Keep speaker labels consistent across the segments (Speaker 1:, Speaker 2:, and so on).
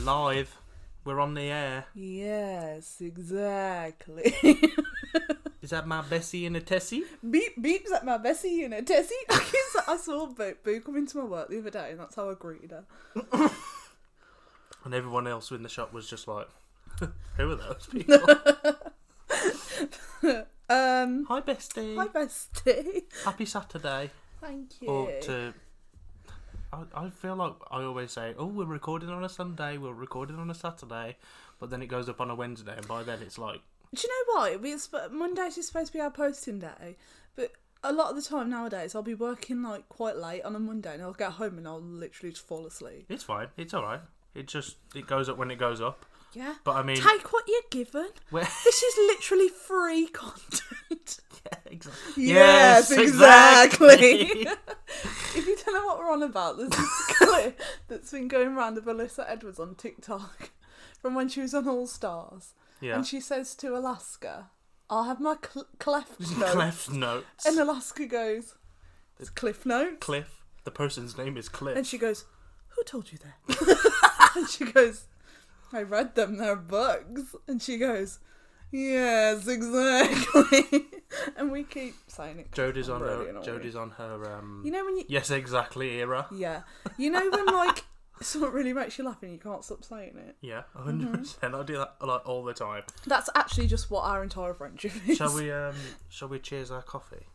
Speaker 1: live. We're on the air.
Speaker 2: Yes, exactly.
Speaker 1: Is that my Bessie and a Tessie?
Speaker 2: Beep beeps at my Bessie, you know, Tessie. I saw Boo, Boo come into my work the other day, and that's how I greeted her.
Speaker 1: And everyone else in the shop was just like, who are those people?
Speaker 2: Um,
Speaker 1: Hi, Bestie.
Speaker 2: hi, Bestie.
Speaker 1: Happy Saturday.
Speaker 2: Thank you.
Speaker 1: Or to. I, I feel like I always say, oh, we're recording on a Sunday, we're recording on a Saturday, but then it goes up on a Wednesday, and by then it's like,
Speaker 2: Do you know what? We, it's, Monday's just supposed to be our posting day, but a lot of the time nowadays, I'll be working like quite late on a Monday, and I'll get home and I'll literally just fall asleep.
Speaker 1: it's fine, it's alright. It just, it goes up when it goes up.
Speaker 2: Yeah.
Speaker 1: But I mean,
Speaker 2: Take what you're given.
Speaker 1: we're-
Speaker 2: This is literally free content.
Speaker 1: exactly.
Speaker 2: Yes, exactly. if you don't know what we're on about, there's this clip that's been going around of Alyssa Edwards on TikTok from when she was on All Stars.
Speaker 1: yeah.
Speaker 2: And she says to Alaska, I'll have my cl- cleft notes.
Speaker 1: Cliff notes.
Speaker 2: And Alaska goes, It's cliff notes.
Speaker 1: Cliff. The person's name is Cliff.
Speaker 2: And she goes, Who told you that? and she goes, I read them, they're bugs. And she goes, Yes, exactly. and we keep saying it.
Speaker 1: Jodie's on
Speaker 2: Really
Speaker 1: her.
Speaker 2: annoying.
Speaker 1: Jodie's on her. Um,
Speaker 2: You know when you
Speaker 1: yes, exactly. Era.
Speaker 2: Yeah. You know when like something really makes you laugh and you can't stop saying it?
Speaker 1: Yeah, a hundred
Speaker 2: Mm-hmm.
Speaker 1: percent. I do that like all the time.
Speaker 2: That's actually just what our entire friendship is.
Speaker 1: Shall we? Um, shall we cheers our coffee?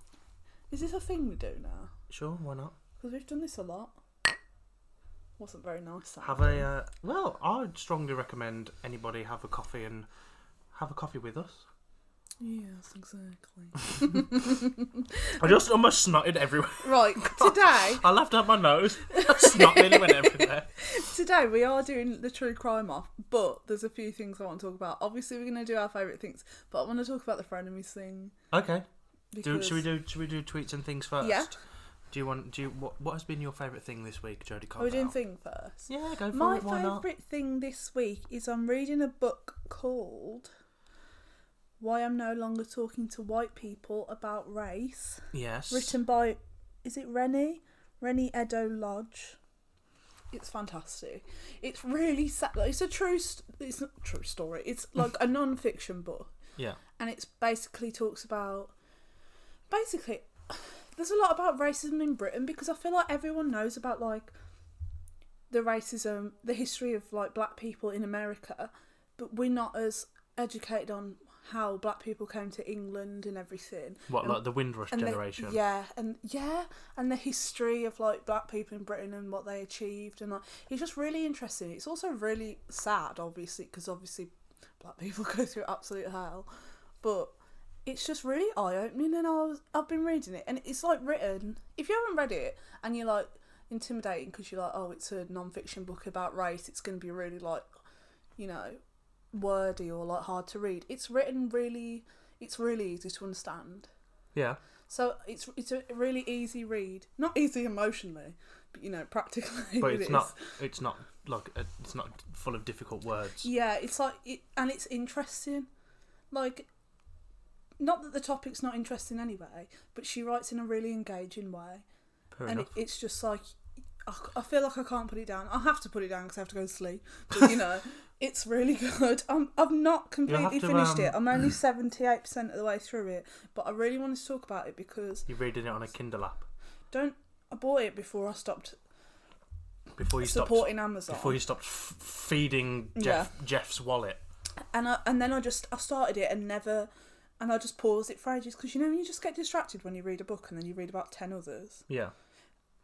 Speaker 2: Is this a thing we do now?
Speaker 1: Sure, why not?
Speaker 2: Because we've done this a lot. Wasn't very nice. that.
Speaker 1: Have a. Uh, well, I'd strongly recommend anybody have a coffee and have a coffee with us.
Speaker 2: Yes, exactly.
Speaker 1: I just almost snotted everywhere.
Speaker 2: right, today
Speaker 1: I laughed out my nose. Snot nearly went everywhere.
Speaker 2: today we are doing the true crime off, but there's a few things I want to talk about. Obviously, we're going to do our favourite things, but I want to talk about the frenemies thing.
Speaker 1: Okay. Do,
Speaker 2: Because...
Speaker 1: should we do? Should we do tweets and things first?
Speaker 2: Yeah.
Speaker 1: Do you want? Do you what? What has been your favourite thing this week, Jodie?
Speaker 2: Are we doing
Speaker 1: Cardell?
Speaker 2: thing first?
Speaker 1: Yeah, go for
Speaker 2: My
Speaker 1: it. Why not?
Speaker 2: favourite thing this week is I'm reading a book called Why I'm No Longer Talking to White People About Race,
Speaker 1: Yes.
Speaker 2: written by, is it Rennie? Rennie Edo Lodge. It's fantastic. It's really sad. like, It's a true, st- it's not a true story. It's like a non-fiction book
Speaker 1: Yeah.
Speaker 2: and it's basically talks about basically there's a lot about racism in Britain because I feel like everyone knows about like the racism, the history of like black people in America, but we're not as educated on how black people came to England and everything.
Speaker 1: What
Speaker 2: And-
Speaker 1: like the Windrush
Speaker 2: and the-
Speaker 1: generation?
Speaker 2: yeah, and yeah, and the history of like black people in Britain and what they achieved, and like it's just really interesting. It's also really sad, obviously, because obviously black people go through absolute hell, but it's just really eye opening. And I was, I've been reading it, and it's like written. If you haven't read it, and you're like intimidating because you're like, oh, it's a non fiction book about race, it's going to be really like, you know, wordy or like hard to read. It's written really. It's really easy to understand.
Speaker 1: Yeah.
Speaker 2: So it's it's a really easy read. Not easy emotionally, but you know, practically.
Speaker 1: But
Speaker 2: it
Speaker 1: it's
Speaker 2: is.
Speaker 1: not. It's not like uh, it's not full of difficult words.
Speaker 2: Yeah, it's like it, and it's interesting. Like not that the topic's not interesting anyway, but she writes in a really engaging way.
Speaker 1: Fair
Speaker 2: and it,
Speaker 1: enough.
Speaker 2: it's just like I, c- I feel like I can't put it down. I have to put it down because I have to go to sleep. But you know, it's really good. I'm, I've not completely
Speaker 1: to,
Speaker 2: finished
Speaker 1: um,
Speaker 2: it. I'm only seventy eight percent of the way through it, but I really wanted to talk about it because
Speaker 1: You're reading it on a Kindle app
Speaker 2: don't. I bought it before I stopped
Speaker 1: before you stopped.
Speaker 2: supporting Amazon.
Speaker 1: Before you stopped f- feeding Jeff Jeff's wallet.
Speaker 2: and I, and then I just I started it and never and I just paused it for ages because you know when you just get distracted when you read a book and then you read about ten others.
Speaker 1: Yeah.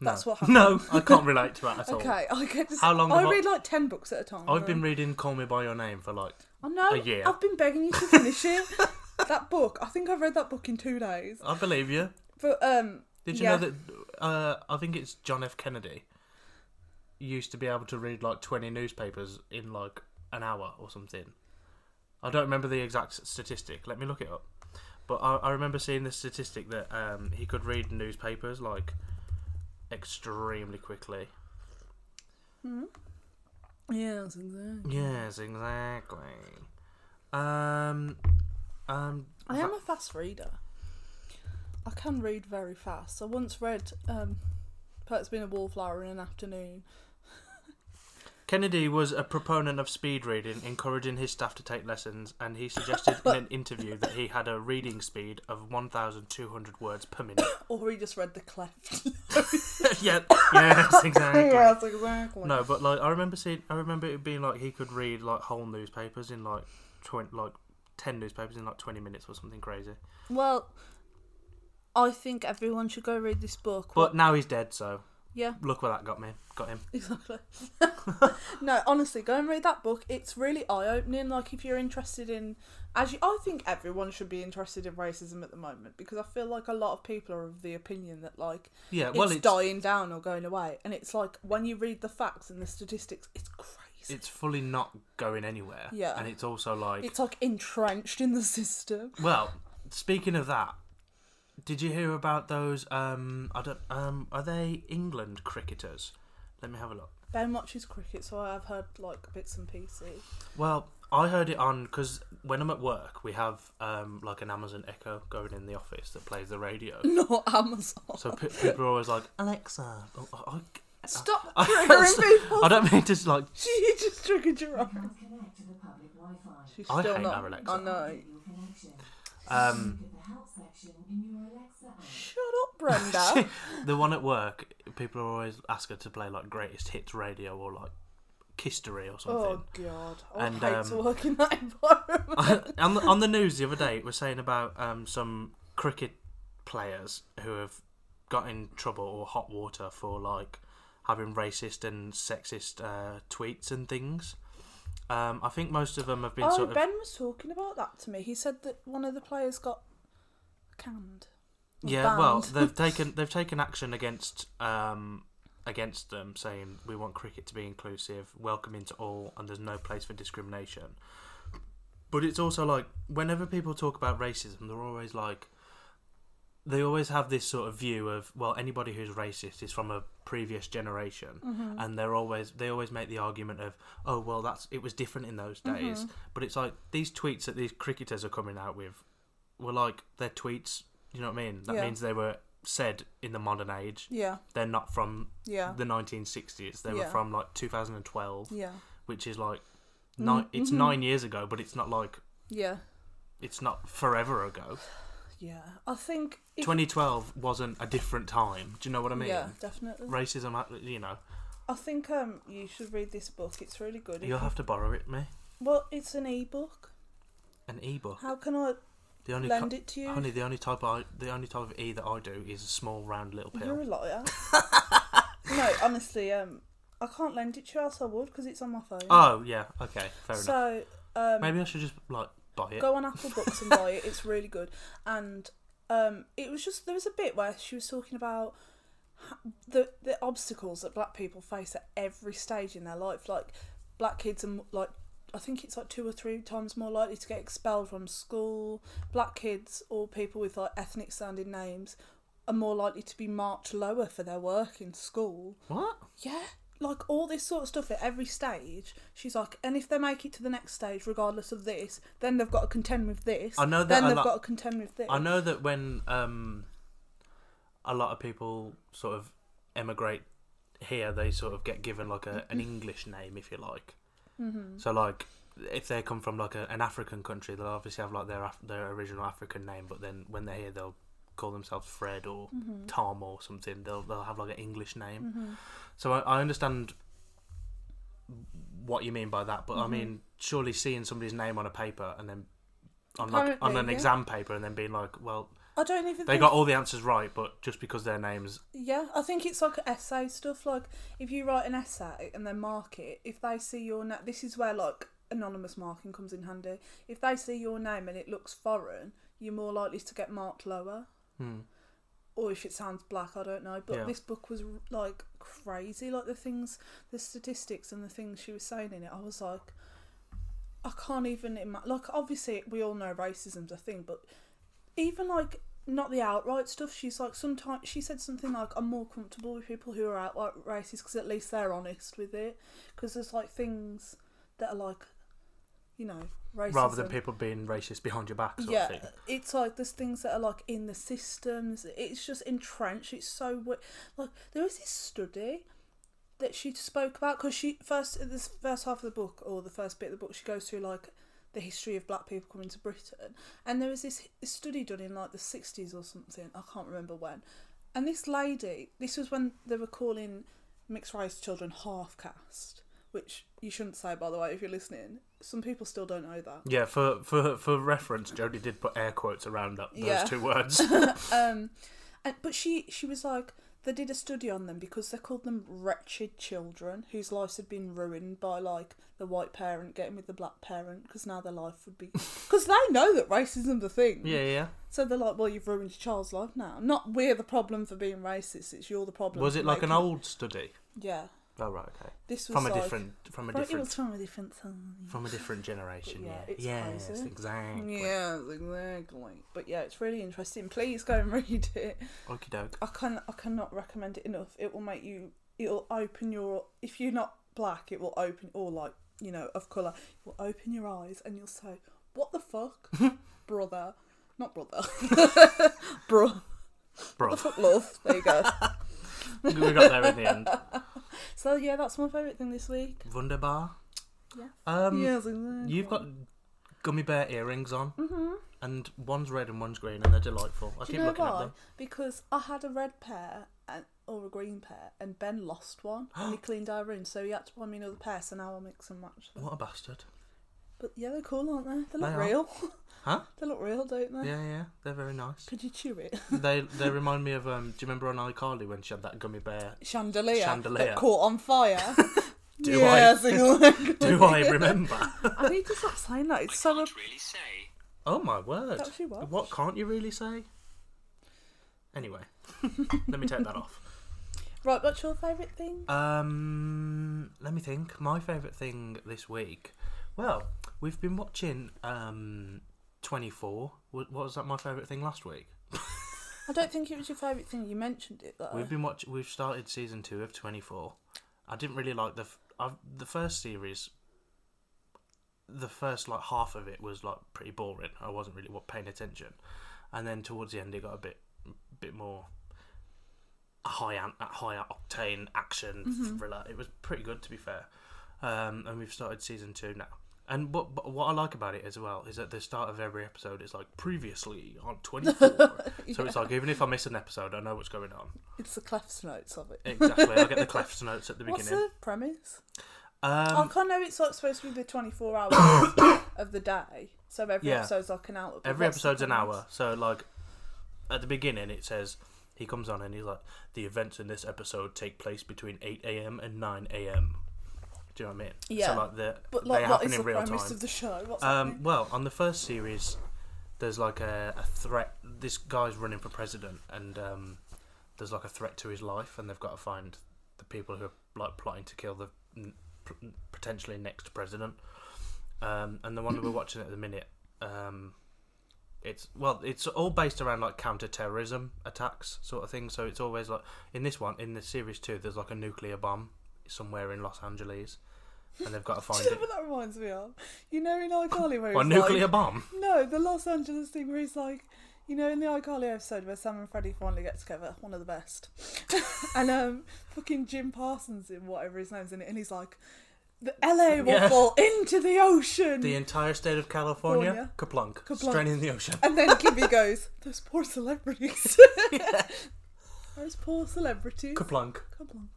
Speaker 1: No.
Speaker 2: That's what happened.
Speaker 1: No, I can't relate to that at all.
Speaker 2: Okay, I get. Dis-
Speaker 1: Oh. How long
Speaker 2: I
Speaker 1: have I-
Speaker 2: read like ten books at a time.
Speaker 1: I've been reading Call Me by Your Name for like.
Speaker 2: I know.
Speaker 1: a year.
Speaker 2: I've been begging you to finish it. that book. I think I read that book in two days.
Speaker 1: I believe you.
Speaker 2: But um,
Speaker 1: Did you know
Speaker 2: Yeah.
Speaker 1: that? Uh, I think it's John F. Kennedy. Used to be able to read like twenty newspapers in like an hour or something. I don't remember the exact statistic. Let me look it up. But I, I remember seeing the statistic that um, he could read newspapers like extremely quickly.
Speaker 2: yeah, that's exactly.
Speaker 1: Yes, exactly. Um, um,
Speaker 2: I am a fast reader. I can read very fast. I once read um, Pert's Been a Wallflower in an afternoon.
Speaker 1: Kennedy was a proponent of speed reading, encouraging his staff to take lessons, and he suggested in an interview that he had a reading speed of 1,200 words per minute.
Speaker 2: Or he just read the cleft.
Speaker 1: yeah, yes, exactly.
Speaker 2: yes, exactly.
Speaker 1: No, but like I remember seeing, I remember it being like he could read like whole newspapers in like twenty, like ten newspapers in like twenty minutes or something crazy.
Speaker 2: Well, I think everyone should go read this book.
Speaker 1: But now he's dead, so
Speaker 2: yeah,
Speaker 1: look where that got me. Got him.
Speaker 2: exactly. no, honestly, go and read that book. It's really eye opening. Like if you're interested in, as you, I think everyone should be interested in racism at the moment because I feel like a lot of people are of the opinion that like
Speaker 1: Yeah,
Speaker 2: it's,
Speaker 1: well, it's
Speaker 2: dying down or going away, and it's like when you read the facts and the statistics, it's crazy.
Speaker 1: it's fully not going anywhere.
Speaker 2: Yeah.
Speaker 1: and it's also like,
Speaker 2: It's like entrenched in the system.
Speaker 1: well, speaking of that, did you hear about those? Um, I don't. Um, are they England cricketers? Let me have a look.
Speaker 2: Ben watches cricket, so I've heard like bits and pieces.
Speaker 1: Well, I heard it on because when I'm at work, we have um, like an Amazon Echo going in the office that plays the radio.
Speaker 2: Not Amazon.
Speaker 1: So pe- people are always like, Alexa. Oh, I,
Speaker 2: Stop
Speaker 1: I-
Speaker 2: triggering
Speaker 1: I
Speaker 2: people.
Speaker 1: don't mean to like.
Speaker 2: She just triggered your own.
Speaker 3: Cannot connect to the public Wi-Fi.
Speaker 2: She's
Speaker 1: I
Speaker 2: still
Speaker 1: hate
Speaker 2: not.
Speaker 1: our Alexa.
Speaker 2: I know.
Speaker 3: Your connection.
Speaker 1: Um,
Speaker 3: Look at the help section in your Alexa app.
Speaker 2: Shut up, Brenda.
Speaker 1: the one at work, people are always ask her to play like greatest hits radio or like Kistery or something.
Speaker 2: oh God, I would
Speaker 1: And,
Speaker 2: hate
Speaker 1: um,
Speaker 2: to work in that environment.
Speaker 1: on, the, on the news the other day, it was saying about um, some cricket players who have got in trouble or hot water for like having racist and sexist uh, tweets and things. Um, I think most of them have been
Speaker 2: Oh,
Speaker 1: sort of
Speaker 2: Ben was talking about that to me. He said that one of the players got canned. or
Speaker 1: yeah. Well,
Speaker 2: banned.
Speaker 1: they've taken they've taken action against um, against them, saying we want cricket to be inclusive, welcoming to all, and there's no place for discrimination. But it's also like whenever people talk about racism, they're always like they always have this sort of view of well anybody who's racist is from a previous generation and they're always they always make the argument of oh well that's it was different in those
Speaker 2: Mm-hmm.
Speaker 1: days but it's like these tweets that these cricketers are coming out with were like their tweets you know what i mean that
Speaker 2: Yeah.
Speaker 1: means they were said in the modern age
Speaker 2: yeah,
Speaker 1: they're not from
Speaker 2: yeah,
Speaker 1: the 1960s they were
Speaker 2: Yeah.
Speaker 1: from like 2012
Speaker 2: yeah,
Speaker 1: which is like
Speaker 2: Mm,
Speaker 1: ni- it's
Speaker 2: mm-hmm.
Speaker 1: 9 years ago but it's not like
Speaker 2: yeah,
Speaker 1: it's not forever ago
Speaker 2: yeah. I think. If,
Speaker 1: 2012 wasn't a different time do you know what i mean
Speaker 2: yeah, definitely.
Speaker 1: racism uh, you know
Speaker 2: I think um you should read this book. It's really good. If
Speaker 1: you'll
Speaker 2: you-
Speaker 1: have to borrow it me
Speaker 2: Well, it's an e-book.
Speaker 1: an e-book
Speaker 2: How can I
Speaker 1: the only
Speaker 2: lend
Speaker 1: co-
Speaker 2: it to you?
Speaker 1: honey the only type i the only type of e that i do is a small round little
Speaker 2: You're a
Speaker 1: pill
Speaker 2: liar. no, honestly, um, I can't lend it to you, else I would, because it's on my phone.
Speaker 1: oh yeah okay fair enough
Speaker 2: so, um,
Speaker 1: maybe i should just like buy it
Speaker 2: go on Apple Books and buy it. It's really good. And um, it was just there was a bit where she was talking about ha- the the obstacles that black people face at every stage in their life. Like black kids are m- like I think it's like two or three times more likely to get expelled from school. Black kids or people with like ethnic sounding names are more likely to be marked lower for their work in school.
Speaker 1: what
Speaker 2: Yeah. Like all this sort of stuff at every stage, she's like, and if they make it to the next stage, regardless of this, then they've got to contend with this.
Speaker 1: I know that
Speaker 2: Then
Speaker 1: a
Speaker 2: they've
Speaker 1: lot-
Speaker 2: got to contend with this.
Speaker 1: I know that when um, a lot of people sort of emigrate here, they sort of get given like a,
Speaker 2: Mm-hmm.
Speaker 1: an English name, if you like. Mm-hmm. So, like, if they come from like a, an African country, they'll obviously have like their Af- their original African name, but then when they're here, they'll call themselves Fred or
Speaker 2: Mm-hmm.
Speaker 1: Tom or something. They'll they'll have like an English name. So I, I understand what you mean by that, but
Speaker 2: Mm-hmm.
Speaker 1: I mean, surely seeing somebody's name on a paper and then on like on
Speaker 2: Apparently,
Speaker 1: an
Speaker 2: yeah.
Speaker 1: exam paper and then being like, well,
Speaker 2: I don't even.
Speaker 1: they
Speaker 2: think,
Speaker 1: got all the answers right, but just because their names,
Speaker 2: Yeah, I think it's like essay stuff. Like if you write an essay and then mark it, if they see your name, this is where like anonymous marking comes in handy. If they see your name and it looks foreign, you're more likely to get marked lower. Or if it sounds black, I don't know. But
Speaker 1: Yeah.
Speaker 2: this book was like crazy. Like the things, the statistics, and the things she was saying in it. I was like, I can't even imagine. Like obviously, we all know racism's a thing, but even like not the outright stuff she's like sometimes she said something like i'm more comfortable with people who are outright racist because at least they're honest with it because there's like things that are like you know racism
Speaker 1: rather than people being racist behind your back, sort
Speaker 2: yeah
Speaker 1: of thing.
Speaker 2: it's like there's things that are like in the systems it's just entrenched it's so we- like there was this study that that she spoke about because she first in this first half of the book or the first bit of the book she goes through like the history of black people coming to Britain and there was this h- study done in like the 60s or something I can't remember when and this lady this was when they were calling mixed race children half caste which you shouldn't say by the way if you're listening some people still don't know that
Speaker 1: Yeah, for for for reference, Jodie did put air quotes around that, those
Speaker 2: Yeah.
Speaker 1: two words.
Speaker 2: um, and, but she she was like they did a study on them because they called them wretched children whose lives had been ruined by like the white parent getting with the black parent because now their life would be because they know that racism's a thing.
Speaker 1: yeah, yeah.
Speaker 2: So they're like, well, you've ruined your child's life now. Not we're the problem for being racist. It's you're the problem.
Speaker 1: Was
Speaker 2: for
Speaker 1: it like an
Speaker 2: making-
Speaker 1: old study?
Speaker 2: Yeah.
Speaker 1: Oh right, okay.
Speaker 2: This was
Speaker 1: From a
Speaker 2: like-
Speaker 1: different, from a
Speaker 2: Right, it was
Speaker 1: different,
Speaker 2: from a different time.
Speaker 1: from a different generation.
Speaker 2: Yeah,
Speaker 1: Yeah,
Speaker 2: it's
Speaker 1: yes,
Speaker 2: crazy.
Speaker 1: exactly.
Speaker 2: Yeah, exactly. But yeah, it's really interesting. Please go and read it.
Speaker 1: Okie doke.
Speaker 2: I can I cannot recommend it enough. It will make you. It'll open your. If you're not black, it will open or like you know of color. It will open your eyes and you'll say, "What the fuck, brother? Not brother, bro.
Speaker 1: Bro,
Speaker 2: Fuck love." There you go.
Speaker 1: we got there in the end.
Speaker 2: so yeah, that's my favorite thing this week.
Speaker 1: Wunderbar.
Speaker 2: Yeah.
Speaker 1: Um,
Speaker 2: Yes, exactly.
Speaker 1: You've got gummy bear earrings on, and onene's red and one's green, and they're delightful. I
Speaker 2: Mm-hmm. Do
Speaker 1: keep
Speaker 2: you know
Speaker 1: looking at
Speaker 2: why?
Speaker 1: them.
Speaker 2: Because I had a red pair and or a green pair, and Ben lost one, and he cleaned our room, so he had to buy me another pair. So now I'll mix and match them.
Speaker 1: What a bastard!
Speaker 2: But yeah, they're cool, aren't they? They
Speaker 1: They
Speaker 2: look
Speaker 1: are.
Speaker 2: real.
Speaker 1: Huh?
Speaker 2: They look real, don't they?
Speaker 1: Yeah, yeah, they're very nice.
Speaker 2: Could you chew it?
Speaker 1: they they remind me of um. Do you remember on iCarly when she had that gummy bear?
Speaker 2: Chandelier,
Speaker 1: Chandelier.
Speaker 2: that caught on fire.
Speaker 1: Do
Speaker 2: yes,
Speaker 1: I?
Speaker 2: exactly.
Speaker 1: Do I remember?
Speaker 2: I need to stop saying that. It's so.
Speaker 4: really say.
Speaker 1: oh my word!
Speaker 2: That she was.
Speaker 1: What can't you really say? Anyway, let me take that off.
Speaker 2: Right, what's your favourite thing?
Speaker 1: Um, let me think. My favourite thing this week. Well, we've been watching um, 24. What what was that? My favourite thing last week.
Speaker 2: I don't think it was your favourite thing. You mentioned it though.
Speaker 1: We've been watch. We've started season two of 24. I didn't really like the f- I've, the first series. The first like half of it was like pretty boring. I wasn't really what paying attention, and then towards the end it got a bit, bit more high an- higher octane action thriller. It was pretty good to be fair, um, and we've started season two now. And what but what I like about it as well is at the start of every episode, it's like previously on twenty four. So it's like even if I miss an episode, I know what's going on.
Speaker 2: It's the Clefts notes of it.
Speaker 1: Exactly. I get the clefts notes at the
Speaker 2: What's
Speaker 1: beginning.
Speaker 2: the premise?
Speaker 1: Um,
Speaker 2: I can't know. It's like supposed to be the twenty-four hours of the day, so every
Speaker 1: Yeah.
Speaker 2: episode's like an hour. but
Speaker 1: every
Speaker 2: what's the
Speaker 1: episode's an
Speaker 2: premise?
Speaker 1: hour. So like at the beginning, it says he comes on and he's like, the events in this episode take place between eight a.m. and nine a.m. Do you know what I mean?
Speaker 2: Yeah.
Speaker 1: So like the
Speaker 2: But
Speaker 1: they
Speaker 2: like, what
Speaker 1: happen
Speaker 2: is
Speaker 1: in
Speaker 2: the
Speaker 1: real
Speaker 2: premise
Speaker 1: time.
Speaker 2: of the show? What's
Speaker 1: Um, well, on the first series, there's like a, a threat. This guy's running for president, and um, there's like a threat to his life, and they've got to find the people who are like plotting to kill the n- p- potentially next president. Um, and the one that we're watching at the minute, um, it's well, it's all based around like counter-terrorism attacks, sort of thing. So it's always like in this one, in the series two, there's like a nuclear bomb somewhere in Los Angeles, and they've got to find
Speaker 2: Do you know
Speaker 1: it.
Speaker 2: what that reminds me of? You know, in iCarly where
Speaker 1: Or
Speaker 2: he's
Speaker 1: nuclear
Speaker 2: like,
Speaker 1: bomb.
Speaker 2: no, the Los Angeles thing where he's like, you know, in the iCarly episode where Sam and Freddie finally get together, one of the best, and um, fucking Jim Parsons in whatever his name's in it, and he's like, the LA will
Speaker 1: Yeah.
Speaker 2: fall into the ocean,
Speaker 1: The entire state of California, kaplunk,
Speaker 2: Kaplunk.
Speaker 1: straight in the ocean.
Speaker 2: and then Gibby goes, those poor celebrities, those poor celebrities,
Speaker 1: Kaplunk.
Speaker 2: Kaplunk.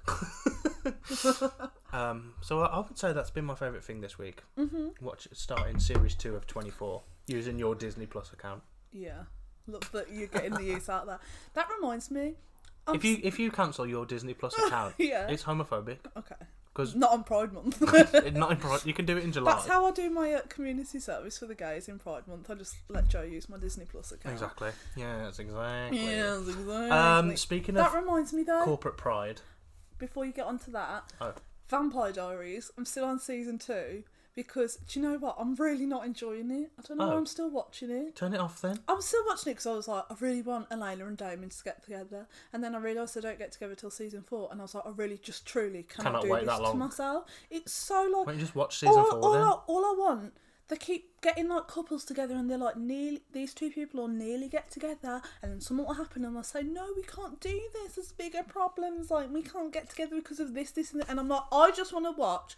Speaker 1: Um, so I, I would say that's been my favourite thing this week. Mm-hmm. Watch starting series two of Twenty Four using your Disney Plus account.
Speaker 2: yeah, look, but you're getting the use out of that. That reminds me, I'm
Speaker 1: If you if you cancel your Disney Plus account,
Speaker 2: Yeah.
Speaker 1: it's homophobic
Speaker 2: okay,
Speaker 1: 'Cause-
Speaker 2: not on Pride Month.
Speaker 1: It- not in Pri- You can do it in July.
Speaker 2: That's how I do my uh, community service for the gays in Pride Month. I just let Joe use my Disney Plus account.
Speaker 1: exactly. Yeah, that's exactly.
Speaker 2: Yes, exactly.
Speaker 1: Um, speaking
Speaker 2: that
Speaker 1: of
Speaker 2: reminds me though,
Speaker 1: corporate pride,
Speaker 2: before you get onto that,
Speaker 1: Oh.
Speaker 2: Vampire Diaries. I'm still on season two because do you know what? I'm really not enjoying it. I don't know. why
Speaker 1: Oh.
Speaker 2: I'm still watching it.
Speaker 1: turn it off then.
Speaker 2: I'm still watching it because I was like, I really want Elena and Damon to get together, and then I realised they don't get together till season four, and I was like, I really just truly cannot,
Speaker 1: Cannot
Speaker 2: do
Speaker 1: wait
Speaker 2: this
Speaker 1: that long.
Speaker 2: to myself. It's so like
Speaker 1: Why don't you just watch
Speaker 2: all,
Speaker 1: season
Speaker 2: I-
Speaker 1: four
Speaker 2: all
Speaker 1: then?
Speaker 2: I, all I want they keep getting like couples together and they're like nearly these two people will nearly get together and then something will happen and they'll say no we can't do this there's bigger problems like we can't get together because of this this and that and i'm like i just want to watch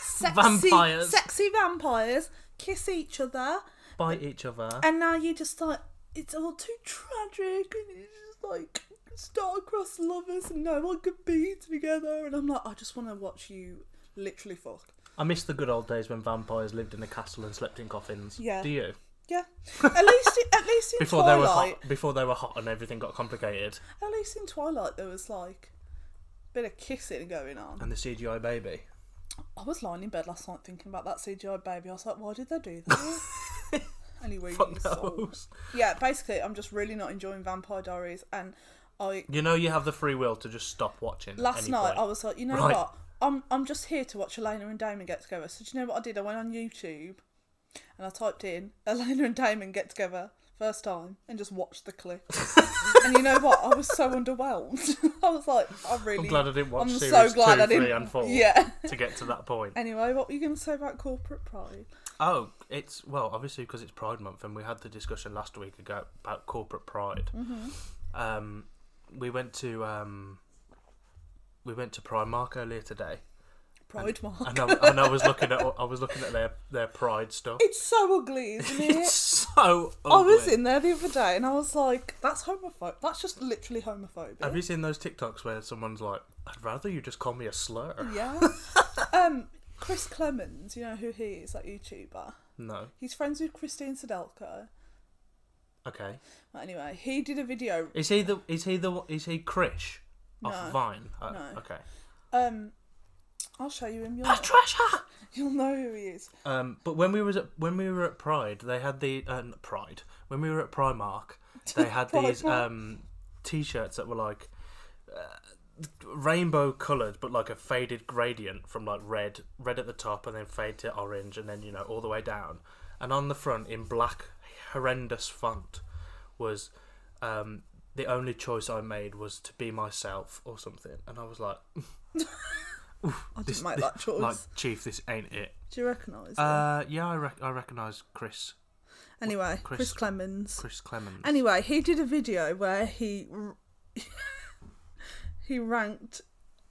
Speaker 2: sexy
Speaker 1: Vampires.
Speaker 2: sexy vampires kiss each other
Speaker 1: Bite each other.
Speaker 2: and now you just like it's all too tragic and it's just like star-crossed lovers and no one could be together and i'm like i just want to watch you literally fuck
Speaker 1: I miss the good old days when vampires lived in a castle and slept in coffins.
Speaker 2: Yeah.
Speaker 1: Do you?
Speaker 2: yeah at least at least in
Speaker 1: Before
Speaker 2: twilight
Speaker 1: they were hot. Before they were hot and everything got complicated.
Speaker 2: At least in Twilight, there was like a bit of kissing going on.
Speaker 1: And the CGI baby.
Speaker 2: I was lying in bed last night thinking about that CGI baby. I was like, why did they do that? anyway,
Speaker 1: Fuck
Speaker 2: so-
Speaker 1: knows.
Speaker 2: yeah, basically, I'm just really not enjoying Vampire Diaries, and I
Speaker 1: You know you have the free will to just stop watching. at
Speaker 2: last
Speaker 1: any
Speaker 2: night
Speaker 1: point.
Speaker 2: I was like, you know
Speaker 1: Right.
Speaker 2: what? I'm I'm just here to watch Elena and Damon get together. So do you know what I did? I went on YouTube and I typed in Elena and Damon get together first time and just watched the clip. and you know what? I was so underwhelmed. I was like, I really.
Speaker 1: I'm glad I didn't watch
Speaker 2: I'm
Speaker 1: series
Speaker 2: so glad
Speaker 1: two,
Speaker 2: I didn't.
Speaker 1: three, and four
Speaker 2: Yeah.
Speaker 1: to get to that point.
Speaker 2: Anyway, what were you going to say about corporate pride?
Speaker 1: Oh, it's well, obviously because it's Pride Month, and we had the discussion last week ago about corporate pride.
Speaker 2: Mm-hmm.
Speaker 1: Um, we went to um, we went to Primark earlier today,
Speaker 2: Pride mark.
Speaker 1: and I, and I was looking at I was looking at their their Pride stuff.
Speaker 2: It's so ugly, isn't it?
Speaker 1: It's so ugly.
Speaker 2: I was in there the other day and I was like, that's homophobic. That's just literally homophobic.
Speaker 1: Have you seen those TikToks where someone's like, "I'd rather you just call me a slur"?
Speaker 2: Yeah. um, Chris Clemens, you know who he is, that YouTuber.
Speaker 1: No.
Speaker 2: He's friends with Christine Sedelka.
Speaker 1: Okay.
Speaker 2: But anyway, he did a video.
Speaker 1: Is he the is he the is he Krish off
Speaker 2: No.
Speaker 1: Vine? Oh,
Speaker 2: No.
Speaker 1: Okay.
Speaker 2: Um, I'll show you him. You'll,
Speaker 1: Patricia.
Speaker 2: you'll know who he is.
Speaker 1: Um, but when we was at when we were at Pride, they had the uh, not Pride. When we were at Primark, they had these
Speaker 2: Primark.
Speaker 1: um, t-shirts that were like uh, rainbow coloured, but like a faded gradient from like red, red at the top, and then fade to orange, and then you know all the way down. And on the front, in black, horrendous font, was um, the only choice I made was to be myself or something. And I was like,
Speaker 2: I didn't make that choice.
Speaker 1: like Chief, this ain't it.
Speaker 2: Do you recognise him?
Speaker 1: Uh, yeah, I rec- I recognise Chris.
Speaker 2: anyway,
Speaker 1: Chris-
Speaker 2: Chris, Clemens.
Speaker 1: Chris Clemens.
Speaker 2: Anyway, he did a video where he r- he ranked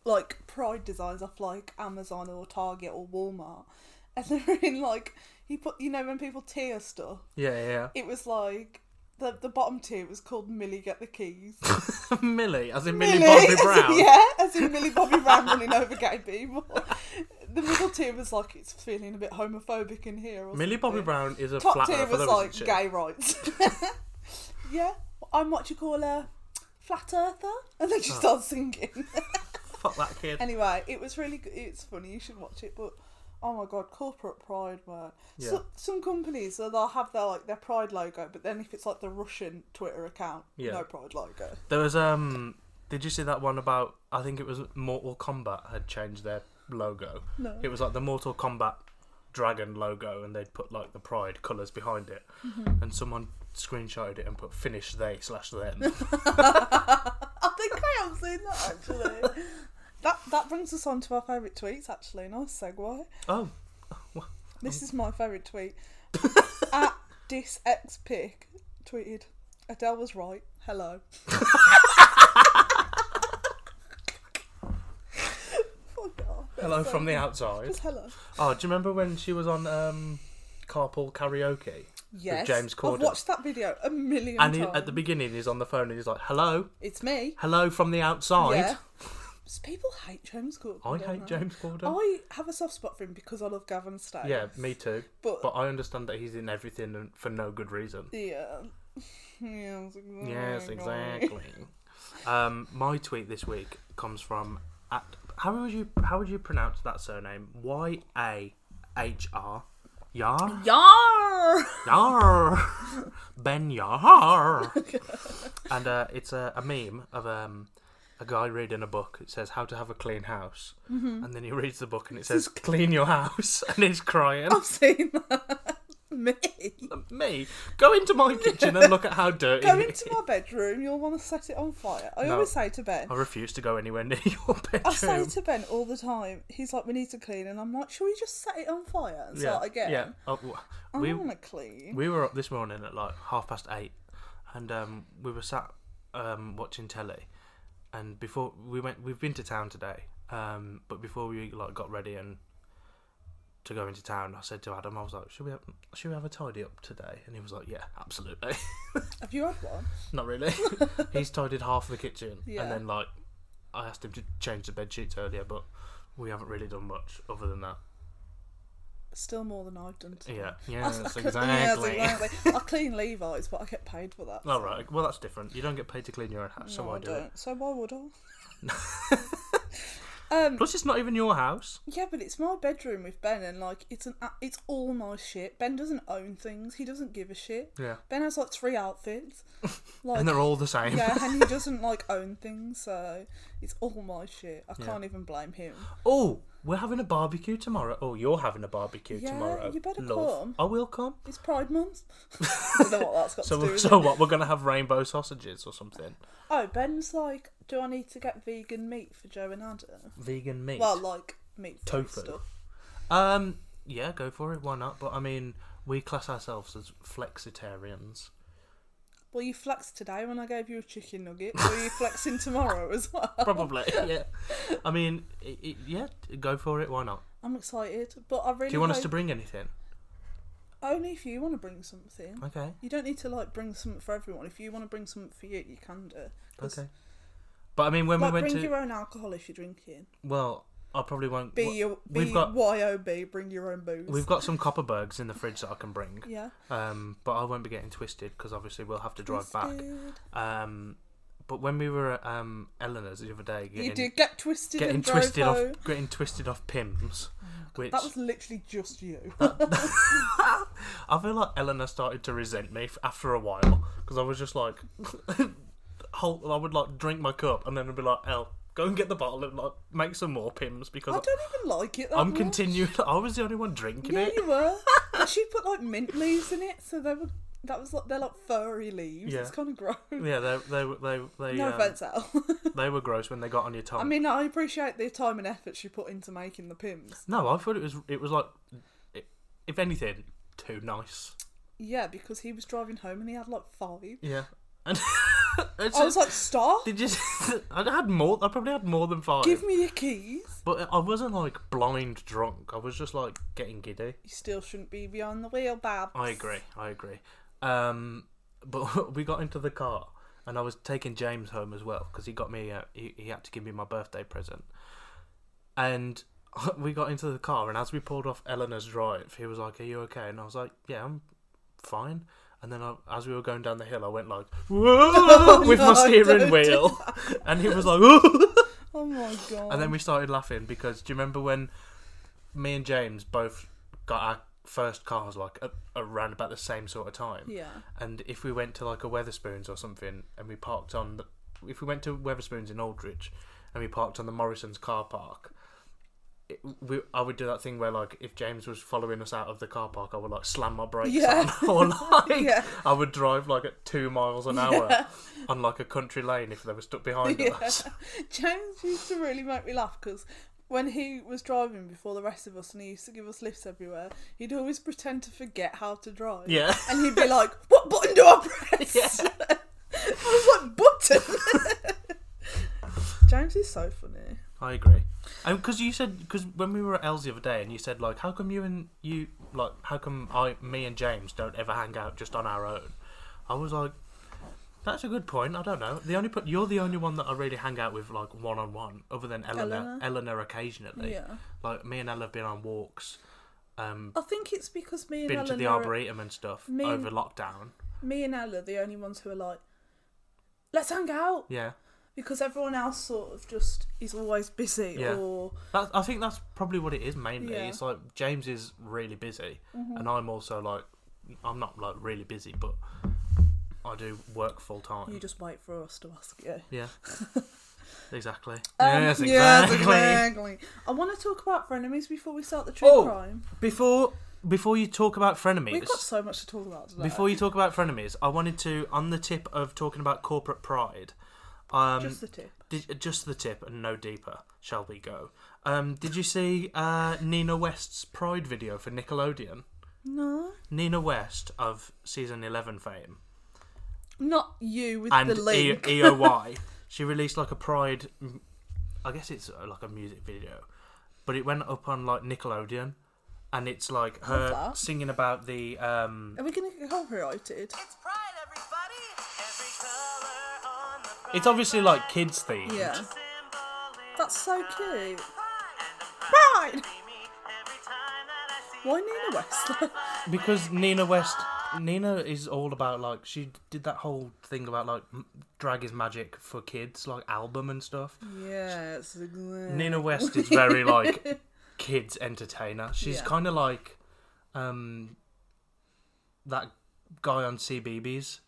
Speaker 2: like pride designs off like Amazon or Target or Walmart, and they're in like he put you know when people tier stuff,
Speaker 1: yeah,
Speaker 2: it was like the the bottom tier was called Millie get the keys.
Speaker 1: yeah. Millie, as in Millie, Bobby
Speaker 2: as in-
Speaker 1: Brown.
Speaker 2: yeah, as in Millie Bobby Brown running over gay people. The middle tier was like it's feeling a bit homophobic in here. Or
Speaker 1: Millie Bobby
Speaker 2: something.
Speaker 1: Brown is a
Speaker 2: Top
Speaker 1: flat
Speaker 2: tier
Speaker 1: earther,
Speaker 2: was
Speaker 1: though,
Speaker 2: like
Speaker 1: isn't she?
Speaker 2: gay rights. yeah, I'm what you call a flat earther, and then she
Speaker 1: Oh.
Speaker 2: starts singing.
Speaker 1: Fuck that kid.
Speaker 2: anyway, it was really good. It's funny. You should watch it, but. Oh my god, corporate pride, man!
Speaker 1: Yeah.
Speaker 2: So, some companies so they'll have their like their pride logo, but then if it's like the Russian Twitter account,
Speaker 1: Yeah.
Speaker 2: no pride logo.
Speaker 1: There was um. Did you see that one about? I think it was Mortal Kombat had changed their logo.
Speaker 2: No.
Speaker 1: It was like the Mortal Kombat dragon logo, and they'd put like the pride colours behind it,
Speaker 2: Mm-hmm.
Speaker 1: and someone screenshotted it and put "finish they slash them."
Speaker 2: I think I have seen that actually. that that brings us on to our favourite tweets. Actually, nice segue.
Speaker 1: oh,
Speaker 2: This
Speaker 1: Um.
Speaker 2: is my favourite tweet. At disxpic tweeted, Adele was right. Hello. Fuck off.
Speaker 1: hello from the outside.
Speaker 2: Just hello.
Speaker 1: Oh, do you remember when she was on um, Carpool Karaoke?
Speaker 2: Yes.
Speaker 1: James Corden.
Speaker 2: I've watched that video a million
Speaker 1: And he,
Speaker 2: times.
Speaker 1: at the beginning, he's on the phone and he's like, "Hello,
Speaker 2: it's me.
Speaker 1: hello from the outside."
Speaker 2: Yeah. People hate James Corden.
Speaker 1: I
Speaker 2: don't
Speaker 1: hate
Speaker 2: they?
Speaker 1: James Corden.
Speaker 2: I have a soft spot for him because I love Gavin Stacks.
Speaker 1: Yeah, me too.
Speaker 2: But-
Speaker 1: But, I understand that he's in everything and for no good reason.
Speaker 2: Yeah. yes, exactly.
Speaker 1: Yes, exactly. um, my tweet this week comes from at how would you how would you pronounce that surname? Y A H R Yar
Speaker 2: Yar!
Speaker 1: Yar Ben Yar. and uh, it's a, a meme of um. A guy reading a book. It says how to have a clean house,
Speaker 2: Mm-hmm. Oh.
Speaker 1: and then he reads the book and it says clean your house, and he's crying.
Speaker 2: I've seen that. Me.
Speaker 1: Me, go into my kitchen and look at how dirty.
Speaker 2: Go
Speaker 1: it
Speaker 2: into my bedroom, you'll want to set it on fire. I
Speaker 1: No.
Speaker 2: always say to Ben,
Speaker 1: I refuse to go anywhere near your bedroom.
Speaker 2: I say to Ben all the time, he's like, we need to clean. And I'm like, shall we just set it on fire and start again?
Speaker 1: Yeah. Oh, w-
Speaker 2: I
Speaker 1: we
Speaker 2: want to clean.
Speaker 1: we were up this morning at like half past eight, and um, we were sat um, watching telly, and before we went, we've been to town today, um, but before we like got ready and to go into town, I said to Adam, I was like, should we have, should we have a tidy up today? And he was like, yeah, absolutely.
Speaker 2: Have you had one?
Speaker 1: Not really. He's tidied half the kitchen,
Speaker 2: Yeah.
Speaker 1: and then like I asked him to change the bed sheets earlier, but we haven't really done much other than that.
Speaker 2: Still more than I've done. today.
Speaker 1: Yeah.
Speaker 2: I- I
Speaker 1: Yes,
Speaker 2: clean- yes,
Speaker 1: exactly.
Speaker 2: exactly. I clean Levi's, but I get paid for that.
Speaker 1: All right. Well, that's different. You don't get paid to clean your own house, so I, do it.
Speaker 2: not So why would I? um,
Speaker 1: Plus, it's not even your house.
Speaker 2: yeah, but it's my bedroom with Ben, and like it's an a- it's all my shit. Ben doesn't own things. He doesn't give a shit.
Speaker 1: Yeah.
Speaker 2: Ben has like three outfits. Like
Speaker 1: and they're all the same.
Speaker 2: yeah, and he doesn't like own things, so it's all my shit. I
Speaker 1: Yeah.
Speaker 2: can't even blame him.
Speaker 1: Oh, we're having a barbecue tomorrow. Oh, you're having a barbecue
Speaker 2: Yeah,
Speaker 1: tomorrow.
Speaker 2: you better
Speaker 1: love.
Speaker 2: come.
Speaker 1: I will come.
Speaker 2: It's Pride Month. I don't know what that's got to do
Speaker 1: So,
Speaker 2: with
Speaker 1: so
Speaker 2: it.
Speaker 1: what? We're gonna have rainbow sausages or something.
Speaker 2: Oh, Ben's like, do I need to get vegan meat for Joe and Adam?
Speaker 1: Vegan meat.
Speaker 2: Well, like meat
Speaker 1: Tofu.
Speaker 2: tofu stuff.
Speaker 1: Um, yeah, go for it. Why not? But I mean, we class ourselves as flexitarians.
Speaker 2: Well, you flexed today when I gave you a chicken nugget. Were you flexing tomorrow as well?
Speaker 1: Probably. yeah. I mean, i i yeah, go for it. Why not?
Speaker 2: I'm excited, but I really
Speaker 1: Do you want us to
Speaker 2: hope-
Speaker 1: bring anything?
Speaker 2: only if you want to bring something.
Speaker 1: Okay.
Speaker 2: You don't need to like bring something for everyone. If you want to bring something for you, you can do. 'Cause,
Speaker 1: Okay. But I mean, when
Speaker 2: like,
Speaker 1: we went
Speaker 2: bring
Speaker 1: to
Speaker 2: your own alcohol if you're drinking.
Speaker 1: well, I probably won't.
Speaker 2: Be
Speaker 1: well,
Speaker 2: your be
Speaker 1: we've got
Speaker 2: yob. Bring your own booze.
Speaker 1: we've got some Copperbergs in the fridge that I can bring.
Speaker 2: yeah.
Speaker 1: Um, but I won't be getting twisted because obviously we'll have to drive
Speaker 2: Twisted.
Speaker 1: back. Um, but when we were at um Eleanor's the other day, getting,
Speaker 2: You did get twisted
Speaker 1: getting
Speaker 2: and
Speaker 1: twisted
Speaker 2: drove
Speaker 1: off,
Speaker 2: home. Oh
Speaker 1: getting twisted off Pims, which
Speaker 2: That was literally just you.
Speaker 1: I feel like Eleanor started to resent me f- after a while because I was just like, whole, I would like drink my cup and then I'd be like, El, go and get the bottle and like make some more pims
Speaker 2: I
Speaker 1: because
Speaker 2: don't even like it. That
Speaker 1: I'm
Speaker 2: much.
Speaker 1: continuing. I was the only one drinking
Speaker 2: Yeah,
Speaker 1: it.
Speaker 2: you were. But she put like mint leaves in it, so they were. That was like they're like furry leaves.
Speaker 1: Yeah.
Speaker 2: It's kind of gross.
Speaker 1: Yeah, they they were- they they
Speaker 2: No
Speaker 1: um,
Speaker 2: offense, Al.
Speaker 1: they were gross when they got on your tongue.
Speaker 2: I mean, I appreciate the time and effort she put into making the pims.
Speaker 1: no, I thought it was it was like, i if anything, too nice.
Speaker 2: Yeah, because he was driving home and he had like five.
Speaker 1: Yeah, and it's
Speaker 2: I was
Speaker 1: just,
Speaker 2: like, stop.
Speaker 1: did you? I had more. I probably had more than five.
Speaker 2: Give me your keys.
Speaker 1: But I wasn't like blind drunk. I was just like getting giddy.
Speaker 2: You still shouldn't be beyond the wheel, Bab.
Speaker 1: I agree. I agree. Um, but we got into the car, and I was taking James home as well because he got me. Uh, he, he had to give me my birthday present, and we got into the car. And as we pulled off Eleanor's drive, he was like, "Are you okay?" And I was like, "Yeah, I'm fine." And then I, as we were going down the hill, I went like, "Whoa!" with my
Speaker 2: no,
Speaker 1: steering
Speaker 2: don't do
Speaker 1: wheel, and he was like, "Whoa!"
Speaker 2: Oh my god.
Speaker 1: And then we started laughing because do you remember when me and James both got our first cars like at, around about the same sort of time?
Speaker 2: Yeah.
Speaker 1: And if we went to like a Weatherspoons or something and we parked on the. If we went to Weatherspoons in Aldridge and we parked on the Morrison's car park. It, we, I would do that thing where, like, if James was following us out of the car park, I would like slam my brakes
Speaker 2: Yeah.
Speaker 1: on, or like,
Speaker 2: Yeah.
Speaker 1: I would drive like at two miles an hour on like a country lane if they were stuck behind
Speaker 2: Yeah.
Speaker 1: us.
Speaker 2: James used to really make me laugh because when he was driving before the rest of us and he used to give us lifts everywhere, he'd always pretend to forget how to drive.
Speaker 1: Yeah.
Speaker 2: And he'd be like, What button do I press? I was like, Button? James is so funny.
Speaker 1: I agree. And because you said because when we were at Els the other day, and you said like, how come you and you like, how come I, me and James don't ever hang out just on our own? I was like, that's a good point. I don't know. The only put you're the only one that I really hang out with like one on one, other than Eleanor.
Speaker 2: Eleanor.
Speaker 1: Eleanor occasionally.
Speaker 2: Yeah.
Speaker 1: Like me and Ella have been on walks, um,
Speaker 2: I think it's because me and
Speaker 1: been
Speaker 2: Eleanor,
Speaker 1: to the arboretum and stuff
Speaker 2: me and-
Speaker 1: over lockdown.
Speaker 2: me and Ella, are the only ones who are like, let's hang out
Speaker 1: Yeah.
Speaker 2: because everyone else sort of just is always busy
Speaker 1: Yeah.
Speaker 2: or
Speaker 1: That, I think that's probably what it is mainly.
Speaker 2: Yeah. Mm-hmm.
Speaker 1: It's like James is really busy, and I'm also like, I'm not like really busy, but I do work full
Speaker 2: you
Speaker 1: time.
Speaker 2: just wait for us to ask you.
Speaker 1: Yeah, exactly.
Speaker 2: Um,
Speaker 1: yes, exactly.
Speaker 2: yes, exactly. I want to talk about frenemies before we start the true
Speaker 1: Oh.
Speaker 2: crime.
Speaker 1: Before before you talk about frenemies,
Speaker 2: We've got so much to talk about today.
Speaker 1: before you talk about frenemies, I wanted to on the tip of talking about corporate pride. Um,
Speaker 2: just the tip.
Speaker 1: Did, just the tip and no deeper shall we go. Um, did you see uh, Nina West's Pride video for Nickelodeon?
Speaker 2: No,
Speaker 1: Nina West of season 11 fame
Speaker 2: not you with
Speaker 1: and
Speaker 2: the
Speaker 1: E-
Speaker 2: link.
Speaker 1: EOY. she released like a Pride, m- I guess it's uh, like a music video, but it went up on like Nickelodeon and it's like her
Speaker 2: that.
Speaker 1: singing about the. Um,
Speaker 2: Are we going to get copyrighted?
Speaker 4: It's pride, everybody. Every color on the pride.
Speaker 1: it's obviously like kids themed.
Speaker 2: Yeah,
Speaker 4: symbol is
Speaker 2: that's so cute.
Speaker 4: pride. And the pride
Speaker 2: Pride.
Speaker 4: in me every time that I see
Speaker 2: Why Nina West? though?
Speaker 1: because Nina West, Nina is all about like she did that whole thing about like m- drag is magic for kids, like album and stuff.
Speaker 2: yeah, it's a
Speaker 1: Nina West is very like kids entertainer. She's
Speaker 2: Yeah.
Speaker 1: kind of like um that guy on CBBS.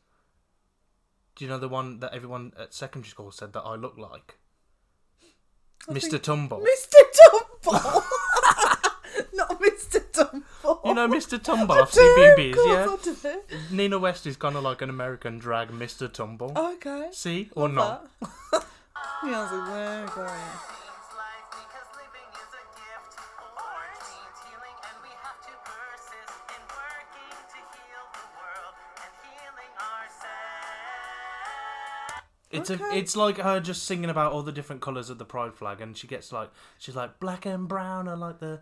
Speaker 1: Do you know the one that everyone at secondary school said that I look like? Mr. Tumble.
Speaker 2: Mr. Dumble. Not Mr. Dumble.
Speaker 1: you know Mr. Tumble
Speaker 2: I
Speaker 1: off
Speaker 2: do, of
Speaker 1: CBBS, yeah?
Speaker 2: course I do. Oh,
Speaker 1: Nina West is kind of like an American drag Mr. Tumble.
Speaker 2: Okay.
Speaker 1: See or not?
Speaker 2: yeah, I was like, where are
Speaker 4: It's life because living is a gift. War means healing, and we have to persist in working to heal the world and healing ourselves.
Speaker 1: It's a,
Speaker 2: Okay.
Speaker 1: it's like her just singing about all the different colours of the pride flag, and she gets like, she's like black and brown are like the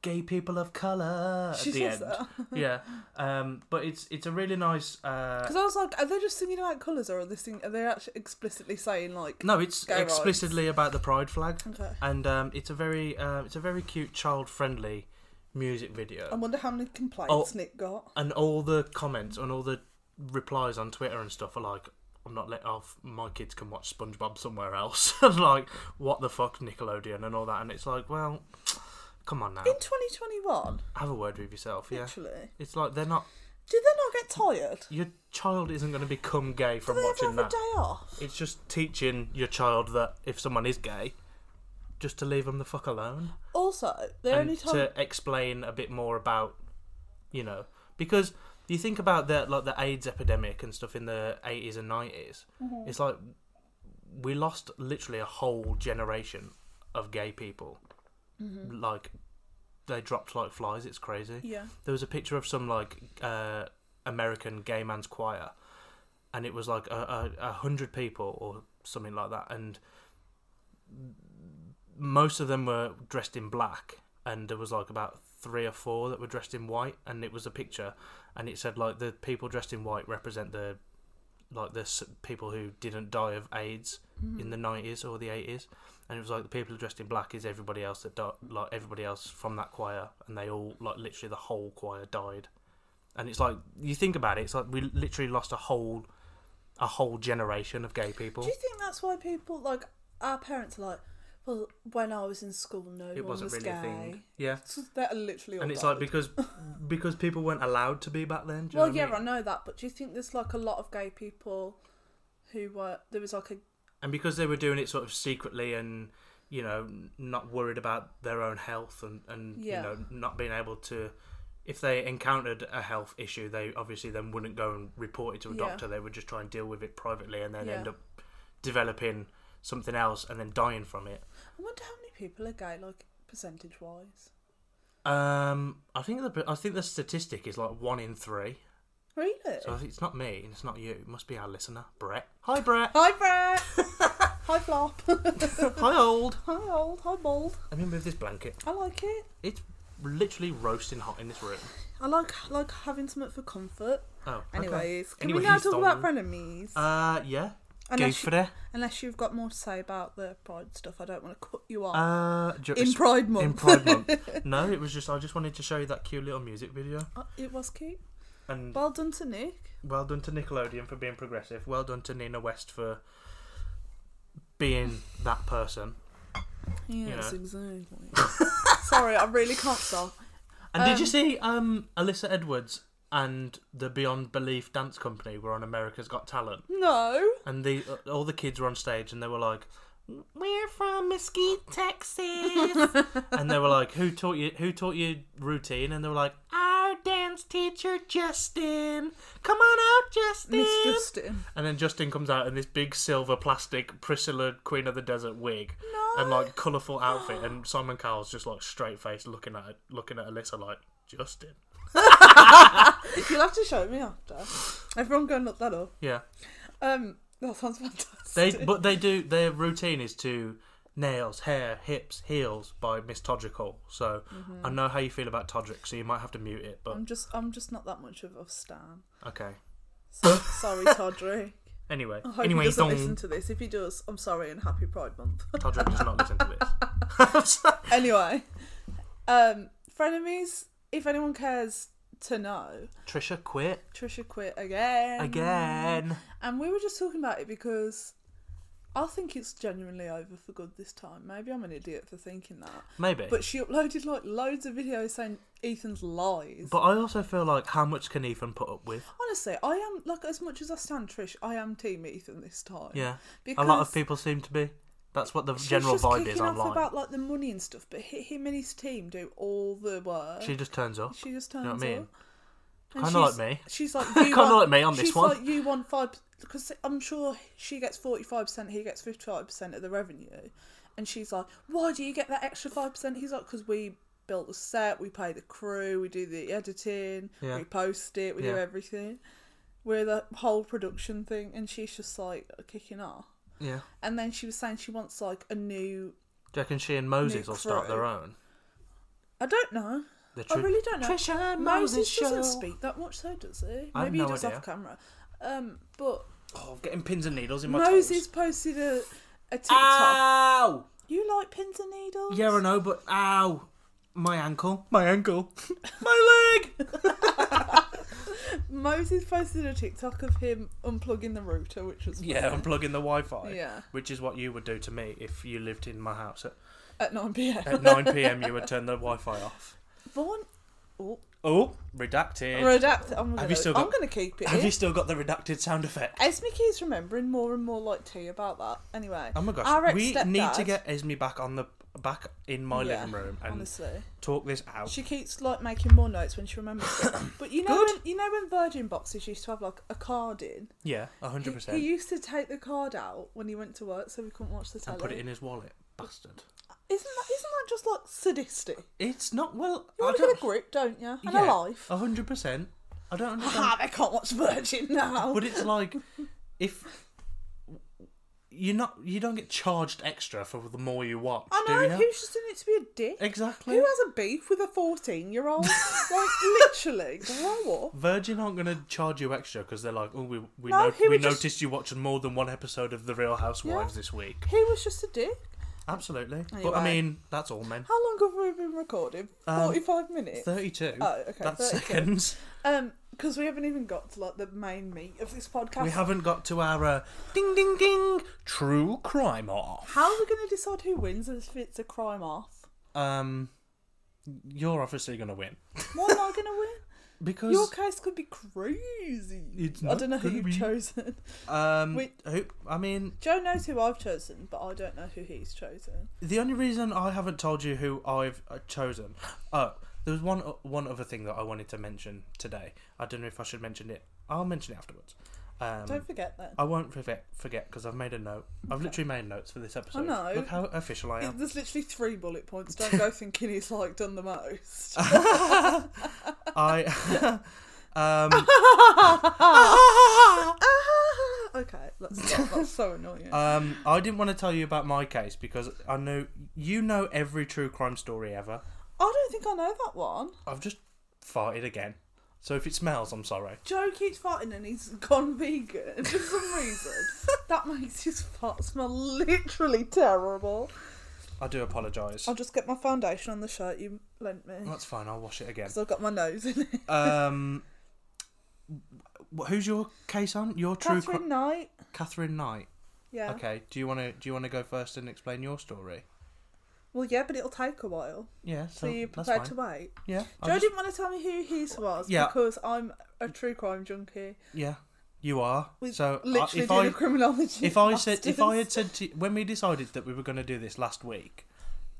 Speaker 1: gay people of colour at
Speaker 2: She
Speaker 1: the
Speaker 2: says
Speaker 1: end. yeah, um, but it's it's a really nice. Uh,
Speaker 2: Because I was like, are they just singing about colours or are they sing- Are they actually explicitly saying like?
Speaker 1: no, it's
Speaker 2: Gay rights.
Speaker 1: explicitly about the pride flag,
Speaker 2: Okay.
Speaker 1: and um, it's a very uh, it's a very cute child friendly music video.
Speaker 2: I wonder how many
Speaker 1: Oh.
Speaker 2: complaints Nick got.
Speaker 1: and all the comments and all the replies on Twitter and stuff are like, "I'm not let off. My kids can watch SpongeBob somewhere else." And like, what the fuck, Nickelodeon and all that. And it's like, well, come on now,
Speaker 2: In 2021,
Speaker 1: have a word with yourself. Oh. Yeah,
Speaker 2: actually,
Speaker 1: it's like they're not.
Speaker 2: did they not get tired?
Speaker 1: Your child isn't going to become gay from
Speaker 2: Did they ever
Speaker 1: watching
Speaker 2: have a
Speaker 1: that.
Speaker 2: day off?
Speaker 1: It's just teaching your child that if someone is gay, just to leave them the fuck alone.
Speaker 2: Also, the only
Speaker 1: and
Speaker 2: time
Speaker 1: to explain a bit more about you know because you think about the like the AIDS epidemic and stuff in the 80s and 90s
Speaker 2: Mm-hmm.
Speaker 1: it's like we lost literally a whole generation of gay people like they dropped like flies it's crazy
Speaker 2: Mm-hmm. Yeah.
Speaker 1: there was a picture of some like uh, American gay man's choir and it was like a, a, a hundred people or something like that and most of them were dressed in black and there was like about three or four that were dressed in white and it was a picture and it said like the people dressed in white represent the like the s- people who didn't die of AIDS
Speaker 2: Mm-hmm.
Speaker 1: in the 90s or the 80s and it was like the people dressed in black is everybody else that died like everybody else from that choir and they all like literally the whole choir died and it's like you think about it it's like we literally lost a whole a whole generation of gay people
Speaker 2: Do you think that's why people like our parents are like, well, when I was in school, no
Speaker 1: it
Speaker 2: one
Speaker 1: wasn't
Speaker 2: was
Speaker 1: really
Speaker 2: gay.
Speaker 1: a thing yeah
Speaker 2: So they're literally all
Speaker 1: and it's
Speaker 2: died.
Speaker 1: like because because people weren't allowed to be back then. Do you
Speaker 2: well,
Speaker 1: know
Speaker 2: yeah,
Speaker 1: what I
Speaker 2: I
Speaker 1: mean?
Speaker 2: know that, but do you think there's like a lot of gay people who were there was like a
Speaker 1: and because they were doing it sort of secretly and you know not worried about their own health and and
Speaker 2: Yeah.
Speaker 1: you know not being able to. If they encountered a health issue, they obviously then wouldn't go and report it to a
Speaker 2: Yeah.
Speaker 1: doctor. They would just try and deal with it privately, and then
Speaker 2: Yeah.
Speaker 1: end up developing something else and then dying from it.
Speaker 2: I wonder how many people are gay, like percentage wise.
Speaker 1: Um, I think the I think the statistic is like one in three.
Speaker 2: Really?
Speaker 1: So I think it's not me and it's not you. It must be our listener, Brett. Hi, Brett.
Speaker 2: Hi Brett. hi Flop.
Speaker 1: Hi, old.
Speaker 2: hi old. Hi bald.
Speaker 1: Let me move this blanket.
Speaker 2: I like it.
Speaker 1: It's literally roasting hot in this room.
Speaker 2: I like like having something for comfort.
Speaker 1: Oh, okay.
Speaker 2: Anyways, can
Speaker 1: Anyway,
Speaker 2: we now
Speaker 1: he's
Speaker 2: talk
Speaker 1: done.
Speaker 2: about frenemies?
Speaker 1: Uh, yeah. Go
Speaker 2: Unless
Speaker 1: for it.
Speaker 2: Unless you've got more to say about the pride stuff, I don't want to cut you off.
Speaker 1: Uh, ju-
Speaker 2: in Pride Month.
Speaker 1: in Pride Month. no, it was just I just wanted to show you that cute little music video,
Speaker 2: Uh, it was cute.
Speaker 1: and
Speaker 2: Well done to Nick.
Speaker 1: well done to Nickelodeon for being progressive. Well done to Nina West for being that person.
Speaker 2: Yes,
Speaker 1: Yeah.
Speaker 2: exactly. Sorry, I really can't stop.
Speaker 1: And did you see um Alyssa Edwards and the Beyond Belief dance company were on America's Got Talent?
Speaker 2: No.
Speaker 1: uh, and the all the kids were on stage and they were like We're from Mesquite, Texas. and they were like, Who taught you who taught you routine? And they were like, Our dance teacher Justin. Come on out, Justin.
Speaker 2: Miss Justin.
Speaker 1: And then Justin comes out in this big silver plastic Priscilla Queen of the Desert wig and like colourful outfit, and Simon Cowell's just like straight faced looking at looking at Alyssa like Justin.
Speaker 2: You'll have to show me after. Everyone go and look that up.
Speaker 1: Yeah,
Speaker 2: Um, that sounds fantastic.
Speaker 1: they but they do their routine is to nails, hair, hips, heels by Miss Todrick Hall. So I
Speaker 2: Mm-hmm.
Speaker 1: know how you feel about Todrick, so you might have to mute it. But
Speaker 2: I'm just, I'm just not that much of a stan.
Speaker 1: okay.
Speaker 2: So, sorry, Todrick.
Speaker 1: Anyway,
Speaker 2: I hope
Speaker 1: anyway,
Speaker 2: he doesn't
Speaker 1: dong.
Speaker 2: listen to this. If he does, I'm sorry and happy Pride Month.
Speaker 1: Todrick does not listen to this.
Speaker 2: anyway, um, frenemies. If anyone cares to know,
Speaker 1: Trisha quit
Speaker 2: Trisha quit again.
Speaker 1: again.
Speaker 2: And we were just talking about it because I think it's genuinely over for good this time. Maybe I'm an idiot for thinking that.
Speaker 1: Maybe.
Speaker 2: But she uploaded like loads of videos saying Ethan's lies.
Speaker 1: But I also feel like how much can Ethan put up with?
Speaker 2: Honestly, I am like as much as I stand Trish, I am team Ethan this time.
Speaker 1: Yeah,
Speaker 2: Because
Speaker 1: a lot of people seem to be. That's what the
Speaker 2: she's
Speaker 1: general
Speaker 2: just
Speaker 1: vibe
Speaker 2: kicking
Speaker 1: is
Speaker 2: off
Speaker 1: online.
Speaker 2: about like the money and stuff, but hi- him and his team do all the work.
Speaker 1: She just turns up.
Speaker 2: uh, She just
Speaker 1: You
Speaker 2: turns
Speaker 1: know what I mean?
Speaker 2: up. And
Speaker 1: Kinda like
Speaker 2: she's-
Speaker 1: me.
Speaker 2: She's like you
Speaker 1: Kinda
Speaker 2: want-
Speaker 1: like me on this
Speaker 2: she's
Speaker 1: one.
Speaker 2: Like you want five because I'm sure she gets forty five percent, he gets fifty five percent of the revenue, and she's like, "Why do you get that extra five percent?" He's like, "Because we built the set, we pay the crew, we do the editing,
Speaker 1: Yeah.
Speaker 2: we post it, we do
Speaker 1: Yeah.
Speaker 2: everything. We're the whole production thing." And she's just like kicking off.
Speaker 1: Yeah.
Speaker 2: And then she was saying she wants like a new.
Speaker 1: Do you reckon she and Moses will start
Speaker 2: crew.
Speaker 1: their own?
Speaker 2: I don't know.
Speaker 1: The
Speaker 2: I
Speaker 1: Tri-
Speaker 2: really don't know.
Speaker 1: Trisha and
Speaker 2: Moses,
Speaker 1: Moses show.
Speaker 2: doesn't speak that much, though, does he?
Speaker 1: I have
Speaker 2: Maybe
Speaker 1: no
Speaker 2: he does
Speaker 1: idea.
Speaker 2: off camera. Um, but
Speaker 1: Oh, I'm getting pins and needles in my toes.
Speaker 2: Moses posted a, a TikTok.
Speaker 1: Ah! Ow!
Speaker 2: you like pins and needles?
Speaker 1: Yeah, I know, but ow! My ankle. My ankle. my leg.
Speaker 2: Moses posted a TikTok of him unplugging the router, which was
Speaker 1: Yeah, I'm plugging the Wi-Fi.
Speaker 2: Yeah.
Speaker 1: Which is what you would do to me if you lived in my house at,
Speaker 2: at nine pm.
Speaker 1: at 9 p.m. You would turn the Wi-Fi off.
Speaker 2: Vaughn, oh,
Speaker 1: Oh, redacted.
Speaker 2: redact. I'm gonna,
Speaker 1: Have you still got-
Speaker 2: I'm gonna keep it.
Speaker 1: Have
Speaker 2: in.
Speaker 1: you still got the redacted sound effect?
Speaker 2: Esme keeps remembering more and more like tea about that. Anyway,
Speaker 1: Oh my
Speaker 2: our
Speaker 1: gosh,
Speaker 2: ex
Speaker 1: we need to
Speaker 2: stepdad-
Speaker 1: get Esme back on the back in my
Speaker 2: Yeah,
Speaker 1: living room and Oh.
Speaker 2: honestly.
Speaker 1: talk this out.
Speaker 2: She keeps like making more notes when she remembers stuff. But you know, when,
Speaker 1: Good.
Speaker 2: you know when Virgin boxes used to have like a card in.
Speaker 1: yeah, hundred
Speaker 2: He
Speaker 1: percent.
Speaker 2: used to take the card out when he went to work, so we couldn't watch the telly.
Speaker 1: And put it in his wallet, bastard.
Speaker 2: Isn't that isn't that just like sadistic?
Speaker 1: It's not well. I
Speaker 2: You want to
Speaker 1: don't.
Speaker 2: get a grip, don't you? And a
Speaker 1: yeah, Oh,
Speaker 2: life.
Speaker 1: hundred percent. I don't understand.
Speaker 2: Ah, I can't watch Virgin now.
Speaker 1: but it's like if you're not, you don't get charged extra for the more you watch.
Speaker 2: I
Speaker 1: Do you
Speaker 2: know
Speaker 1: know?
Speaker 2: who's just doing it to be a dick.
Speaker 1: exactly.
Speaker 2: Who has a beef with a fourteen-year-old? like literally, grow up.
Speaker 1: Virgin aren't going to charge you extra because they're like, oh, we we,
Speaker 2: No,
Speaker 1: no-
Speaker 2: who
Speaker 1: we
Speaker 2: would just-
Speaker 1: noticed you watching more than one episode of The Real Housewives this week.
Speaker 2: He was just a dick.
Speaker 1: Absolutely. But I
Speaker 2: Anyway.
Speaker 1: mean, that's all men.
Speaker 2: How long have we been recording?
Speaker 1: Um,
Speaker 2: Forty-five minutes.
Speaker 1: 32.
Speaker 2: Oh, okay,
Speaker 1: That's
Speaker 2: 32.
Speaker 1: seconds.
Speaker 2: Um, because we haven't even got to like the main meat of this podcast.
Speaker 1: We haven't got to our uh, ding ding ding true crime off.
Speaker 2: How are we going to decide who wins if it's a crime off?
Speaker 1: Um, you're obviously going to win
Speaker 2: Why am I going to win?
Speaker 1: because
Speaker 2: Your case could be crazy.
Speaker 1: It's
Speaker 2: I
Speaker 1: not
Speaker 2: don't know who
Speaker 1: gonna
Speaker 2: you've
Speaker 1: be.
Speaker 2: chosen.
Speaker 1: um,
Speaker 2: Wait.
Speaker 1: who, I mean,
Speaker 2: Joe knows who I've chosen, but I don't know who he's chosen.
Speaker 1: the only reason I haven't told you who I've uh, chosen. Oh, there was one one other thing that I wanted to mention today. I don't know if I should mention it. I'll mention it afterwards. Um,
Speaker 2: Don't forget that.
Speaker 1: I won't forget forget because I've made a note. I've literally made notes for this episode.
Speaker 2: know.
Speaker 1: Look how official I am.
Speaker 2: There's literally three bullet points. Don't go thinking he's like done the most.
Speaker 1: I um.
Speaker 2: okay, that's, that, that's so annoying.
Speaker 1: Um, I didn't want to tell you about my case because I know you know every true crime story ever.
Speaker 2: I don't think I know that one.
Speaker 1: I've just farted again, so if it smells, I'm sorry.
Speaker 2: Joe keeps farting and he's gone vegan for some reason. that makes his fart smell literally terrible.
Speaker 1: I do apologise.
Speaker 2: I'll just get my foundation on the shirt you lent me.
Speaker 1: That's fine. I'll wash it again.
Speaker 2: Because I've got my nose in it.
Speaker 1: Um, wh- who's your case on? Your true
Speaker 2: Catherine
Speaker 1: crime,
Speaker 2: Knight.
Speaker 1: Catherine Knight.
Speaker 2: Yeah.
Speaker 1: Okay. Do you want to do you want to go first and explain your story?
Speaker 2: Well, yeah, but it'll take a while.
Speaker 1: Yeah. So,
Speaker 2: So you're
Speaker 1: that's
Speaker 2: prepared
Speaker 1: fine.
Speaker 2: to wait.
Speaker 1: Yeah. I
Speaker 2: Joe
Speaker 1: just-
Speaker 2: didn't want to tell me who his was
Speaker 1: Yeah.
Speaker 2: because I'm a true crime junkie.
Speaker 1: yeah. You are.
Speaker 2: We
Speaker 1: so I-
Speaker 2: literally
Speaker 1: if
Speaker 2: did
Speaker 1: I
Speaker 2: a criminology.
Speaker 1: if I said if I
Speaker 2: masters.
Speaker 1: had said to when we decided that we were going to do this last week,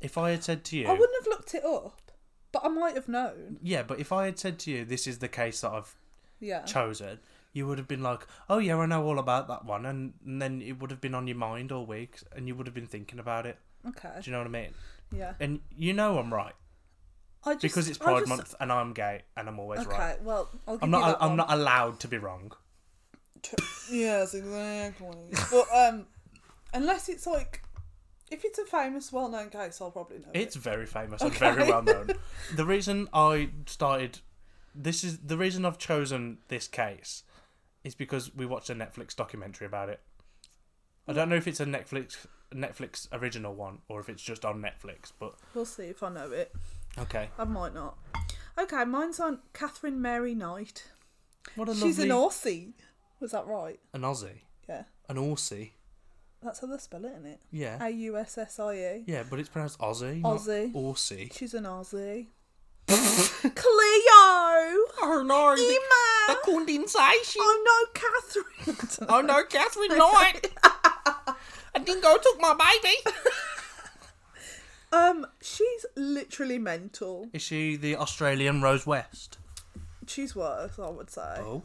Speaker 1: if I had said to you,
Speaker 2: I wouldn't have looked it up, but I might have known.
Speaker 1: yeah, but if I had said to you, this is the case that I've
Speaker 2: Yeah.
Speaker 1: chosen, you would have been like, oh yeah, I know all about that one, and, and then it would have been on your mind all week, and you would have been thinking about it.
Speaker 2: okay.
Speaker 1: Do you know what I mean?
Speaker 2: Yeah.
Speaker 1: And you know I'm right
Speaker 2: I just,
Speaker 1: because it's
Speaker 2: I
Speaker 1: Pride
Speaker 2: just-
Speaker 1: Month, and I'm gay, and I'm always
Speaker 2: Okay.
Speaker 1: right.
Speaker 2: Well, I'll give
Speaker 1: I'm
Speaker 2: you
Speaker 1: not.
Speaker 2: that
Speaker 1: I'm
Speaker 2: one.
Speaker 1: not allowed to be wrong.
Speaker 2: yes, exactly. but um, unless it's like, if it's a famous, well-known case, I'll probably know.
Speaker 1: It's
Speaker 2: it.
Speaker 1: very famous
Speaker 2: Okay.
Speaker 1: and very well known. the reason I started this is the reason I've chosen this case is because we watched a Netflix documentary about it. I don't know if it's a Netflix Netflix original one or if it's just on Netflix, but
Speaker 2: We'll see if I know it.
Speaker 1: okay.
Speaker 2: I might not. Okay, mine's on Catherine Mary Knight.
Speaker 1: What a
Speaker 2: She's an
Speaker 1: lovely
Speaker 2: Aussie. Was that right?
Speaker 1: an Aussie,
Speaker 2: Yeah.
Speaker 1: an Aussie.
Speaker 2: That's how they spell it, isn't it?
Speaker 1: Yeah,
Speaker 2: A U S S I E.
Speaker 1: yeah, but it's pronounced Aussie,
Speaker 2: Aussie.
Speaker 1: not Aussie.
Speaker 2: She's an Aussie. Cleo!
Speaker 1: Oh no!
Speaker 2: Emma!
Speaker 1: condensation.
Speaker 2: Oh no, Catherine!
Speaker 1: Oh, Catherine Knight. I think I took my baby.
Speaker 2: Um, she's literally mental.
Speaker 1: Is she the Australian Rose West?
Speaker 2: She's worse, I would say.
Speaker 1: Oh.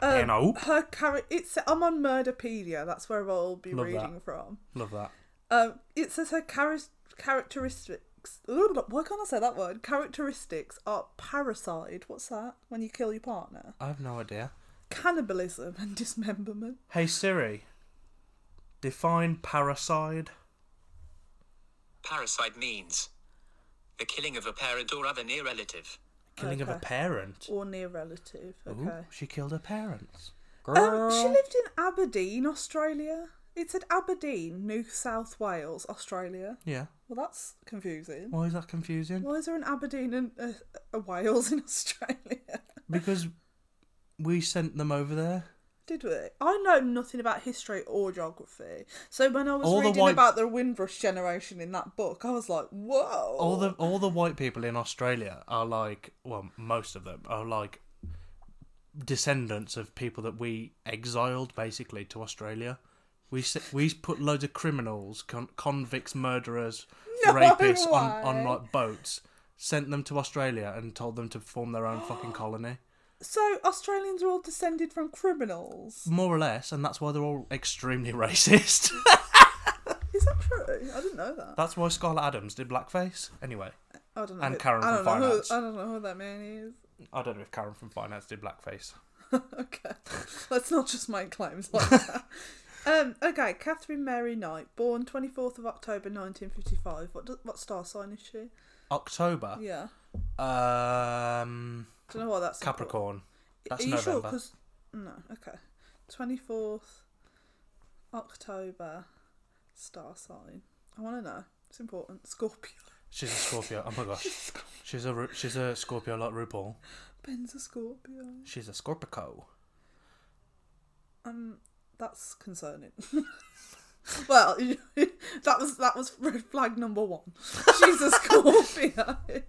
Speaker 2: Um,
Speaker 1: you know.
Speaker 2: Her character. It's. I'm on Murderpedia. That's where I'll be
Speaker 1: Love that.
Speaker 2: reading from.
Speaker 1: Love that.
Speaker 2: Um, it says her charis- characteristics. Ugh, Why can't I say that word? Characteristics are parricide. What's that? When you kill your partner.
Speaker 1: I have no idea.
Speaker 2: Cannibalism and dismemberment.
Speaker 1: Hey Siri, define parricide.
Speaker 5: Parricide means the killing of a parent or other near relative.
Speaker 1: Killing of a
Speaker 2: Okay.
Speaker 1: parent.
Speaker 2: Or near relative. Okay.
Speaker 1: Ooh, she killed her parents.
Speaker 2: Um,
Speaker 1: Girl.
Speaker 2: she lived in Aberdeen, Australia. It said Aberdeen, New South Wales, Australia.
Speaker 1: yeah.
Speaker 2: Well, that's confusing.
Speaker 1: Why is that confusing?
Speaker 2: Why is there an Aberdeen and a, a Wales in Australia?
Speaker 1: Because we sent them over there.
Speaker 2: Did we? I know nothing about history or geography. So when I was
Speaker 1: All the
Speaker 2: reading
Speaker 1: white-
Speaker 2: about the Windrush generation in that book, I was like, whoa.
Speaker 1: All the all the white people in Australia are like, well, most of them are like descendants of people that we exiled basically to Australia. We s- we put loads of criminals, con- convicts, murderers, rapists on, on
Speaker 2: way.
Speaker 1: like boats, sent them to Australia and told them to form their own fucking colony,
Speaker 2: So Australians are all descended from criminals.
Speaker 1: more or less, and that's why they're all extremely racist.
Speaker 2: Is that true? I didn't know that.
Speaker 1: that's why Scarlett Adams did blackface. Anyway,
Speaker 2: I don't know.
Speaker 1: And
Speaker 2: who-
Speaker 1: Karen from
Speaker 2: I don't know
Speaker 1: finance.
Speaker 2: Who, I don't know who that man is.
Speaker 1: I don't know if Karen from Finance did blackface.
Speaker 2: okay. Let's not just make claims like that. Um, okay, Catherine Mary Knight, born 24th of October 1955. What do, what star sign is she?
Speaker 1: October.
Speaker 2: Yeah.
Speaker 1: Um.
Speaker 2: don't know why that's important.
Speaker 1: Capricorn. That's
Speaker 2: Are you sure?
Speaker 1: November.
Speaker 2: 'Cause no, okay. Twenty fourth October star sign. I want to know. It's important. Scorpio.
Speaker 1: She's a Scorpio. Oh my gosh. She's a Ru- she's a Scorpio like RuPaul.
Speaker 2: Ben's a Scorpio.
Speaker 1: She's a Scorpico.
Speaker 2: Um, that's concerning. well, that was that was red flag number one. She's a Scorpio.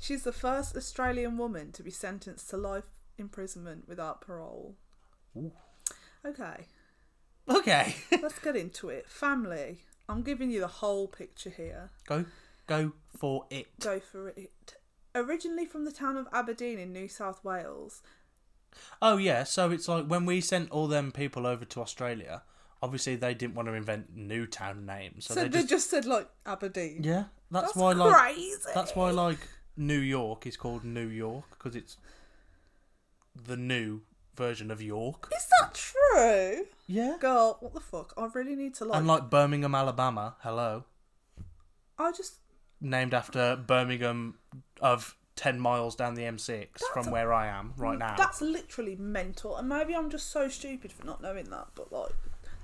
Speaker 2: She's the first Australian woman to be sentenced to life imprisonment without parole. Okay.
Speaker 1: Okay.
Speaker 2: Let's get into it. Family. I'm giving you the whole picture here.
Speaker 1: go go for it.
Speaker 2: Go for it. Originally from the town of Aberdeen in New South Wales.
Speaker 1: Oh yeah. So it's like when we sent all them people over to Australia. Obviously they didn't want to invent new town names, so,
Speaker 2: So,
Speaker 1: they
Speaker 2: they
Speaker 1: just,
Speaker 2: just, said like Aberdeen.
Speaker 1: yeah. That's,
Speaker 2: That's
Speaker 1: why like
Speaker 2: crazy.
Speaker 1: that's why like New York is called New York because it's the new version of York.
Speaker 2: Is that true?
Speaker 1: Yeah.
Speaker 2: Girl, what the fuck? I really need to like.
Speaker 1: And like Birmingham, Alabama. Hello.
Speaker 2: I just.
Speaker 1: named after Birmingham of 10 miles down the M6 from where I am right now.
Speaker 2: That's literally mental. And maybe I'm just so stupid for not knowing that, but like.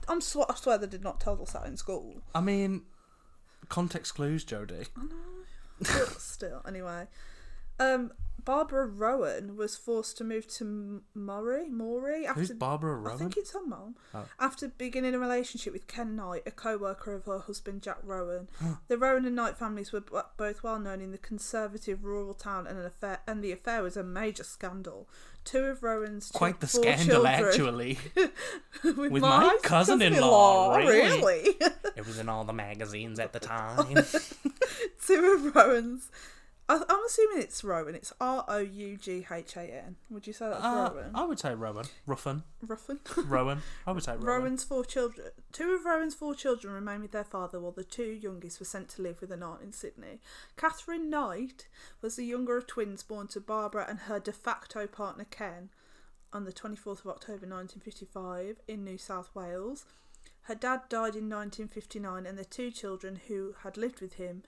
Speaker 2: I'm sw- I swear they did not tell us that in school.
Speaker 1: I mean, context clues, Jodie.
Speaker 2: But still, anyway. Um, Barbara Rowan was forced to move to M- Murray, Maury after
Speaker 6: Who's Barbara
Speaker 2: I
Speaker 6: Rowan?
Speaker 2: think it's her mum.
Speaker 6: Oh.
Speaker 2: After beginning a relationship with Ken Knight, a co-worker of her husband Jack Rowan, the Rowan and Knight families were b- both well known in the conservative rural town, and an affair and the affair was a major scandal. Two of Rowan's two-
Speaker 1: Quite the
Speaker 2: four
Speaker 1: scandal,
Speaker 2: children-
Speaker 1: actually.
Speaker 2: with,
Speaker 1: my cousin-in-law,
Speaker 2: cousin-in-law,
Speaker 1: really.
Speaker 2: really?
Speaker 1: it was in all the magazines at the time.
Speaker 2: two of Rowan's. I, I'm assuming it's Rowan. It's R O U G H A N. Would you say that's
Speaker 1: Uh,
Speaker 2: Rowan?
Speaker 1: I would say Rowan. Ruffin.
Speaker 2: Ruffin.
Speaker 1: Rowan. I would say Rowan.
Speaker 2: Rowan's four children. Two of Rowan's four children remained with their father, while the two youngest were sent to live with an aunt in Sydney. Catherine Knight was the younger of twins born to Barbara and her de facto partner Ken on the 24th of October 1955 in New South Wales. Her dad died in 1959, and the two children who had lived with him.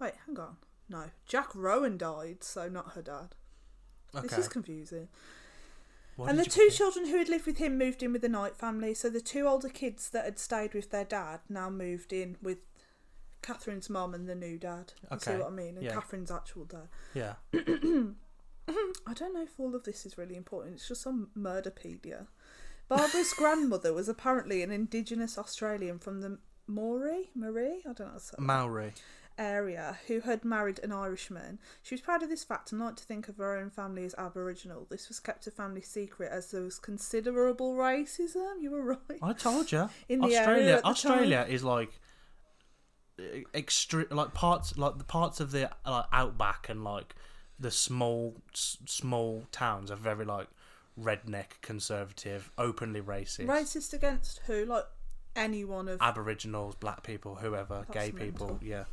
Speaker 2: Wait, hang on. No, Jack Rowan died, so not her dad. This
Speaker 1: Okay.
Speaker 2: is confusing.
Speaker 1: What
Speaker 2: and the
Speaker 1: did
Speaker 2: two
Speaker 1: you-
Speaker 2: children who had lived with him moved in with the Knight family, so the two older kids that had stayed with their dad now moved in with Catherine's mum and the new dad. You see
Speaker 1: Okay,
Speaker 2: what I mean? And
Speaker 1: yeah.
Speaker 2: Catherine's actual dad.
Speaker 1: Yeah.
Speaker 2: I don't know if all of this is really important. It's just on Murderpedia. Barbara's grandmother was apparently an Indigenous Australian from the Maori, Marie, I don't know. How to say that.
Speaker 1: Maori.
Speaker 2: area who had married an Irishman. She was proud of this fact and liked to think of her own family as Aboriginal. This was kept a family secret as there was considerable racism. You were right.
Speaker 1: I told you.
Speaker 2: In the area
Speaker 1: Australia.
Speaker 2: at the
Speaker 1: Australia is like extreme, like parts, like the parts of the like outback and like the small, s- small towns are very like redneck, conservative, openly racist,
Speaker 2: Racist against who? Like anyone of
Speaker 1: Aboriginals, black people, whoever, gay people.
Speaker 2: mental.
Speaker 1: Yeah.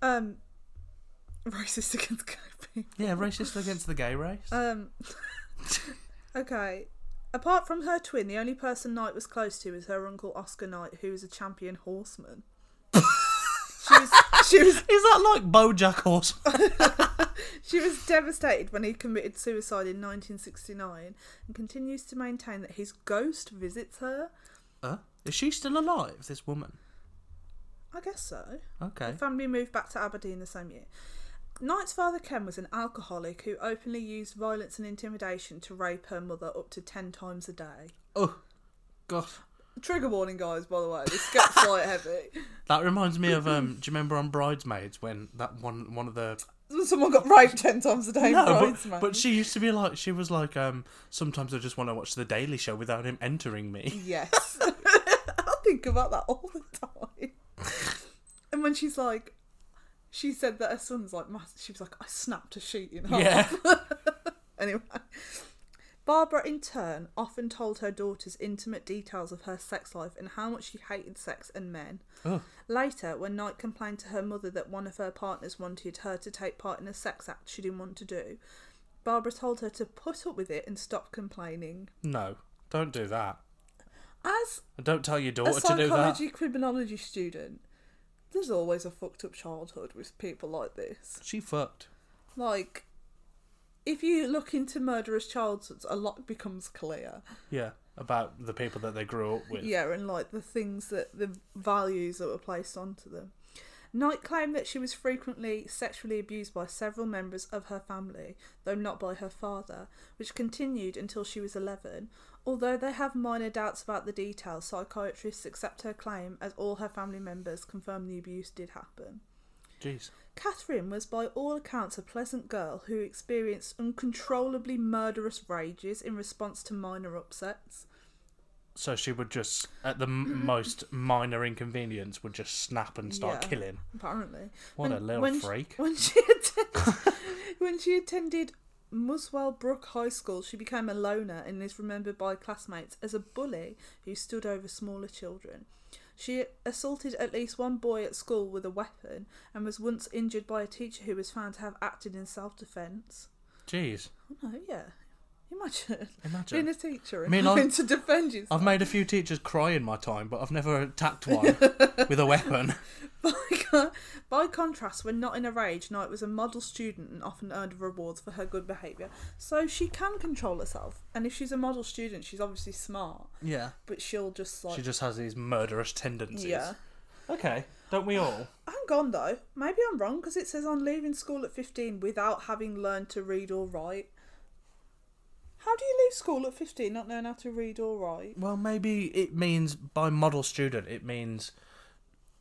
Speaker 2: um racist against gay people.
Speaker 1: Yeah, racist against the gay race.
Speaker 2: Um, okay. Apart from her twin, the only person Knight was close to was her uncle Oscar Knight, who was a champion horseman. she was she was
Speaker 1: is that like BoJack Horseman?
Speaker 2: She was devastated when he committed suicide in 1969 and continues to maintain that his ghost visits her.
Speaker 1: Huh? Is she still alive? This woman.
Speaker 2: I guess so.
Speaker 1: Okay.
Speaker 2: The family moved back to Aberdeen the same year. Knight's father Ken was an alcoholic who openly used violence and intimidation to rape her mother up to 10 times a day.
Speaker 1: Oh, God.
Speaker 2: Trigger warning, guys, by the way, this gets quite heavy.
Speaker 1: That reminds me of um. do you remember on Bridesmaids when that one one of the
Speaker 2: Someone got raped 10 times a day. in
Speaker 1: no, but,
Speaker 2: Bridesmaid.
Speaker 1: but she used to be like she was like um. Sometimes I just want to watch the Daily Show without him entering me.
Speaker 2: Yes. I think about that all the time. And when she's like, she said that her son's like, mas- she was like, I snapped a sheet in half.
Speaker 1: Yeah.
Speaker 2: Anyway. Barbara, in turn, often told her daughters intimate details of her sex life and how much she hated sex and men. Later, when Knight complained to her mother that one of her partners wanted her to take part in a sex act she didn't want to do, Barbara told her to put up with it and stop complaining.
Speaker 1: no, don't do that.
Speaker 2: As
Speaker 1: And Don't tell your
Speaker 2: a
Speaker 1: daughter to do that.
Speaker 2: psychology criminology student, there's always a fucked up childhood with people like this.
Speaker 1: She fucked.
Speaker 2: Like, if you look into murderous childhoods, a lot becomes clear.
Speaker 1: Yeah, about the people that they grew up with.
Speaker 2: Yeah, and like the things that the values that were placed onto them. Knight claimed that she was frequently sexually abused by several members of her family, though not by her father, which continued until she was 11. Although they have minor doubts about the details, psychiatrists accept her claim as all her family members confirm the abuse did happen.
Speaker 1: Jeez.
Speaker 2: Catherine was by all accounts a pleasant girl who experienced uncontrollably murderous rages in response to minor upsets.
Speaker 1: So she would just, at the m- most minor inconvenience, would just snap and start
Speaker 2: Yeah.
Speaker 1: killing.
Speaker 2: Apparently,
Speaker 1: What a little
Speaker 2: when
Speaker 1: freak.
Speaker 2: She, when she attended, when she attended Muswell Brook High School, she became a loner and is remembered by classmates as a bully who stood over smaller children. She assaulted at least one boy at school with a weapon and was once injured by a teacher who was found to have acted in self-defense.
Speaker 1: Jeez.
Speaker 2: Oh yeah, imagine,
Speaker 1: Imagine.
Speaker 2: being a teacher and
Speaker 1: I mean,
Speaker 2: having
Speaker 1: I've-
Speaker 2: to defend yourself.
Speaker 1: I've made a few teachers cry in my time, but I've never attacked one with a weapon.
Speaker 2: By, con- by contrast, when not in a rage, Knight was a model student and often earned rewards for her good behaviour. So she can control herself. And if she's a model student, she's obviously smart.
Speaker 1: Yeah.
Speaker 2: But she'll just like.
Speaker 1: She just has these murderous tendencies.
Speaker 2: yeah.
Speaker 1: Okay. Don't we all?
Speaker 2: Hang hang on though, maybe I'm wrong because it says I'm leaving school at 15 without having learned to read or write. How do you leave school at 15 not knowing how to read or write?
Speaker 1: Well, maybe it means by model student, it means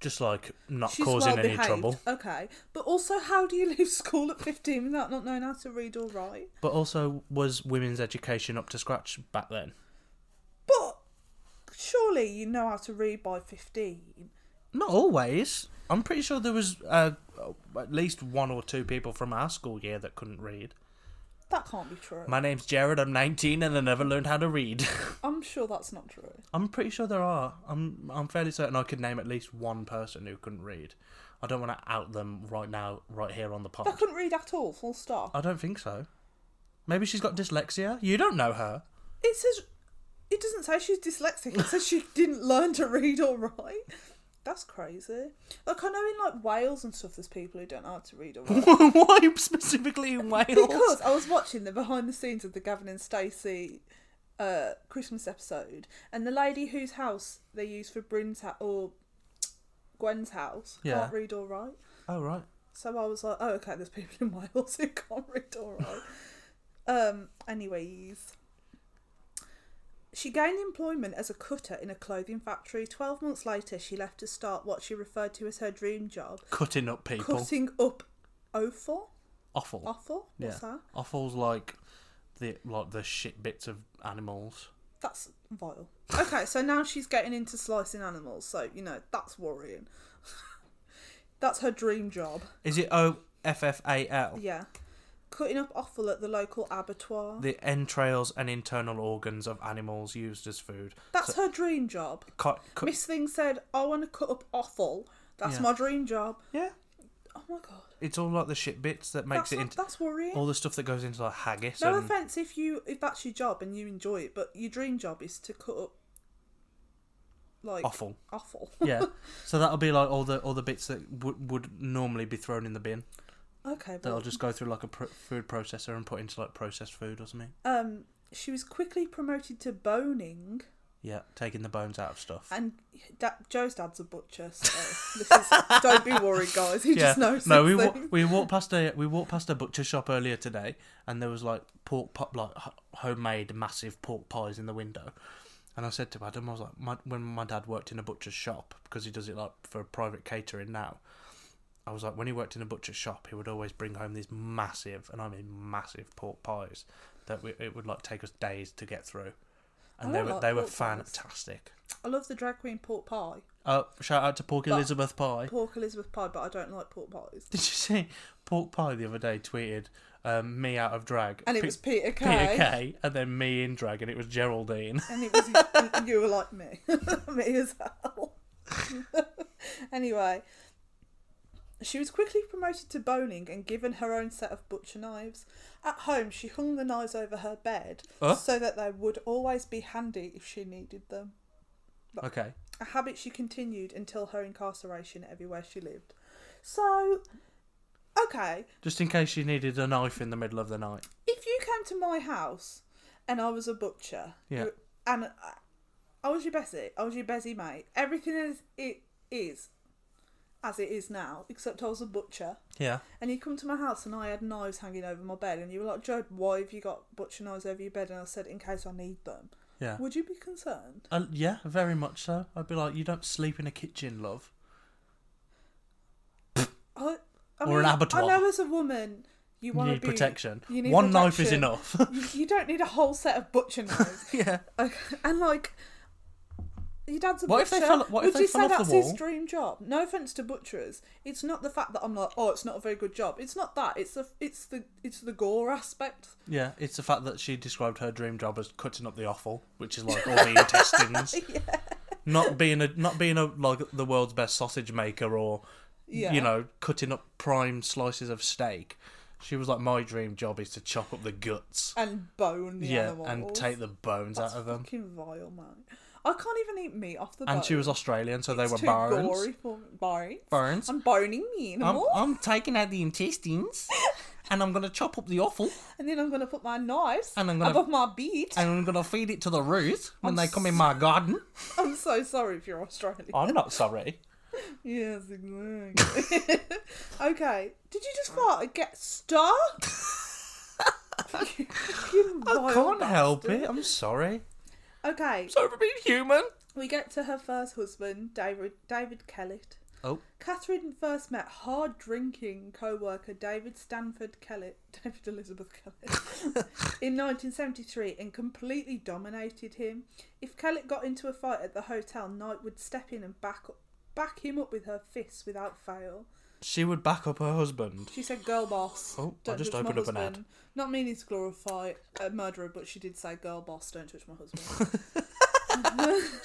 Speaker 1: just like not causing any
Speaker 2: well-behaved.
Speaker 1: trouble.
Speaker 2: Okay, but also how do you leave school at 15 without not knowing how to read or write?
Speaker 1: But also, was women's education up to scratch back then?
Speaker 2: But surely you know how to read by 15.
Speaker 1: Not always. I'm pretty sure there was uh, at least one or two people from our school year that couldn't read.
Speaker 2: That can't be true.
Speaker 1: My name's Jared. I'm 19 and I never learned how to read.
Speaker 2: I'm sure that's not true.
Speaker 1: I'm pretty sure there are. I'm I'm fairly certain I could name at least one person who couldn't read. I don't want to out them right now, right here on the
Speaker 2: I
Speaker 1: pod.
Speaker 2: couldn't read at all, full stop.
Speaker 1: I don't think so. Maybe she's got dyslexia. You don't know her.
Speaker 2: It says it doesn't say she's dyslexic. It says she didn't learn to read or write. That's crazy. Like I know in like Wales and stuff, there's people who don't know how to read or write.
Speaker 1: Why specifically in Wales?
Speaker 2: because I was watching the behind the scenes of the Gavin and Stacey uh, Christmas episode, and the lady whose house they use for Bryn's house or Gwen's house
Speaker 1: Yeah.
Speaker 2: can't read or write.
Speaker 1: Oh right.
Speaker 2: So I was like, oh okay, there's people in Wales who can't read or write. um, anyways. She gained employment as a cutter in a clothing factory. Twelve months later, she left to start what she referred to as her dream job,
Speaker 1: Cutting up people.
Speaker 2: cutting up offal.
Speaker 1: Offal.
Speaker 2: Offal? What's that?
Speaker 1: Offal's like the like the shit bits of animals.
Speaker 2: That's vile. Okay, so now she's getting into slicing animals, so you know that's worrying. that's her dream job.
Speaker 1: Is it O F F A L?
Speaker 2: Yeah, cutting up offal at the local abattoir.
Speaker 1: The entrails and internal organs of animals used as food.
Speaker 2: That's her dream job.
Speaker 1: Cut, cut,
Speaker 2: Miss Thing said, "I want to cut up offal. That's
Speaker 1: Yeah.
Speaker 2: my dream job."
Speaker 1: yeah.
Speaker 2: Oh my god,
Speaker 1: It's all like the shit bits that makes
Speaker 2: that's
Speaker 1: it
Speaker 2: not-
Speaker 1: into
Speaker 2: that's worrying.
Speaker 1: all the stuff that goes into like haggis
Speaker 2: no
Speaker 1: and
Speaker 2: offense if you if that's your job and you enjoy it, but your dream job is to cut up like
Speaker 1: offal.
Speaker 2: Offal.
Speaker 1: Yeah. so that'll be like all the all the bits that would would normally be thrown in the bin.
Speaker 2: okay.
Speaker 1: That'll
Speaker 2: Well,
Speaker 1: just go through like a pr- food processor and put into like processed food or something.
Speaker 2: um, she was quickly promoted to boning.
Speaker 1: Yeah, taking the bones out of stuff.
Speaker 2: And da- Joe's dad's a butcher, so this is, don't be worried, guys. He
Speaker 1: yeah.
Speaker 2: just knows.
Speaker 1: no, we
Speaker 2: these
Speaker 1: wa-
Speaker 2: things.
Speaker 1: we walked past a we walked past a butcher shop earlier today, and there was like pork pop like h- homemade massive pork pies in the window. And I said to Adam, I was like, my, when my dad worked in a butcher's shop because he does it like for private catering now. I was like, when he worked in a butcher's shop, he would always bring home these massive, and I mean massive pork pies that we, it would like take us days to get through, and
Speaker 2: I
Speaker 1: they
Speaker 2: don't
Speaker 1: were
Speaker 2: Oh, like
Speaker 1: they were
Speaker 2: pork pies.
Speaker 1: fantastic.
Speaker 2: I love the drag queen pork pie,
Speaker 1: Uh, shout out to Pork Elizabeth Pie.
Speaker 2: pork Elizabeth pie, but I don't like pork pies.
Speaker 1: Did you see Pork Pie the other day tweeted um, me out of drag?
Speaker 2: And it
Speaker 1: P-
Speaker 2: was Peter Kay,
Speaker 1: Peter Kay, and then me in drag, and it was Geraldine.
Speaker 2: and it was and you were like me, me as hell. anyway, she was quickly promoted to boning and given her own set of butcher knives. At home, she hung the knives over her bed
Speaker 1: Huh?
Speaker 2: so that they would always be handy if she needed them.
Speaker 1: okay.
Speaker 2: a habit she continued until her incarceration everywhere she lived. So, okay,
Speaker 1: Just in case you needed a knife in the middle of the night.
Speaker 2: if you came to my house and I was a butcher,
Speaker 1: Yeah.
Speaker 2: and I- I was your Bessie, I was your Bessie mate, everything is it is as it is now, except I was a butcher.
Speaker 1: Yeah.
Speaker 2: And you come to my house and I had knives hanging over my bed, and you were like, Joe, why have you got butcher knives over your bed? And I said, in case I need them.
Speaker 1: Yeah.
Speaker 2: Would you be concerned?
Speaker 1: Uh, yeah, very much so. I'd be like, you don't sleep in a kitchen, love.
Speaker 2: I, I
Speaker 1: Or an abattoir.
Speaker 2: I know as a woman, you
Speaker 1: You
Speaker 2: want
Speaker 1: need
Speaker 2: be,
Speaker 1: protection.
Speaker 2: You need
Speaker 1: One knife is
Speaker 2: protection.
Speaker 1: enough.
Speaker 2: you, you don't need a whole set of butcher knives.
Speaker 1: yeah.
Speaker 2: Okay, and like, your dad's a
Speaker 1: What if
Speaker 2: butcher.
Speaker 1: they fell- what
Speaker 2: Would
Speaker 1: if they
Speaker 2: you
Speaker 1: fell
Speaker 2: say
Speaker 1: off the
Speaker 2: that's
Speaker 1: wall?
Speaker 2: his dream job? No offense to butchers. It's not the fact that I'm like, oh, it's not a very good job. It's not that. It's the it's the it's the gore aspect.
Speaker 1: Yeah, it's the fact that she described her dream job as cutting up the offal, which is like all the intestines. Not being a not being a like the world's best sausage maker or
Speaker 2: Yeah.
Speaker 1: you know, cutting up prime slices of steak. She was like, My dream job is to chop up the guts.
Speaker 2: And bone the
Speaker 1: yeah,
Speaker 2: animals.
Speaker 1: and take the bones
Speaker 2: that's
Speaker 1: out of them.
Speaker 2: Fucking vile, man. I can't even eat meat off the bone.
Speaker 1: And she was Australian, so they
Speaker 2: It's
Speaker 1: were
Speaker 2: too
Speaker 1: barons.
Speaker 2: gory for barons.
Speaker 1: Barons.
Speaker 2: I'm boning the animal,
Speaker 1: I'm taking out the intestines and I'm gonna chop up the offal
Speaker 2: and then I'm gonna put my knives
Speaker 1: And I'm gonna-
Speaker 2: above my beat.
Speaker 1: and I'm gonna feed it to the roos when
Speaker 2: I'm
Speaker 1: they come in my garden.
Speaker 2: I'm so sorry if you're Australian.
Speaker 1: I'm not sorry.
Speaker 2: Yes, exactly. okay. Did you just fart and get star? You fucking
Speaker 7: I
Speaker 2: wild
Speaker 7: can't
Speaker 2: bastard.
Speaker 7: help it. I'm sorry.
Speaker 2: Okay,
Speaker 7: Sorry for being human.
Speaker 2: we get to her first husband, David David Kellett.
Speaker 7: Oh,
Speaker 2: Catherine first met hard drinking co worker David Stanford Kellett, David Elizabeth Kellett, in 1973 and completely dominated him. If Kellett got into a fight at the hotel, Knight would step in and back, back him up with her fists without fail.
Speaker 7: she would back up her husband.
Speaker 2: She said, "Girl boss."
Speaker 7: Oh, I just
Speaker 2: touch my
Speaker 7: opened up an
Speaker 2: husband."
Speaker 7: ad.
Speaker 2: Not meaning to glorify a murderer, but she did say, "Girl boss, don't touch my husband."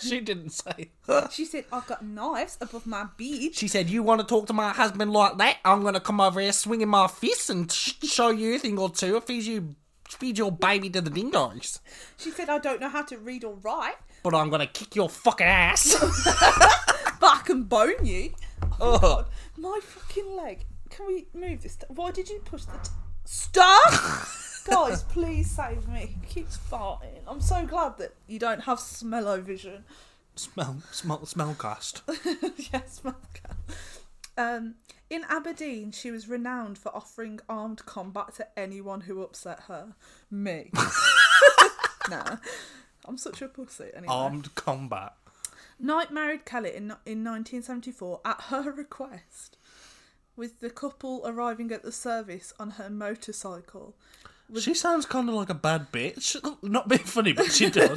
Speaker 7: She didn't say.
Speaker 2: she said, "I've got knives above my bed."
Speaker 7: She said, "You want to talk to my husband like that? I'm gonna come over here swinging my fists and sh- show you a thing or two. I feed you, feed your baby to the dingoes,
Speaker 2: She said, "I don't know how to read or write,
Speaker 7: but I'm gonna kick your fucking ass."
Speaker 2: but I can bone you."
Speaker 7: oh,
Speaker 2: My fucking leg. Can we move this? Why did you push the t- stop? Guys, please save me. He keeps farting. I'm so glad that you don't have smell-o-vision.
Speaker 7: smell, smell, smell cast.
Speaker 2: yes, Malcolm. Um, in Aberdeen, she was renowned for offering armed combat to anyone who upset her. Me. nah. I'm such a pussy. Anyway.
Speaker 7: Armed combat.
Speaker 2: Knight married Kellett in, in 1974 at her request, with the couple arriving at the service on her motorcycle.
Speaker 7: She sounds kind of like a bad bitch. Not being funny, but she does.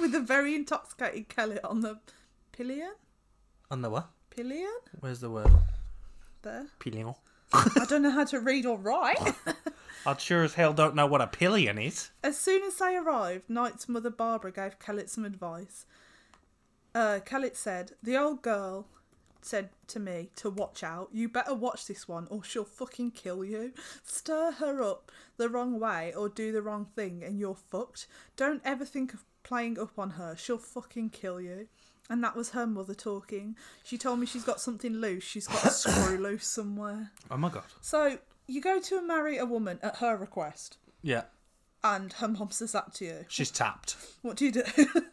Speaker 2: with a very intoxicated Kellett on the pillion?
Speaker 7: and the what?
Speaker 2: Pillion?
Speaker 7: Where's the word?
Speaker 2: There.
Speaker 7: Pillion.
Speaker 2: I don't know how to read or write.
Speaker 7: I sure as hell don't know what a pillion is.
Speaker 2: As soon as they arrived, Knight's mother Barbara gave Kellett some advice. Uh, Kellett said, The old girl said to me to watch out. You better watch this one or she'll fucking kill you. Stir her up the wrong way or do the wrong thing and you're fucked. Don't ever think of playing up on her. She'll fucking kill you. And that was her mother talking. She told me she's got something loose. She's got a screw loose somewhere.
Speaker 7: Oh my god.
Speaker 2: So you go to marry a woman at her request
Speaker 7: Yeah,
Speaker 2: and her mom says that to you.
Speaker 7: she's tapped.
Speaker 2: What do you do?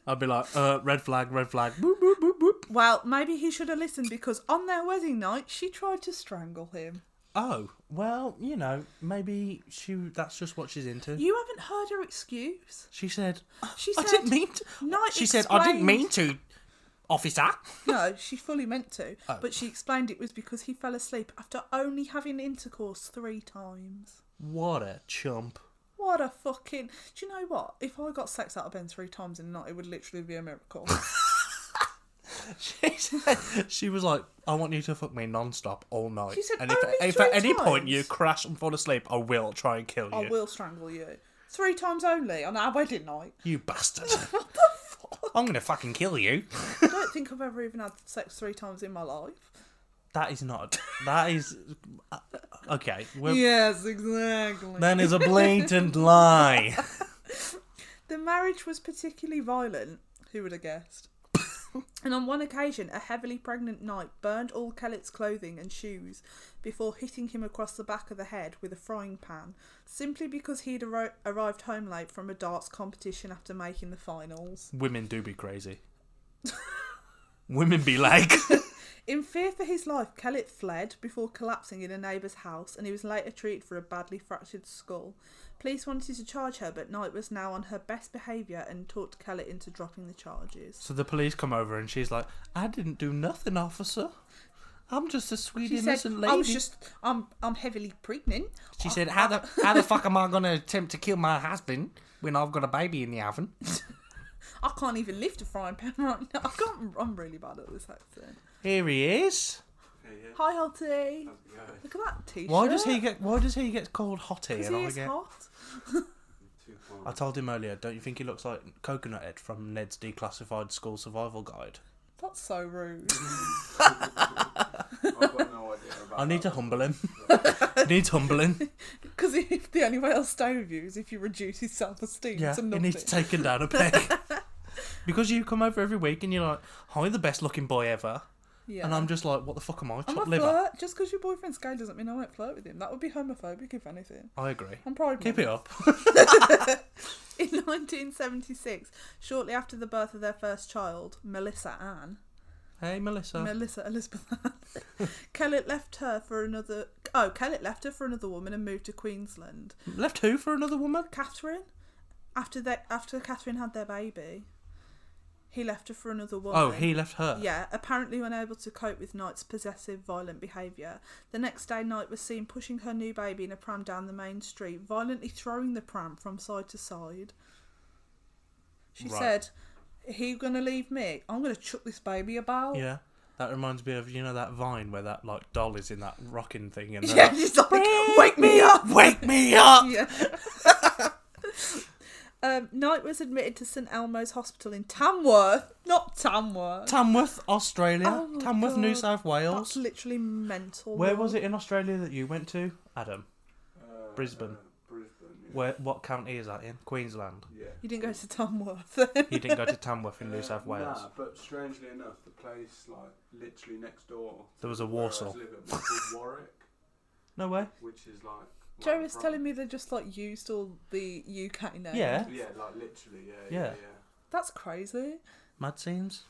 Speaker 7: I'd be like, uh, red flag, red flag. Boop.
Speaker 2: well, maybe he should have listened because on their wedding night, she tried to strangle him.
Speaker 7: Oh, well, you know, maybe she that's just what she's into.
Speaker 2: You haven't heard her excuse.
Speaker 7: She said,
Speaker 2: She
Speaker 7: I
Speaker 2: said,
Speaker 7: didn't mean to.
Speaker 2: No,
Speaker 7: she said, I didn't
Speaker 2: explained-
Speaker 7: mean to, officer.
Speaker 2: No, she fully meant to,
Speaker 7: Oh.
Speaker 2: but she explained it was because he fell asleep after only having intercourse three times.
Speaker 7: What a chump.
Speaker 2: What a fucking. Do you know what? If I got sex out of Ben three times in a night, it would literally be a miracle.
Speaker 7: She said, she was like, I want you to fuck me non-stop all night.
Speaker 2: She said,
Speaker 7: and if,
Speaker 2: "Only
Speaker 7: if at
Speaker 2: three
Speaker 7: any point
Speaker 2: times."
Speaker 7: you crash and fall asleep, I will try and kill you.
Speaker 2: I will strangle you. Three times only on our wedding night.
Speaker 7: You bastard. I'm gonna fucking kill you.
Speaker 2: I don't think I've ever even had sex three times in my life.
Speaker 7: That is not. That is. uh, Okay. We're,
Speaker 2: Yes, exactly.
Speaker 7: That is a blatant lie.
Speaker 2: The marriage was particularly violent. Who would have guessed? and on one occasion, a heavily pregnant knight burned all Kellett's clothing and shoes before hitting him across the back of the head with a frying pan, simply because he'd arri- arrived home late from a darts competition after making the finals.
Speaker 7: Women do be crazy. Women be like.
Speaker 2: In fear for his life, Kellett fled before collapsing in a neighbour's house, and he was later treated for a badly fractured skull. Police wanted to charge her, but Knight was now on her best behaviour and talked Kellett into dropping the charges.
Speaker 7: so the police come over and she's like, "I didn't do nothing, officer. I'm just a sweet innocent lady."
Speaker 2: I was just, "Oh, I'm, I'm heavily pregnant.
Speaker 7: she said, "How the how the fuck am I gonna attempt to kill my husband when I've got a baby in the oven?"
Speaker 2: I can't even lift a frying pan right now. I can't, I'm really bad at this accent.
Speaker 7: Here he is.
Speaker 2: Hi, Hottie. Look at that t-shirt.
Speaker 7: Why does he get? Why does he get called hottie?
Speaker 2: Because
Speaker 7: And
Speaker 2: he
Speaker 7: I
Speaker 2: is
Speaker 7: get.
Speaker 2: hot.
Speaker 7: I told him earlier. Don't you think he looks like Coconut Head from Ned's Declassified School Survival Guide?
Speaker 2: That's so rude.
Speaker 8: I've got no idea about
Speaker 7: I need to humble him. needs humbling.
Speaker 2: Because if the only way I'll stay with you is if you reduce his self-esteem
Speaker 7: Yeah,
Speaker 2: to
Speaker 7: he
Speaker 2: nothing.
Speaker 7: needs to take him down a peg. because you come over every week and you're like, "Hi, the best looking boy ever,"
Speaker 2: yeah.
Speaker 7: and I'm just like, "What the fuck am I?
Speaker 2: I'm
Speaker 7: Chopped
Speaker 2: a
Speaker 7: liver."
Speaker 2: flirt. Just because your boyfriend's gay doesn't mean I won't flirt with him. That would be homophobic, if anything.
Speaker 7: I agree.
Speaker 2: I'm proud.
Speaker 7: Keep it up.
Speaker 2: In 1976, shortly after the birth of their first child, Melissa Ann,
Speaker 1: Hey, Melissa.
Speaker 2: Melissa Elizabeth Ann. Kellett left her for another. Oh, Kellett left her for another woman and moved to Queensland.
Speaker 1: Left who for another woman?
Speaker 2: Catherine, after they after Catherine had their baby, he left her for another woman.
Speaker 1: Oh, he left her.
Speaker 2: Yeah, apparently unable to cope with Knight's possessive, violent behaviour. The next day, Knight was seen pushing her new baby in a pram down the main street, violently throwing the pram from side to side. She
Speaker 1: Right.
Speaker 2: said, "He gonna leave me? I'm gonna chuck this baby about."
Speaker 1: Yeah. That reminds me of you know that vine where that like doll is in that rocking thing and they're
Speaker 2: Yeah,
Speaker 1: like,
Speaker 2: she's like, "Wake me up!"
Speaker 1: wake me up.
Speaker 2: Yeah. um, Knight was admitted to St Elmo's Hospital in Tamworth, not Tamworth.
Speaker 1: Tamworth, Australia.
Speaker 2: Oh my
Speaker 1: Tamworth, New
Speaker 2: God.
Speaker 1: South
Speaker 2: That's
Speaker 1: Wales.
Speaker 2: literally mental.
Speaker 1: Where was it in Australia that you went to, Adam?
Speaker 8: Uh,
Speaker 1: Brisbane.
Speaker 8: Brisbane. Yeah.
Speaker 1: Where? What county is that in? Queensland.
Speaker 8: yeah.
Speaker 2: You didn't go to Tamworth. then?
Speaker 1: You didn't go to Tamworth in
Speaker 8: Uh,
Speaker 1: New South Wales.
Speaker 8: Nah, but strangely enough, the place like literally next door.
Speaker 1: There was a
Speaker 8: where I was
Speaker 1: Warsaw.
Speaker 8: living was called Warwick,
Speaker 1: No way.
Speaker 8: which is like.
Speaker 2: Joe was telling me they just like used all the UK names.
Speaker 1: Yeah.
Speaker 8: Yeah, like literally. Yeah. Yeah.
Speaker 1: Yeah.
Speaker 8: yeah.
Speaker 2: that's crazy.
Speaker 1: Mad scenes.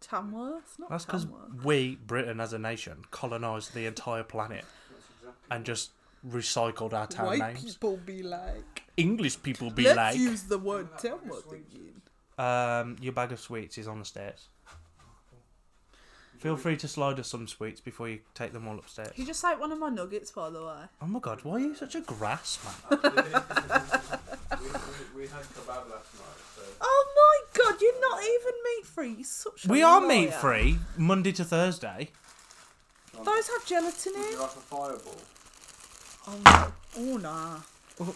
Speaker 2: Tamworth, not
Speaker 1: That's because
Speaker 2: Tamworth.
Speaker 1: we, Britain as a nation, colonised the entire planet
Speaker 8: That's exactly.
Speaker 1: and just recycled our town
Speaker 2: White
Speaker 1: names.
Speaker 2: people be like,
Speaker 1: English people be
Speaker 2: let's
Speaker 1: like,
Speaker 2: use the word Tamworth again.
Speaker 1: um, your bag of sweets is on the stairs. Feel free to slide us some sweets before you take them all upstairs.
Speaker 2: You just ate one of my nuggets, by the way.
Speaker 1: Oh my god, why are you such a grass man?
Speaker 8: we, we, we had kebab last night, so
Speaker 2: Oh my god, you're not even meat free. You such a
Speaker 1: We are
Speaker 2: liar.
Speaker 1: meat free Monday to Thursday.
Speaker 2: Those have gelatin
Speaker 8: would you
Speaker 2: in.
Speaker 8: like a fireball?
Speaker 2: Oh, no. oh nah.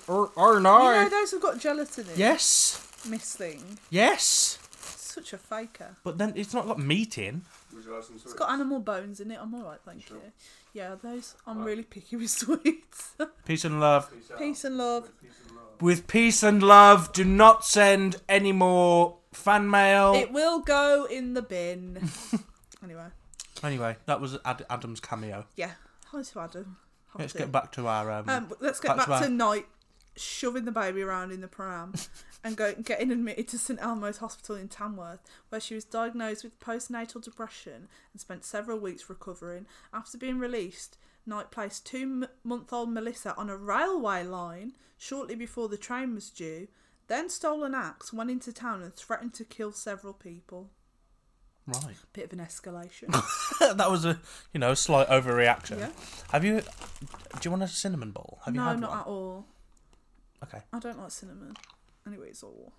Speaker 1: Oh
Speaker 2: You know those have got gelatin in.
Speaker 1: Yes,
Speaker 2: Miss thing.
Speaker 1: yes.
Speaker 2: Such a faker.
Speaker 1: But then it's not got meat in.
Speaker 8: Would you like some sweets?
Speaker 2: It's got animal bones in it. I'm alright, thank
Speaker 8: Sure.
Speaker 2: you. Yeah, those. I'm
Speaker 8: Right.
Speaker 2: really picky with sweets.
Speaker 1: Peace and love.
Speaker 8: Peace out.
Speaker 2: Peace and love.
Speaker 8: Peace and love.
Speaker 1: With peace and love, do not send any more fan mail.
Speaker 2: It will go in the bin. anyway,
Speaker 1: Anyway, that was Ad- Adam's cameo.
Speaker 2: yeah. Hi to Adam. Hi
Speaker 1: Let's
Speaker 2: to-
Speaker 1: get back to our. Um,
Speaker 2: Um, let's get
Speaker 1: back
Speaker 2: back,
Speaker 1: to our-
Speaker 2: to, night shoving the baby around in the pram and go, getting admitted to St Elmo's Hospital in Tamworth, where she was diagnosed with postnatal depression and spent several weeks recovering. After being released, Knight placed two m- month old Melissa on a railway line shortly before the train was due, then stole an axe, went into town, and threatened to kill several people.
Speaker 1: right.
Speaker 2: Bit of an escalation.
Speaker 1: that was a you know a slight overreaction.
Speaker 2: Yeah.
Speaker 1: Have you? Do you want a cinnamon ball? Have you
Speaker 2: no,
Speaker 1: had
Speaker 2: not
Speaker 1: one?
Speaker 2: at all.
Speaker 1: Okay.
Speaker 2: I don't like cinnamon. Anyway, it's all.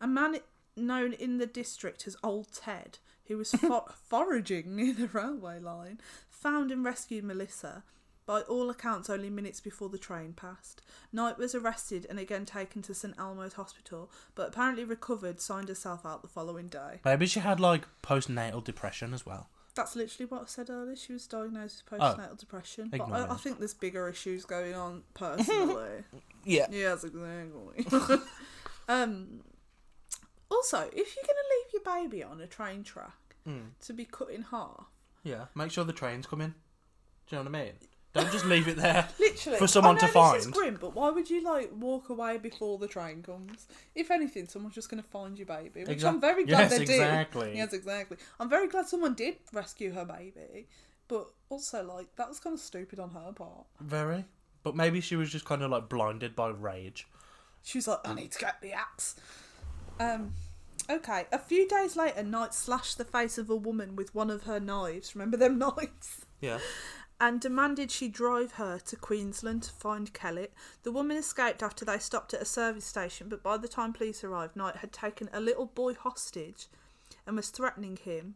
Speaker 2: A man known in the district as Old Ted, who was fo- foraging near the railway line, found and rescued Melissa. By all accounts, only minutes before the train passed. Knight was arrested and again taken to St Elmo's Hospital, but apparently recovered, signed herself out the following day.
Speaker 1: Maybe she had like postnatal depression as well.
Speaker 2: That's literally what I said earlier. She was diagnosed with
Speaker 1: Oh.
Speaker 2: postnatal depression. But
Speaker 1: Ignore
Speaker 2: I, I
Speaker 1: it.
Speaker 2: think there's bigger issues going on personally.
Speaker 1: Yeah.
Speaker 2: Yes, exactly. um, also, if you're going to leave your baby on a train track
Speaker 1: Hmm.
Speaker 2: to be cut in half,
Speaker 1: Yeah. Make sure the trains come in. Do you know what I mean? Don't just leave it there.
Speaker 2: literally
Speaker 1: For someone
Speaker 2: I
Speaker 1: to
Speaker 2: know This is
Speaker 1: find.
Speaker 2: grim, but why would you like walk away before the train comes? If anything, someone's just going to find your baby, which
Speaker 1: Exac-
Speaker 2: I'm very glad
Speaker 1: Yes,
Speaker 2: they did.
Speaker 1: exactly.
Speaker 2: Yes, exactly. I'm very glad someone did rescue her baby, but also like that was kind of stupid on her part.
Speaker 1: Very. But maybe she was just kind of like blinded by rage.
Speaker 2: She was like, I need to get the axe. Um, okay. A few days later, Knight slashed the face of a woman with one of her knives. Remember them knives?
Speaker 1: Yeah.
Speaker 2: And demanded she drive her to Queensland to find Kellett. The woman escaped after they stopped at a service station, but by the time police arrived, Knight had taken a little boy hostage and was threatening him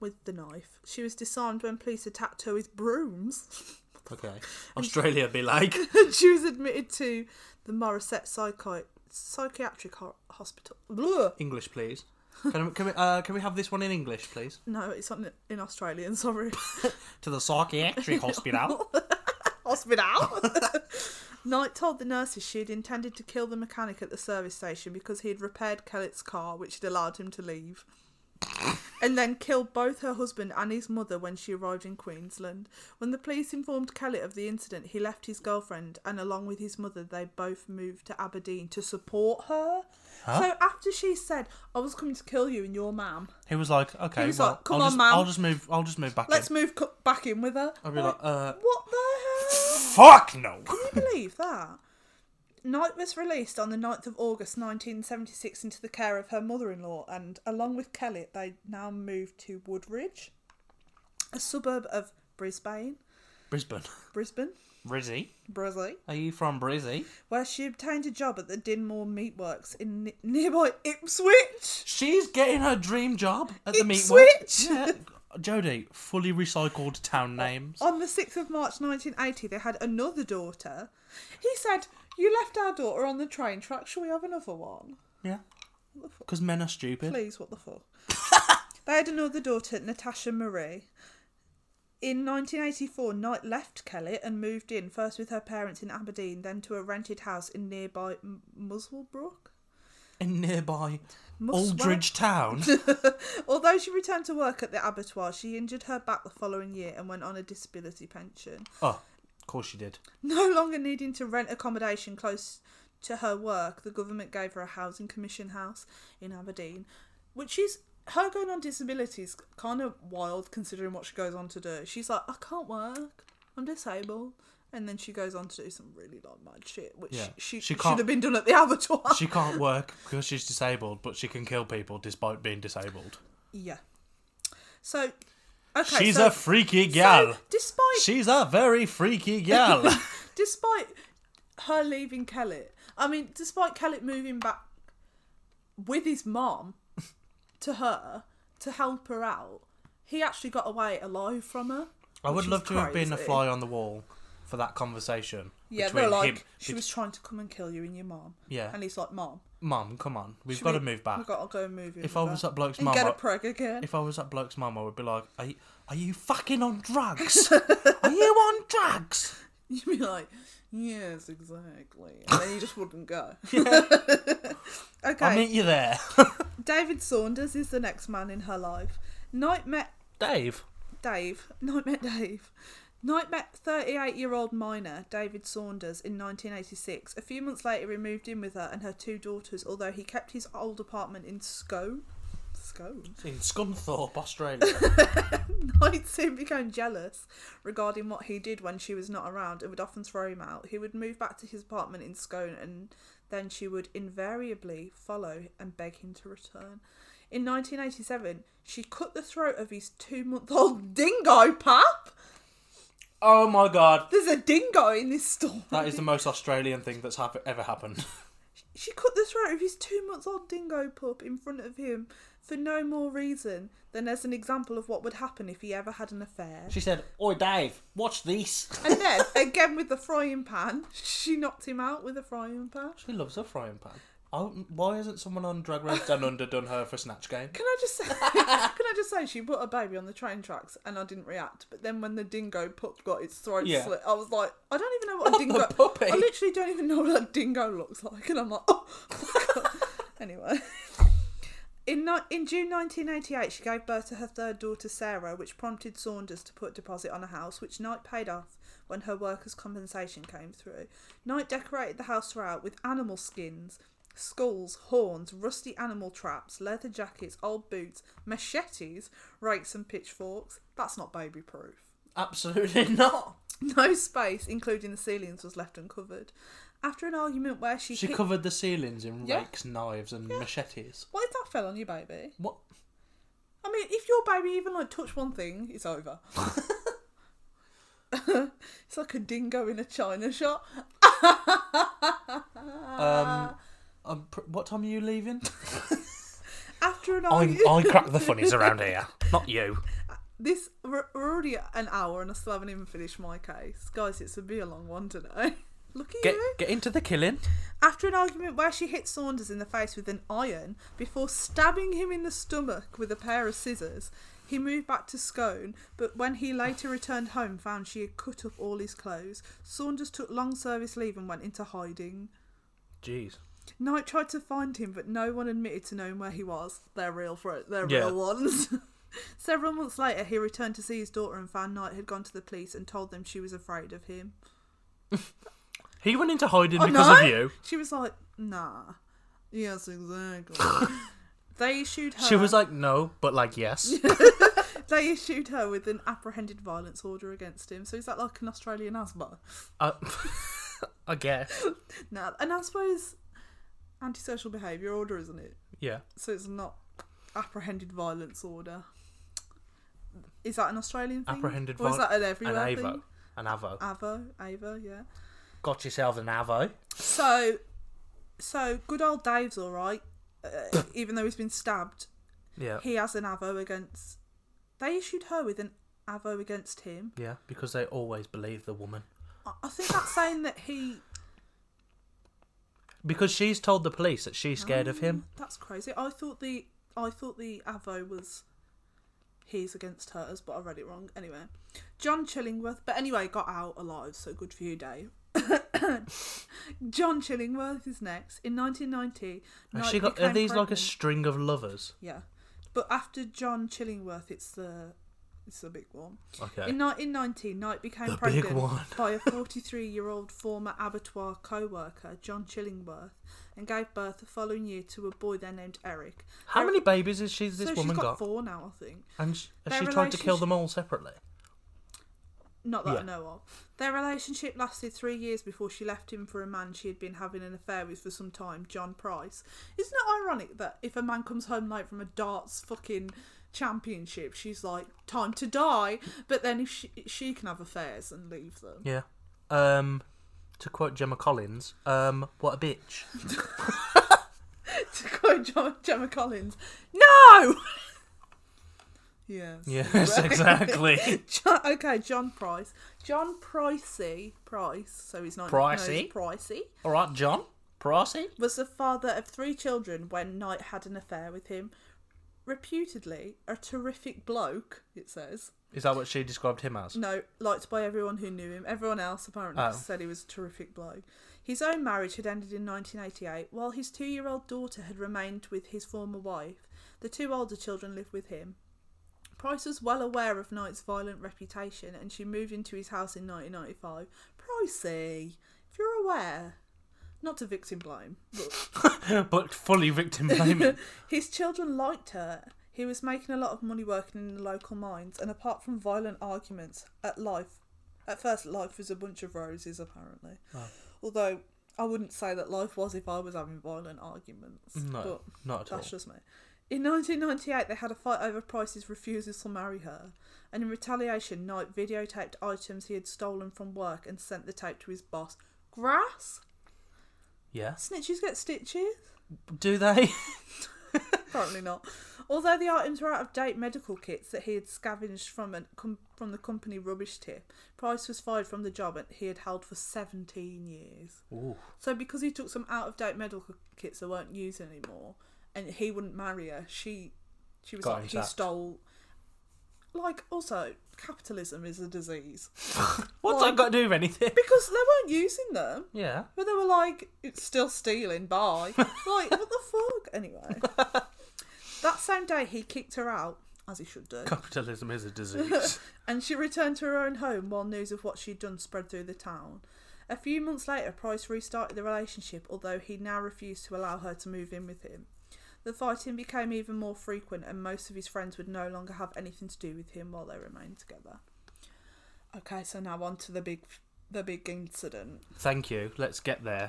Speaker 2: with the knife. She was disarmed when police attacked her with brooms.
Speaker 1: Okay. Australia be like.
Speaker 2: she was admitted to the Morisset Psychi- Psychiatric Ho- Hospital. Blah.
Speaker 1: English, please. Can, can we uh, can we have this one in English, please?
Speaker 2: No, it's on in Australian. Sorry,
Speaker 1: To the psychiatric hospital.
Speaker 2: hospital. Knight told the nurses she had intended to kill the mechanic at the service station because he had repaired Kellett's car, which had allowed him to leave. and then killed both her husband and his mother when she arrived in Queensland. When the police informed Kellett of the incident, he left his girlfriend and, along with his mother, they both moved to Aberdeen to support her. So after she said, "I was coming to kill you and your mam,"
Speaker 1: He was like, okay,
Speaker 2: was
Speaker 1: well,
Speaker 2: like, "Come
Speaker 1: I'll
Speaker 2: on,
Speaker 1: just,
Speaker 2: man.
Speaker 1: I'll just move. I'll just move back.
Speaker 2: let's
Speaker 1: in.
Speaker 2: move co- back in with her.
Speaker 1: I'll be like, uh,
Speaker 2: "What the hell?"
Speaker 1: fuck no.
Speaker 2: Can you believe that? Knight was released on the 9th of August 1976 into the care of her mother in law, and along with Kellett, they now moved to Woodridge, a suburb of Brisbane,
Speaker 1: Brisbane.
Speaker 2: Brisbane,
Speaker 1: Brizzy,
Speaker 2: Brisbane,
Speaker 1: are you from Brizzy?
Speaker 2: where she obtained a job at the Dinmore Meatworks in ni- nearby Ipswich.
Speaker 1: She's getting her dream job at the meat
Speaker 2: Ipswich!
Speaker 1: Yeah. Jodie, fully recycled town names.
Speaker 2: On the 6th of March 1980, they had another daughter. He said, You left our daughter on the train track, shall we have another one?
Speaker 1: Yeah. Because men are stupid.
Speaker 2: Please, what the fuck? they had another daughter, Natasha Marie. In 1984, Knight left Kelly and moved in first with her parents in Aberdeen, then to a rented house in nearby M- Muswellbrook.
Speaker 1: In nearby
Speaker 2: Muswell?
Speaker 1: Aldridge Town.
Speaker 2: Although she returned to work at the abattoir, she injured her back the following year and went on a disability pension.
Speaker 1: oh, of course she did.
Speaker 2: No longer needing to rent accommodation close to her work, the government gave her a housing commission house in Aberdeen, which is her going on disability is kind of wild considering what she goes on to do. She's like, I can't work, I'm disabled. And then she goes on to do some really like mad shit, which
Speaker 1: Yeah. She
Speaker 2: she, should
Speaker 1: can't-
Speaker 2: have been done at the abattoir.
Speaker 1: She can't work because she's disabled, but she can kill people despite being disabled.
Speaker 2: yeah. So, okay.
Speaker 1: she's
Speaker 2: so,
Speaker 1: a freaky
Speaker 2: so
Speaker 1: gal.
Speaker 2: despite
Speaker 1: she's a very freaky gal.
Speaker 2: despite her leaving Kellett, I mean, despite Kellett moving back with his mom to her to help her out, he actually got away alive from her.
Speaker 1: I
Speaker 2: which
Speaker 1: would
Speaker 2: is
Speaker 1: love to have been a
Speaker 2: crazy.
Speaker 1: fly on the wall for that conversation.
Speaker 2: Yeah,
Speaker 1: between
Speaker 2: they're like,
Speaker 1: him,
Speaker 2: she was trying to come and kill you and your mom.
Speaker 1: Yeah.
Speaker 2: And he's like, Mom,
Speaker 1: Mum, come on, we've
Speaker 2: should
Speaker 1: got to
Speaker 2: we-
Speaker 1: move back.
Speaker 2: We've got to go and move in
Speaker 1: If
Speaker 2: with
Speaker 1: I
Speaker 2: her
Speaker 1: was that bloke's
Speaker 2: and
Speaker 1: mum,
Speaker 2: get
Speaker 1: I-
Speaker 2: a preg again.
Speaker 1: If I was that bloke's mum, I would be like, "Are you, are you fucking on drugs? are you on drugs?"
Speaker 2: You'd be like, Yes, exactly. And then you just wouldn't go. okay.
Speaker 1: I'll meet you there,
Speaker 2: David Saunders is the next man in her life. Knight met
Speaker 1: Dave.
Speaker 2: Dave, Knight met Dave. Knight met 38 year old miner David Saunders in 1986. A few months later, he moved in with her and her two daughters, although he kept his old apartment in Scone. Scone?
Speaker 1: In Scunthorpe, Australia.
Speaker 2: Knight soon became jealous regarding what he did when she was not around and would often throw him out. He would move back to his apartment in Scone and then she would invariably follow and beg him to return. In 1987, she cut the throat of his two month old dingo pup.
Speaker 1: oh my god,
Speaker 2: There's a dingo in this story.
Speaker 1: that is the most Australian thing that's hap- ever happened.
Speaker 2: She cut the throat of his two months old dingo pup in front of him for no more reason than as an example of what would happen if he ever had an affair.
Speaker 1: She said, "Oi, Dave, watch this."
Speaker 2: And then, again with the frying pan, she knocked him out with a frying pan.
Speaker 1: She loves her frying pan. I, why isn't someone on Drag Race Down Under done her for Snatch Game?
Speaker 2: Can I just say? can I just say she put her baby on the train tracks and I didn't react. But then when the dingo pup got its throat
Speaker 1: Yeah. Oh,
Speaker 2: slit, I was like, I don't even know what, a
Speaker 1: the
Speaker 2: dingo.
Speaker 1: puppy.
Speaker 2: I literally don't even know what a dingo looks like, and I'm like, oh. anyway. In, ni- in June 1988, she gave birth to her third daughter, Sarah, which prompted Saunders to put deposit on a house, which Knight paid off when her workers' compensation came through. Knight decorated the house throughout with animal skins, skulls, horns, rusty animal traps, leather jackets, old boots, machetes, rakes, and pitchforks. That's not baby proof.
Speaker 1: Absolutely not.
Speaker 2: No space, including the ceilings, was left uncovered. After an argument where she,
Speaker 1: She
Speaker 2: hit-
Speaker 1: covered the ceilings in
Speaker 2: Yeah.
Speaker 1: rakes, knives, and machetes.
Speaker 2: what if that fell on your baby?
Speaker 1: What?
Speaker 2: I mean, if your baby even like touch one thing, it's over. it's like a dingo in a china shop.
Speaker 1: Um, um, pr- what time are you leaving?
Speaker 2: After an
Speaker 1: I,
Speaker 2: argument,
Speaker 1: I crack the funnies around here, not you.
Speaker 2: this we're, we're already at an hour and I still haven't even finished my case, guys. It's a be a long one today. Look at
Speaker 1: Get
Speaker 2: you.
Speaker 1: get into the killing.
Speaker 2: After an argument where she hit Saunders in the face with an iron before stabbing him in the stomach with a pair of scissors, he moved back to Scone, but when he later returned home, found she had cut up all his clothes. Saunders took long service leave and went into hiding.
Speaker 9: Jeez.
Speaker 2: Knight tried to find him, but no one admitted to knowing where he was. They're real, fro- they're
Speaker 9: Yeah.
Speaker 2: real ones. Several months later, he returned to see his daughter and found Knight had gone to the police and told them she was afraid of him.
Speaker 9: He went into hiding
Speaker 2: Oh,
Speaker 9: because
Speaker 2: no?
Speaker 9: of you.
Speaker 2: She was like, "Nah, Yes, exactly. they issued her.
Speaker 1: She was like, no, but like, yes.
Speaker 2: They issued her with an apprehended violence order against him. So is that like an Australian asthma?
Speaker 1: uh, I guess.
Speaker 2: Now, and I suppose antisocial behaviour order, isn't it?
Speaker 1: Yeah.
Speaker 2: So it's not apprehended violence order. Is that an Australian thing?
Speaker 1: Apprehended
Speaker 2: or is
Speaker 1: viol-
Speaker 2: that an everywhere
Speaker 1: an Ah.
Speaker 2: thing?
Speaker 1: Avo. An Avo.
Speaker 2: Avo, Avo, yeah.
Speaker 1: Got yourself an Avo.
Speaker 2: So, so good old Dave's all right, uh, even though he's been stabbed.
Speaker 1: Yeah.
Speaker 2: He has an avo against. They issued her with an avo against him.
Speaker 1: Yeah, because they always believe the woman.
Speaker 2: I- I think that's saying that he.
Speaker 1: Because she's told the police that she's scared of him.
Speaker 2: um, That's crazy. I thought the I thought the avo was his against hers, but I read it wrong. Anyway, John Chillingworth. But anyway, got out alive, so good for you, Dave. John Chillingworth is next. In 1990,
Speaker 1: Has
Speaker 2: Knight
Speaker 1: she got, are
Speaker 2: became
Speaker 1: these like a
Speaker 2: pregnant.
Speaker 1: string of lovers?
Speaker 2: Yeah, but after John Chillingworth, it's the it's the big one.
Speaker 1: Okay.
Speaker 2: In 1919, Knight became
Speaker 1: The big
Speaker 2: pregnant
Speaker 1: one.
Speaker 2: by a 43-year-old former abattoir co-worker, John Chillingworth, and gave birth the following year to a boy then named Eric.
Speaker 1: How
Speaker 2: Their-
Speaker 1: many babies has she, this
Speaker 2: so
Speaker 1: woman
Speaker 2: she's got,
Speaker 1: got?
Speaker 2: four now, I think.
Speaker 1: And sh- has
Speaker 2: Their
Speaker 1: she tried to kill
Speaker 2: relationship-
Speaker 1: them all separately?
Speaker 2: Not that
Speaker 1: Yeah.
Speaker 2: I know of. Their relationship lasted three years before she left him for a man she had been having an affair with for some time, John Price. Isn't it ironic that if a man comes home late from a darts fucking championship, she's like, time to die. But then if she, she can have affairs and leave them.
Speaker 1: Yeah. Um, to quote Gemma Collins, um, what a bitch.
Speaker 2: to quote Gem- Gemma Collins, no! yes.
Speaker 1: Yes, exactly.
Speaker 2: John, okay, John Price. John Pricey. Price. So he's not
Speaker 1: Pricey?
Speaker 2: No, he's Pricey.
Speaker 1: all right, John. Pricey.
Speaker 2: was the father of three children when Knight had an affair with him. Reputedly, a terrific bloke, it says.
Speaker 1: Is that what she described him as?
Speaker 2: No, liked by everyone who knew him. Everyone else apparently
Speaker 1: Oh.
Speaker 2: said he was a terrific bloke. His own marriage had ended in 1988, while his two year old daughter had remained with his former wife. The two older children lived with him. Price was well aware of Knight's violent reputation and she moved into his house in 1995. Pricey, if you're aware, not to victim blame, but
Speaker 1: but fully victim blaming.
Speaker 2: His children liked her. He was making a lot of money working in the local mines, and apart from violent arguments, at life, at first, life was a bunch of roses, apparently. Although I wouldn't say that life was if I was having violent arguments.
Speaker 1: no,
Speaker 2: but
Speaker 1: not at all.
Speaker 2: that's just me. In 1998, they had a fight over Price's refusal to marry her, and in retaliation, Knight videotaped items he had stolen from work and sent the tape to his boss. Grass?
Speaker 1: Yeah.
Speaker 2: Snitches get stitches?
Speaker 1: Do they?
Speaker 2: Apparently not. Although the items were out of date medical kits that he had scavenged from an, com, from the company rubbish tip, Price was fired from the job and he had held for 17 years.
Speaker 1: Ooh.
Speaker 2: So because he took some out of date medical kits that weren't used anymore, and he wouldn't marry her, she she was
Speaker 1: Got
Speaker 2: like
Speaker 1: him
Speaker 2: he
Speaker 1: sacked.
Speaker 2: stole. Like also, capitalism is a disease
Speaker 1: What's that got to do with anything?
Speaker 2: because they weren't using them.
Speaker 1: Yeah.
Speaker 2: But they were like, it's still stealing, bye. like, what the fuck? Anyway. that same day, he kicked her out, as he should do,
Speaker 1: Capitalism is a disease.
Speaker 2: and she returned to her own home while news of what she'd done spread through the town. A few months later, Price restarted the relationship, although he now refused to allow her to move in with him. The fighting became even more frequent, and most of his friends would no longer have anything to do with him while they remained together. Okay, so now on to the big, the big incident.
Speaker 1: Thank you. Let's get there.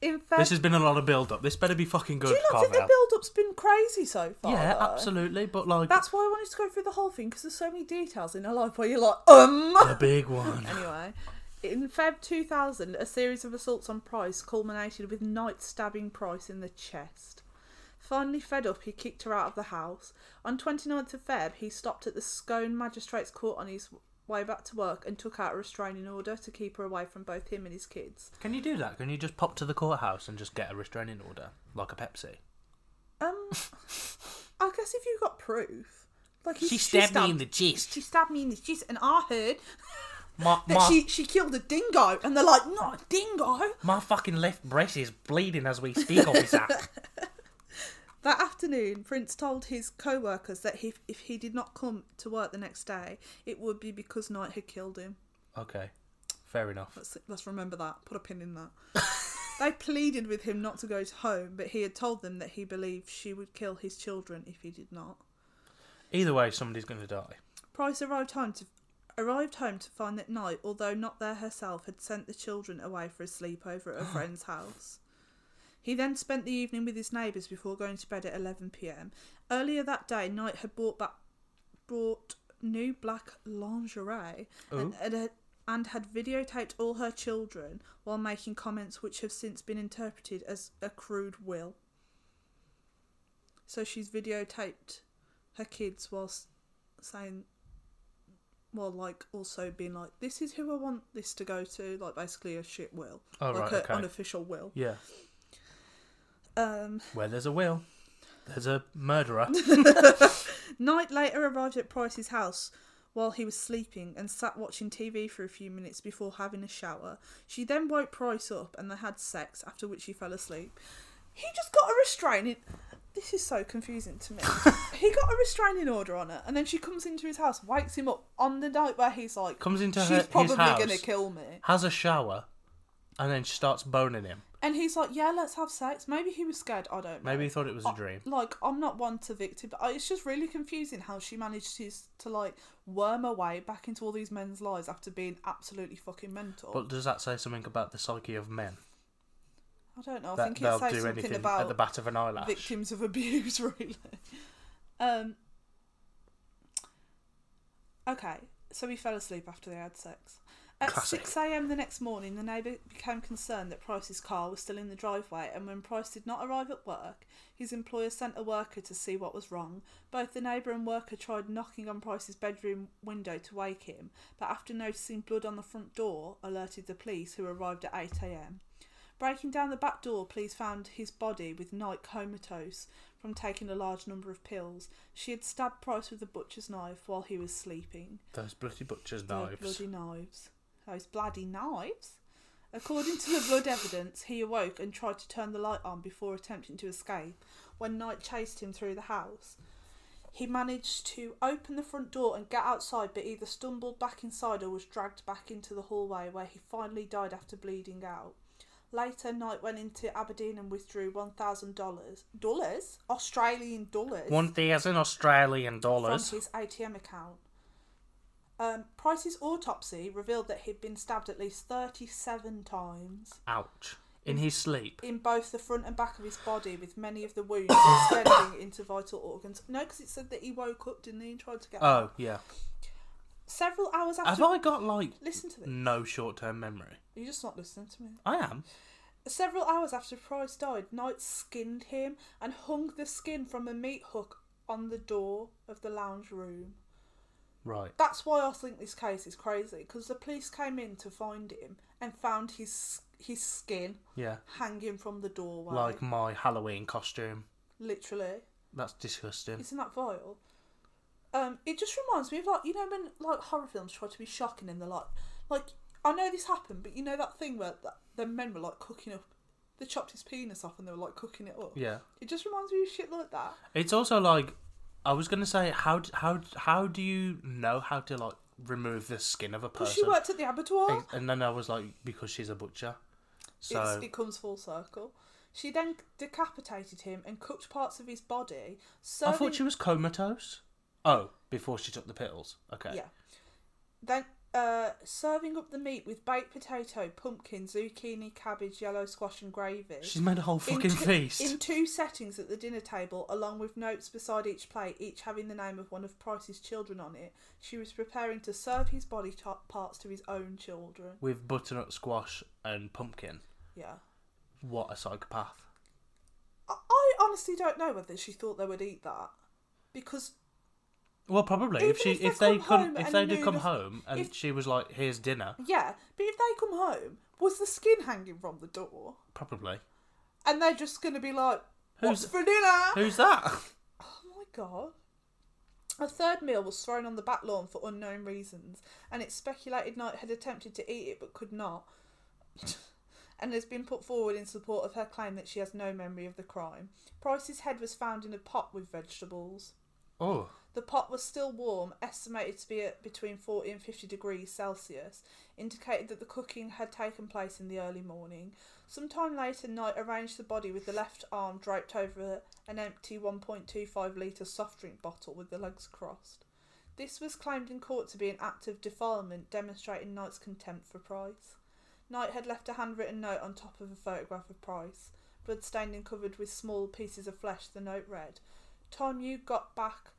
Speaker 2: In fact,
Speaker 1: This has been a lot of build up. This better be fucking good,
Speaker 2: Uh, Do you not think the
Speaker 1: Carvel.
Speaker 2: build up's been crazy so far?
Speaker 1: Yeah,
Speaker 2: though?
Speaker 1: absolutely. But like
Speaker 2: That's why I wanted to go through the whole thing because there's so many details in her life where you're like, um.
Speaker 1: the big one.
Speaker 2: anyway, in Feb 2000, a series of assaults on Price culminated with Knight stabbing Price in the chest. Finally fed up, he kicked her out of the house. On 29th of Feb, he stopped at the Scone Magistrates Court on his way back to work and took out a restraining order to keep her away from both him and his kids.
Speaker 1: Can you do that? Can you just pop to the courthouse and just get a restraining order like a Pepsi?
Speaker 2: Um, I guess if you got proof, like he,
Speaker 1: She stabbed
Speaker 2: um,
Speaker 1: me in the chest.
Speaker 2: She stabbed me in the chest, and I heard
Speaker 1: My
Speaker 2: that she she killed a dingo, and they're like, not a dingo.
Speaker 1: My fucking left breast is bleeding as we speak, officer.
Speaker 2: That afternoon, Prince told his co-workers that if if he did not come to work the next day, it would be because Knight had killed him.
Speaker 1: okay, fair enough.
Speaker 2: Let's let's remember that. Put a pin in that. They pleaded with him not to go to home, but he had told them that he believed she would kill his children if he did not.
Speaker 1: Either way, somebody's going to die.
Speaker 2: Price arrived home to arrived home to find that Knight, although not there herself, had sent the children away for a sleepover at a friend's house. He then spent the evening with his neighbours before going to bed at 11 p.m. Earlier that day, Knight had bought back brought new black lingerie
Speaker 1: Oh.
Speaker 2: and, and, had- and had videotaped all her children while making comments which have since been interpreted as a crude will. So she's videotaped her kids whilst saying well like also being like this is who i want this to go to like basically a shit will
Speaker 1: Oh,
Speaker 2: like
Speaker 1: right,
Speaker 2: an
Speaker 1: okay.
Speaker 2: unofficial will
Speaker 1: Yeah.
Speaker 2: um
Speaker 1: Where there's a will, there's a murderer.
Speaker 2: knight later arrived at price's house while he was sleeping and sat watching tv for a few minutes before having a shower she then woke price up and they had sex after which he fell asleep he just got a restraining this is so confusing to me he got a restraining order on her and then she comes into his house wakes him up on the night where he's like
Speaker 1: Comes into
Speaker 2: she's
Speaker 1: her- his
Speaker 2: probably
Speaker 1: house."
Speaker 2: gonna kill me
Speaker 1: has a shower, and then she starts boning him.
Speaker 2: And he's like, "Yeah, let's have sex." Maybe he was scared. I don't know.
Speaker 1: Maybe he thought it was a
Speaker 2: I-
Speaker 1: dream.
Speaker 2: Like, I'm not one to victim. I- It's just really confusing how she managed to to like worm her way back into all these men's lives after being absolutely fucking mental.
Speaker 1: But does that say something about the psyche of men?
Speaker 2: I don't know. I
Speaker 1: That
Speaker 2: think it
Speaker 1: they'll
Speaker 2: says
Speaker 1: do
Speaker 2: something
Speaker 1: anything
Speaker 2: about
Speaker 1: at the bat of an eyelash.
Speaker 2: victims of abuse, really. Um. Okay, so he fell asleep after they had sex. At
Speaker 1: Classic.
Speaker 2: 6 a.m. the next morning, the neighbour became concerned that Price's car was still in the driveway, and when Price did not arrive at work, his employer sent a worker to see what was wrong. Both the neighbour and worker tried knocking on Price's bedroom window to wake him, but after noticing blood on the front door, alerted the police, who arrived at 8 a.m. Breaking down the back door, police found his body with Knight comatose from taking a large number of pills. She had stabbed Price with a butcher's knife while he was sleeping.
Speaker 1: Those bloody butcher's
Speaker 2: They're
Speaker 1: knives.
Speaker 2: Bloody knives. Those bloody knives. According to the blood evidence, he awoke and tried to turn the light on before attempting to escape when Knight chased him through the house. He managed to open the front door and get outside, but either stumbled back inside or was dragged back into the hallway where he finally died after bleeding out. Later, Knight went into Aberdeen and withdrew $1,000. Dollars? Australian dollars?
Speaker 1: One thousand Australian dollars.
Speaker 2: from his ATM account. Um, Price's autopsy revealed that he'd been stabbed at least 37 times
Speaker 1: Ouch. In his sleep.
Speaker 2: in both the front and back of his body, with many of the wounds extending into vital organs. No, because it said that he woke up, didn't he, and tried to get
Speaker 1: Oh
Speaker 2: up.
Speaker 1: yeah.
Speaker 2: Several hours after.
Speaker 1: Have I Mm. got like
Speaker 2: Listen to this.
Speaker 1: no short-term memory?
Speaker 2: You're just not listening to me.
Speaker 1: I am.
Speaker 2: Several hours after Price died, Knight skinned him and hung the skin from a meat hook on the door of the lounge room.
Speaker 1: Right.
Speaker 2: That's why I think this case is crazy because the police came in to find him and found his his skin
Speaker 1: Yeah.
Speaker 2: hanging from the doorway.
Speaker 1: Like my Halloween costume.
Speaker 2: literally,
Speaker 1: That's disgusting.
Speaker 2: isn't that vile? Um, it just reminds me of like you know when like horror films try to be shocking and they're like, like I know this happened, but you know that thing where that, the men were like cooking up, they chopped his penis off and they were like cooking it up.
Speaker 1: Yeah.
Speaker 2: It just reminds me of shit like that.
Speaker 1: It's also like I was gonna say how d- how d- how do you know how to like remove the skin of a
Speaker 2: Because she
Speaker 1: person?
Speaker 2: worked at the abattoir.
Speaker 1: And- And then I was like, because she's a butcher. So
Speaker 2: It's, it comes full circle. She then decapitated him and cooked parts of his
Speaker 1: I
Speaker 2: body. Serving,
Speaker 1: thought she was comatose. Oh, before she took the pills. Okay.
Speaker 2: Yeah. Then uh, serving up the meat with baked potato, pumpkin, zucchini, cabbage, yellow squash, and gravy.
Speaker 1: She's made a whole
Speaker 2: In
Speaker 1: fucking
Speaker 2: two-
Speaker 1: feast.
Speaker 2: In two settings at the dinner table, along with notes beside each plate, each having the name of one of Price's children on it, she was preparing to serve his body to- parts to his own children.
Speaker 1: With butternut squash and pumpkin.
Speaker 2: Yeah.
Speaker 1: What a psychopath.
Speaker 2: I, I honestly don't know whether she thought they would eat that. Because
Speaker 1: Well, probably if she
Speaker 2: Even
Speaker 1: if,
Speaker 2: if
Speaker 1: they
Speaker 2: they come
Speaker 1: could
Speaker 2: home
Speaker 1: if
Speaker 2: and
Speaker 1: they did
Speaker 2: knew
Speaker 1: come
Speaker 2: the-
Speaker 1: home and
Speaker 2: if-
Speaker 1: she was like, "Here's dinner,"
Speaker 2: Yeah, but if they come home, was the skin hanging from the door?
Speaker 1: probably.
Speaker 2: And they're just going to be like, what's
Speaker 1: Who's-
Speaker 2: for dinner?
Speaker 1: Who's that?
Speaker 2: Oh my god. A third meal was thrown on the back lawn for unknown reasons, and it's speculated Knight had attempted to eat it but could not, and has been put forward in support of her claim that she has no memory of the crime. Price's head was found in a pot with vegetables.
Speaker 1: Oh,
Speaker 2: The pot was still warm, estimated to be at between 40 and 50 degrees Celsius, indicated that the cooking had taken place in the early morning. Sometime later, Knight arranged the body with the left arm draped over an empty 1.25 litre soft drink bottle with the legs crossed. This was claimed in court to be an act of defilement, demonstrating Knight's contempt for Price. Knight had left a handwritten note on top of a photograph of Price, bloodstained and covered with small pieces of flesh, the note read, Time you got back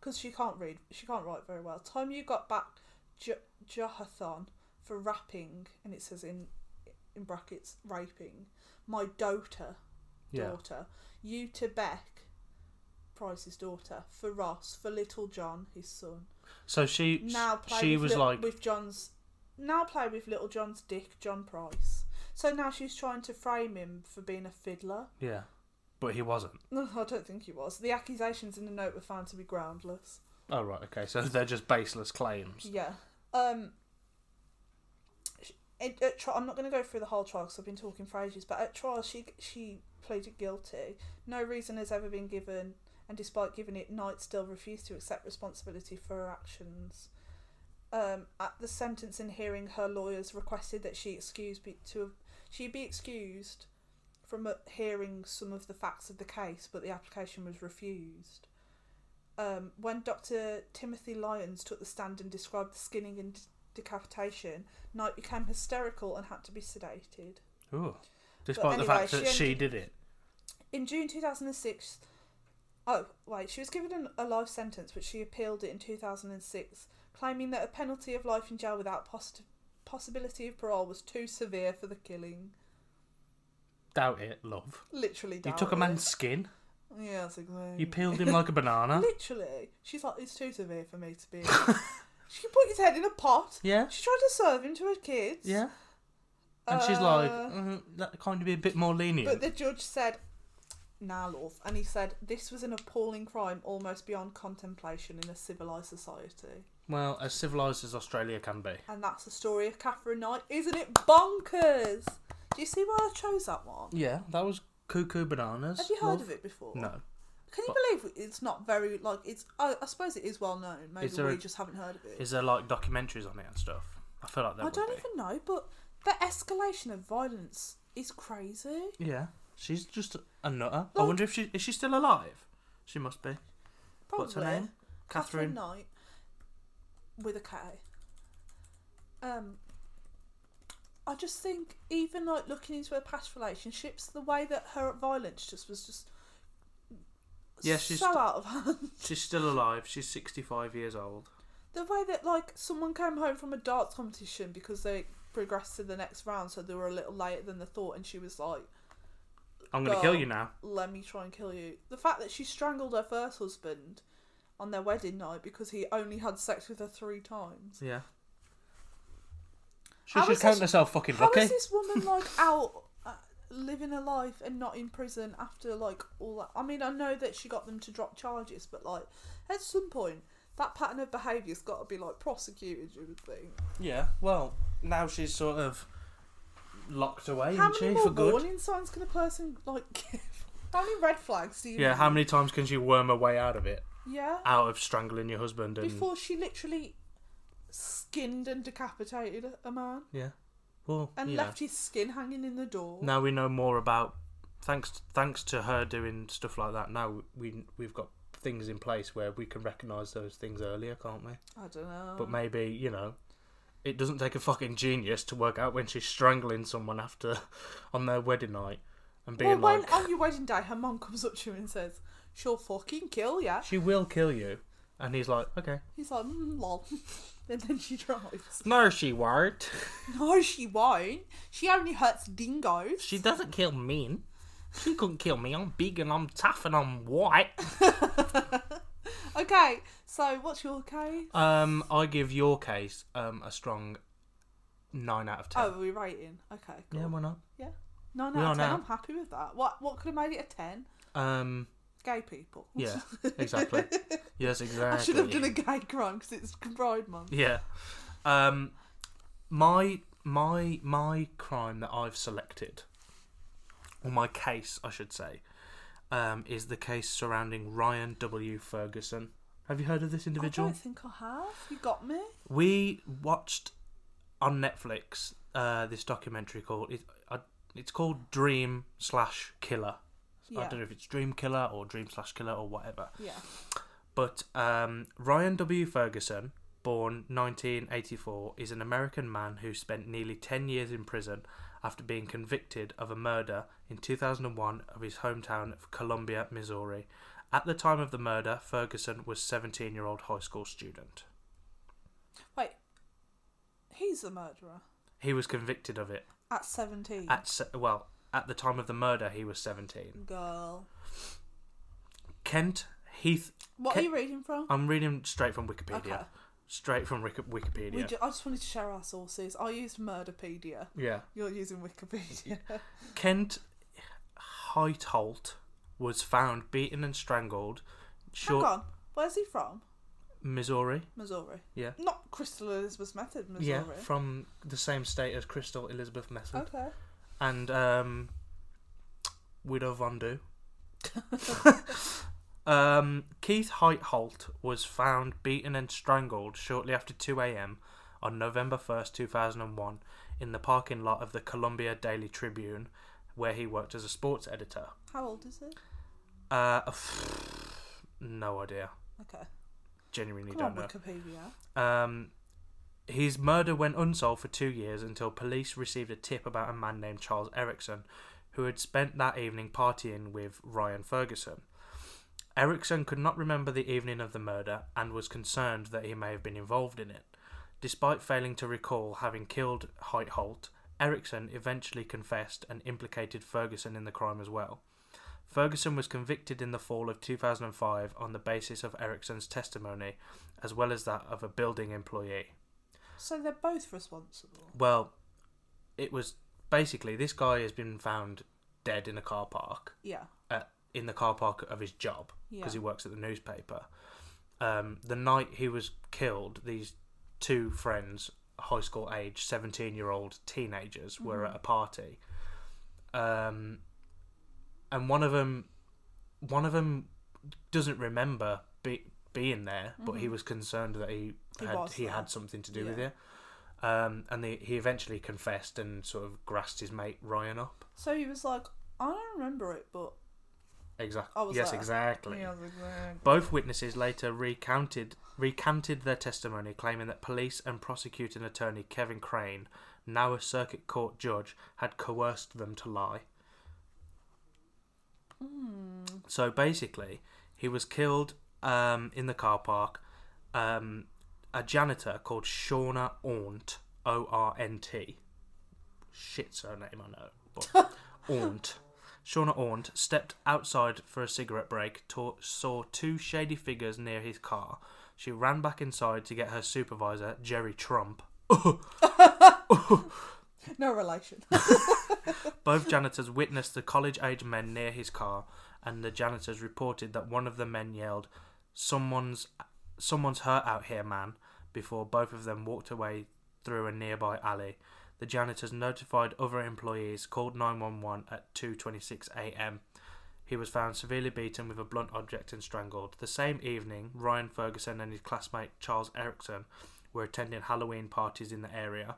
Speaker 2: because she can't read, she can't write very well. Time you got back, J- Jahathon for rapping, and it says in in brackets raping my daughter,
Speaker 1: Yeah.
Speaker 2: daughter, you to Beck, Price's daughter, for Ross, for Little John, his son.
Speaker 1: so she
Speaker 2: Now play
Speaker 1: she
Speaker 2: with
Speaker 1: was
Speaker 2: Lil-
Speaker 1: like
Speaker 2: with John's. Now play with Little John's dick, John Price. So now she's trying to frame him for being a fiddler.
Speaker 1: yeah, but he wasn't.
Speaker 2: No, I don't think he was. The accusations in the note were found to be groundless.
Speaker 1: Oh right, okay. So they're just baseless claims.
Speaker 2: Yeah. Um. sh- It, at tri- I'm not going to go through the whole trial because I've been talking for ages. But at trial, she she pleaded guilty. No reason has ever been given, and despite giving it, Knight still refused to accept responsibility for her actions. Um, at the sentencing hearing, her lawyers requested that she excuse be to she be excused from uh, hearing some of the facts of the case, but the application was refused um, when Dr. Timothy Lyons took the stand and described the skinning and decapitation, Knight became hysterical and had to be sedated.
Speaker 1: Ooh. Despite the
Speaker 2: anyway,
Speaker 1: fact that
Speaker 2: she
Speaker 1: she
Speaker 2: ended-
Speaker 1: did it.
Speaker 2: In June 2006, oh, wait, she was given an, a life sentence, but she appealed it in 2006, claiming that a penalty of life in jail without poss- possibility of parole was too severe for the killing.
Speaker 1: Doubt it, love.
Speaker 2: Literally,
Speaker 1: You
Speaker 2: doubt
Speaker 1: took a
Speaker 2: it.
Speaker 1: man's skin.
Speaker 2: Yeah, that's exactly.
Speaker 1: You peeled him like a banana.
Speaker 2: Literally, she's like, it's too severe for me to be. she put his head in a pot.
Speaker 1: Yeah.
Speaker 2: She tried to serve him to her kids.
Speaker 1: Yeah. And she's like,
Speaker 2: Uh,
Speaker 1: mm, that kind of be a bit more lenient.
Speaker 2: But the judge said, nah, love. And he said, this was an appalling crime almost beyond contemplation in a civilised society.
Speaker 1: Well, as civilised as Australia can be.
Speaker 2: And that's the story of Catherine Knight. Isn't it bonkers? Do you see why I chose that one?
Speaker 1: Yeah, that was cuckoo bananas.
Speaker 2: Have you heard
Speaker 1: love.
Speaker 2: of it before?
Speaker 1: No.
Speaker 2: Can you believe it's not very, like, it's, I, I suppose it is well known. Maybe
Speaker 1: Is there
Speaker 2: we
Speaker 1: a-
Speaker 2: just haven't heard of it.
Speaker 1: Is there like documentaries on it and stuff? I feel like that.
Speaker 2: I
Speaker 1: would
Speaker 2: don't
Speaker 1: be.
Speaker 2: even know, but the escalation of violence is crazy.
Speaker 1: Yeah, she's just a nutter. I
Speaker 2: Like-
Speaker 1: wonder if she is she still alive. She must be.
Speaker 2: Probably.
Speaker 1: What's her name? Catherine.
Speaker 2: Catherine Knight with a K. Um, I just think even like looking into her past relationships, the way that her violence just was just
Speaker 1: Yeah, she's
Speaker 2: so
Speaker 1: st-
Speaker 2: out of hand.
Speaker 1: She's still alive. She's sixty-five years old.
Speaker 2: The way that like someone came home from a darts competition because they progressed to the next round, so they were a little later than they thought, and she was like,
Speaker 1: I'm gonna
Speaker 2: Well-
Speaker 1: kill you now.
Speaker 2: "Let me try and kill you." The fact that she strangled her first husband on their wedding night because he only had sex with her three times.
Speaker 1: Yeah. She
Speaker 2: How
Speaker 1: should
Speaker 2: is
Speaker 1: count
Speaker 2: this-
Speaker 1: herself fucking
Speaker 2: How is
Speaker 1: lucky.
Speaker 2: this woman like out uh, living her life and not in prison after like all that? I mean, I know that she got them to drop charges, but like at some point, that pattern of behaviour's got to be like prosecuted. You would think.
Speaker 1: Yeah. Well, now she's sort of locked away,
Speaker 2: How
Speaker 1: isn't
Speaker 2: many
Speaker 1: she,
Speaker 2: more
Speaker 1: for good?
Speaker 2: warning signs can a person like give? How many red flags do you?
Speaker 1: Yeah.
Speaker 2: need?
Speaker 1: How many times can she worm her way out of it?
Speaker 2: Yeah.
Speaker 1: Out of strangling your husband and
Speaker 2: Before she literally skinned and decapitated a man
Speaker 1: yeah. Well,
Speaker 2: and
Speaker 1: you know.
Speaker 2: left his skin hanging in the door.
Speaker 1: now we know more about thanks thanks to her doing stuff like that now we we've got things in place where we can recognize those things earlier can't we
Speaker 2: I don't know.
Speaker 1: but maybe you know it doesn't take a fucking genius to work out when she's strangling someone after on their wedding night and being
Speaker 2: well,
Speaker 1: like
Speaker 2: when on your wedding day, her mum comes up to you and says, "She'll fucking kill ya."
Speaker 1: she will kill you and he's like okay
Speaker 2: He's like, mm, "Lol," and then she drives.
Speaker 1: no she won't
Speaker 2: No, she won't. She only hurts dingoes.
Speaker 1: she doesn't kill men she couldn't kill me i'm big and i'm tough and i'm white
Speaker 2: Okay, so what's your case?
Speaker 1: um i give your case um a strong 9 out of 10
Speaker 2: Oh, we're rating. Okay, cool.
Speaker 1: yeah why not
Speaker 2: Yeah. nine
Speaker 1: We
Speaker 2: out
Speaker 1: are
Speaker 2: of ten.
Speaker 1: now.
Speaker 2: I'm happy with that. What What could have made it a ten?
Speaker 1: Um.
Speaker 2: Gay people.
Speaker 1: Yeah. Exactly. yes. Exactly.
Speaker 2: I should have done a gay crime because it's Pride Month.
Speaker 1: Yeah. Um. My my my crime that I've selected, or my case, I should say, um, is the case surrounding Ryan W. Ferguson. Have you heard of this individual?
Speaker 2: I don't think I have.
Speaker 10: You got me.
Speaker 1: We watched on Netflix uh, this documentary called it, I it's called Dream Slash Killer. I
Speaker 2: Yeah.
Speaker 1: don't know if it's Dream Killer or Dream Slash Killer or whatever.
Speaker 2: Yeah.
Speaker 1: But um, Ryan W. Ferguson, born 1984, is an American man who spent nearly 10 years in prison after being convicted of a murder in 2001 of his hometown of Columbia, Missouri. At the time of the murder, Ferguson was 17 year old high school student.
Speaker 10: Wait. He's the murderer.
Speaker 1: He was convicted of it
Speaker 10: At 17.
Speaker 1: at se- well at the time of the murder he was 17.
Speaker 10: Girl.
Speaker 1: Kent Heath.
Speaker 10: What
Speaker 1: Ke-
Speaker 10: are you reading from?
Speaker 1: I'm reading straight from Wikipedia.
Speaker 10: Okay.
Speaker 1: Straight from Wiki-
Speaker 10: We
Speaker 1: Wikipedia.
Speaker 10: ju- I just wanted to share our sources. I used Murderpedia.
Speaker 1: yeah.
Speaker 10: You're using Wikipedia.
Speaker 1: Kent Heitholt was found beaten and strangled.
Speaker 10: Hang
Speaker 1: Short
Speaker 10: on. Where's he from?
Speaker 1: Missouri.
Speaker 10: Missouri.
Speaker 1: Yeah.
Speaker 10: Not Crystal Elizabeth Method, Missouri.
Speaker 1: Yeah, from the same state as Crystal Elizabeth Method
Speaker 2: Oh.
Speaker 10: okay.
Speaker 1: and um, Widow Von Du. um, Keith Heitholt was found beaten and strangled shortly after 2 a.m. on November 1st, 2001, in the parking lot of the Columbia Daily Tribune, where he worked as a sports editor.
Speaker 10: How old is he?
Speaker 1: Uh, no idea.
Speaker 10: Okay.
Speaker 1: Genuinely
Speaker 10: Come on,
Speaker 1: don't know.
Speaker 10: Wikipedia.
Speaker 1: Um, his murder went unsolved for two years until police received a tip about a man named Charles Erickson, who had spent that evening partying with Ryan Ferguson. Erickson could not remember the evening of the murder and was concerned that he may have been involved in it. Despite failing to recall having killed Heitholt, Erickson eventually confessed and implicated Ferguson in the crime as well. Ferguson was convicted in the fall of 2005 on the basis of Erickson's testimony, as well as that of a building employee.
Speaker 10: So they're both responsible.
Speaker 1: Well, it was basically this guy has been found dead in a car park,
Speaker 10: Yeah.
Speaker 1: at, in the car park of his job, because
Speaker 10: Yeah.
Speaker 1: he works at the newspaper. Um, the night he was killed, these two friends, high school age, 17 year old teenagers, were
Speaker 10: Mm-hmm.
Speaker 1: at a party. Um, and one of them, one of them doesn't remember be, being there, but he was concerned that he
Speaker 10: Mm-hmm. He
Speaker 1: had
Speaker 10: was
Speaker 1: he
Speaker 10: there.
Speaker 1: had something to do with
Speaker 10: Yeah.
Speaker 1: it. Um, and they, he eventually confessed and sort of grassed his mate Ryan up.
Speaker 10: So he was like, I don't remember it, but. I
Speaker 1: Exactly.
Speaker 10: Oh, was
Speaker 1: Yes,
Speaker 10: there.
Speaker 1: exactly.
Speaker 10: Yeah, I was like, "Eh."
Speaker 1: Both witnesses later recounted recanted their testimony, claiming that police and prosecuting attorney Kevin Crane, now a circuit court judge, had coerced them to lie. So basically, he was killed um, in the car park. Um, a janitor called Shauna Aunt, O R N T. Shit surname, I know. But Aunt. Shauna Aunt stepped outside for a cigarette break, ta- saw two shady figures near his car. She ran back inside to get her supervisor, Jerry Trump.
Speaker 10: No relation.
Speaker 1: Both janitors witnessed the college age men near his car, and the janitors reported that one of the men yelled, Someone's, someone's hurt out here, man, before both of them walked away through a nearby alley. The janitors notified other employees, called 911 at 2:26 a.m. He was found severely beaten with a blunt object and strangled. The same evening, Ryan Ferguson and his classmate Charles Erickson were attending Halloween parties in the area.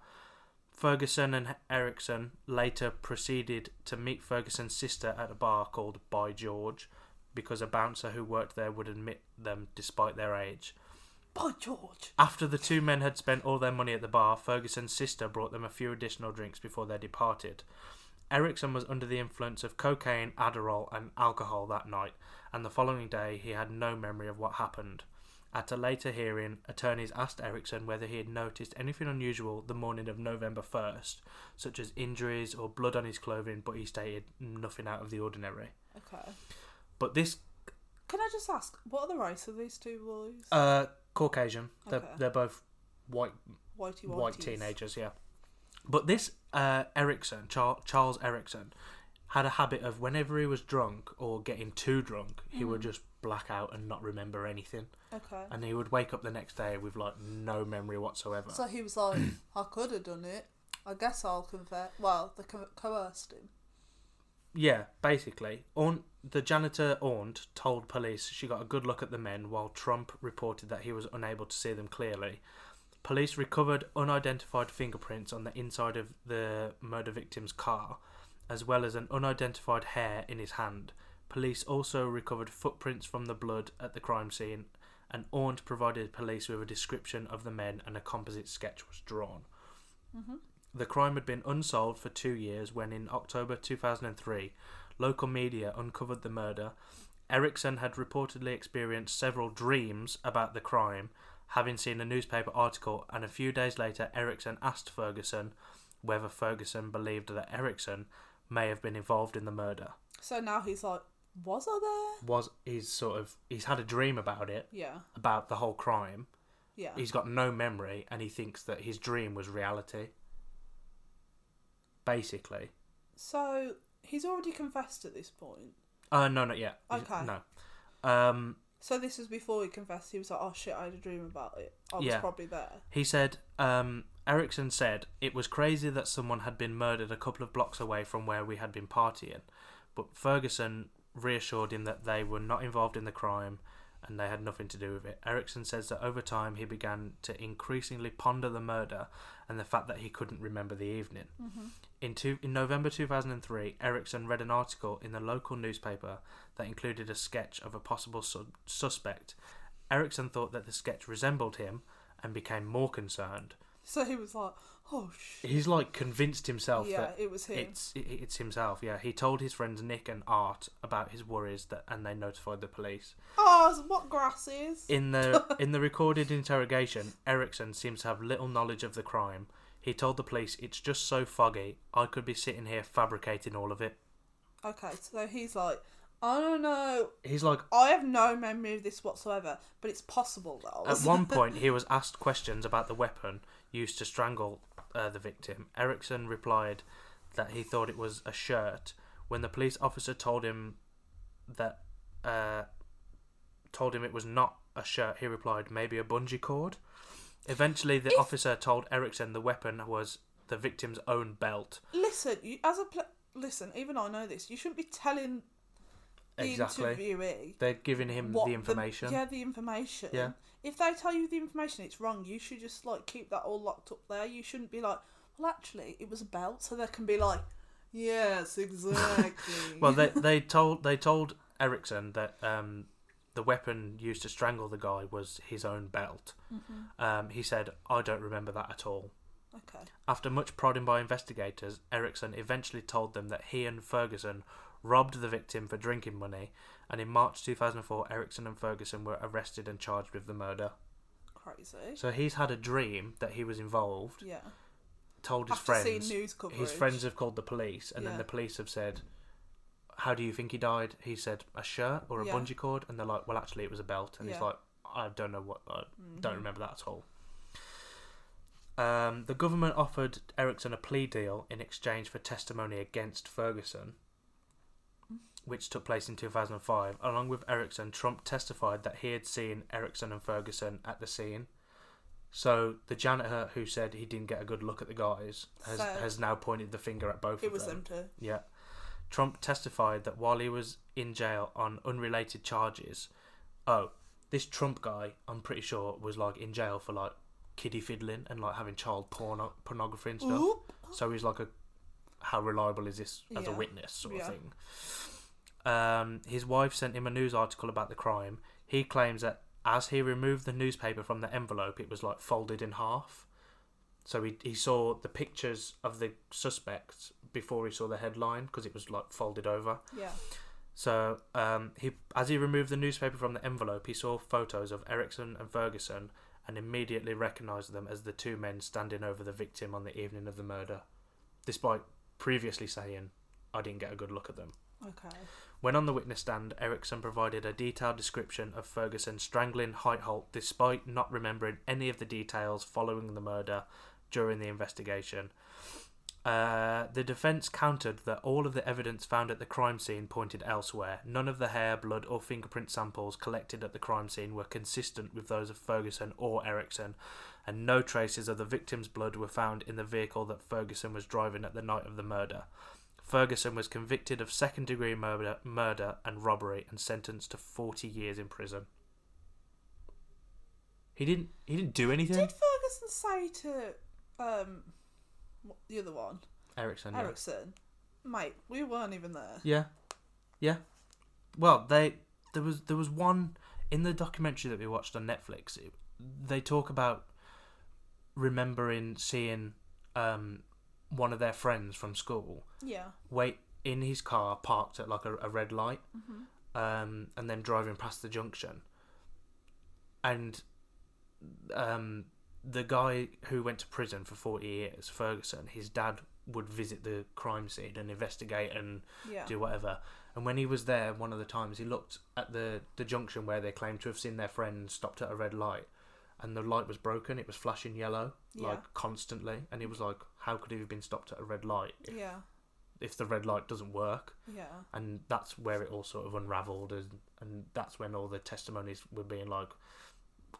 Speaker 1: Ferguson and Erickson later proceeded to meet Ferguson's sister at a bar called By George because a bouncer who worked there would admit them despite their age.
Speaker 10: By George.
Speaker 1: After the two men had spent all their money at the bar, Ferguson's sister brought them a few additional drinks before they departed. Erickson was under the influence of cocaine, Adderall, and alcohol that night, and the following day he had no memory of what happened. At a later hearing, attorneys asked Erickson whether he had noticed anything unusual the morning of November 1st, such as injuries or blood on his clothing, but he stated nothing out of the ordinary.
Speaker 10: Okay.
Speaker 1: But this
Speaker 10: Can I just ask, what are the race of these two boys?
Speaker 1: uh, Caucasian, they're,
Speaker 10: Okay.
Speaker 1: they're both white
Speaker 10: Whitey
Speaker 1: white
Speaker 10: whiteies.
Speaker 1: teenagers, yeah. But this uh, Erickson, Char- Charles Erickson, had a habit of whenever he was drunk or getting too drunk, he would just black out and not remember anything,
Speaker 10: Okay.
Speaker 1: and he would wake up the next day with like no memory whatsoever.
Speaker 10: So he was like, I could have done it. I guess I'll confess. Well, they co- coerced him.
Speaker 1: Yeah, basically. Aunt, the janitor aunt told police she got a good look at the men while Trump reported that he was unable to see them clearly. Police recovered unidentified fingerprints on the inside of the murder victim's car, as well as an unidentified hair in his hand. Police also recovered footprints from the blood at the crime scene, and Aunt provided police with a description of the men and a composite sketch was drawn. The crime had been unsolved for two years when, in October 2003, local media uncovered the murder. Erickson had reportedly experienced several dreams about the crime, having seen a newspaper article, and a few days later, Erickson asked Ferguson whether Ferguson believed that Erickson may have been involved in the murder.
Speaker 10: So now he's like, was I
Speaker 1: Was he's sort of he's had a dream about it,
Speaker 10: there? Yeah,
Speaker 1: about the whole crime.
Speaker 10: yeah.
Speaker 1: He's got no memory, and he thinks that his dream was reality. Basically.
Speaker 10: So he's already confessed at this point.
Speaker 1: Uh, no, not yet. Is-
Speaker 10: Okay.
Speaker 1: No. Um,
Speaker 10: So this was before he confessed. He was like, "Oh shit, I had a dream about it. I was
Speaker 1: Yeah.
Speaker 10: probably there."
Speaker 1: he said, um, Erickson said, it was crazy that someone had been murdered a couple of blocks away from where we had been partying. But Ferguson reassured him that they were not involved in the crime and they had nothing to do with it. Erickson says that over time he began to increasingly ponder the murder and the fact that he couldn't remember the evening. In, two, in November 2003, Erickson read an article in the local newspaper that included a sketch of a possible su- suspect. Erickson thought that the sketch resembled him and became more concerned.
Speaker 10: So he was like, "Oh shit."
Speaker 1: He's like convinced himself
Speaker 10: Yeah,
Speaker 1: that
Speaker 10: it was him.
Speaker 1: It's it- it's himself. Yeah, he told his friends Nick and Art about his worries that, and they notified the police.
Speaker 10: Oh, so what grass is?
Speaker 1: In the in the recorded interrogation, Erickson seems to have little knowledge of the crime. He told the police, "It's just so foggy. I could be sitting here fabricating all of it."
Speaker 10: Okay, so he's like, "I don't know.
Speaker 1: He's like,
Speaker 10: I have no memory of this whatsoever, but it's possible that I
Speaker 1: At
Speaker 10: was."
Speaker 1: one point, he was asked questions about the weapon used to strangle uh, the victim. Erickson replied that he thought it was a shirt. When the police officer told him that, uh, told him it was not a shirt, he replied, "Maybe a bungee cord." Eventually, the officer told Erickson the weapon was the victim's own belt.
Speaker 10: listen, you, as a pl- listen, even I know this. You shouldn't be telling the
Speaker 1: Exactly,
Speaker 10: interviewee
Speaker 1: they're giving him
Speaker 10: what
Speaker 1: the information.
Speaker 10: yeah, the information.
Speaker 1: Yeah.
Speaker 10: If they tell you the information, it's wrong. You should just like keep that all locked up there. You shouldn't be like, well, actually, it was a belt, so they can be like, yes, exactly.
Speaker 1: Well, they they told they told Erickson that um, the weapon used to strangle the guy was his own belt. Um, he said, "I don't remember that at all."
Speaker 10: okay.
Speaker 1: After much prodding by investigators, Erickson eventually told them that he and Ferguson robbed the victim for drinking money, and in March 2004, Erickson and Ferguson were arrested and charged with the murder.
Speaker 10: Crazy.
Speaker 1: So he's had a dream that he was involved,
Speaker 10: yeah.
Speaker 1: told his
Speaker 10: After seeing
Speaker 1: friends.
Speaker 10: news coverage.
Speaker 1: His friends have called the police, and
Speaker 10: Yeah.
Speaker 1: then the police have said, "How do you think he died?" He said, "A shirt or a
Speaker 10: Yeah.
Speaker 1: bungee cord," and they're like, "Well, actually, it was a belt." And he's
Speaker 10: Yeah. Mm-hmm.
Speaker 1: like, "I don't know what. I don't remember that at all." Um, the government offered Erickson a plea deal in exchange for testimony against Ferguson, which took place in 2005. Along with Erickson, Trump testified that he had seen Erickson and Ferguson at the scene. So the janitor who said he didn't get a good look at the guys has,
Speaker 10: So-
Speaker 1: has now pointed the finger at both
Speaker 10: It
Speaker 1: of
Speaker 10: was
Speaker 1: them.
Speaker 10: them too.
Speaker 1: Yeah. Trump testified that while he was in jail on unrelated charges, oh, this Trump guy, I'm pretty sure, was like in jail for like kiddie fiddling and like having child porn pornography and stuff.
Speaker 10: Oop.
Speaker 1: So he's like a how reliable is this as a
Speaker 10: Yeah.
Speaker 1: witness sort
Speaker 10: Yeah.
Speaker 1: of thing. Um, his wife sent him a news article about the crime. He claims that as he removed the newspaper from the envelope, it was like folded in half. So he, he saw the pictures of the suspects before he saw the headline because it was like folded over.
Speaker 10: Yeah.
Speaker 1: So um, he, as he removed the newspaper from the envelope, he saw photos of Erickson and Ferguson and immediately recognised them as the two men standing over the victim on the evening of the murder, despite previously saying, "I didn't get a good look at them."
Speaker 10: Okay.
Speaker 1: When on the witness stand, Erickson provided a detailed description of Ferguson strangling Heitholt despite not remembering any of the details following the murder during the investigation. Uh, the defense countered that all of the evidence found at the crime scene pointed elsewhere. None of the hair, blood, or fingerprint samples collected at the crime scene were consistent with those of Ferguson or Erickson, and no traces of the victim's blood were found in the vehicle that Ferguson was driving at the night of the murder. Ferguson was convicted of second degree murder, murder and robbery and sentenced to 40 years in prison. He didn't he didn't do anything.
Speaker 10: Did Ferguson say to um wh- the other one,
Speaker 1: Ericsson. yeah.
Speaker 10: Ericsson, mate, we weren't even there.
Speaker 1: Yeah, yeah. Well, they there was there was one in the documentary that we watched on Netflix. It, they talk about remembering seeing um, one of their friends from school
Speaker 10: Yeah,
Speaker 1: wait in his car parked at like a, a red light,
Speaker 10: Mm-hmm.
Speaker 1: um, and then driving past the junction, and um, the guy who went to prison for forty years, Ferguson, his dad would visit the crime scene and investigate and
Speaker 10: yeah.
Speaker 1: do whatever. And when he was there, one of the times he looked at the the junction where they claimed to have seen their friend stopped at a red light, and the light was broken. It was flashing yellow
Speaker 10: Yeah.
Speaker 1: like constantly, and he was like, "How could he have been stopped at a red light if,
Speaker 10: yeah,
Speaker 1: if the red light doesn't work?"
Speaker 10: yeah,
Speaker 1: And that's where it all sort of unravelled, and and that's when all the testimonies were being like,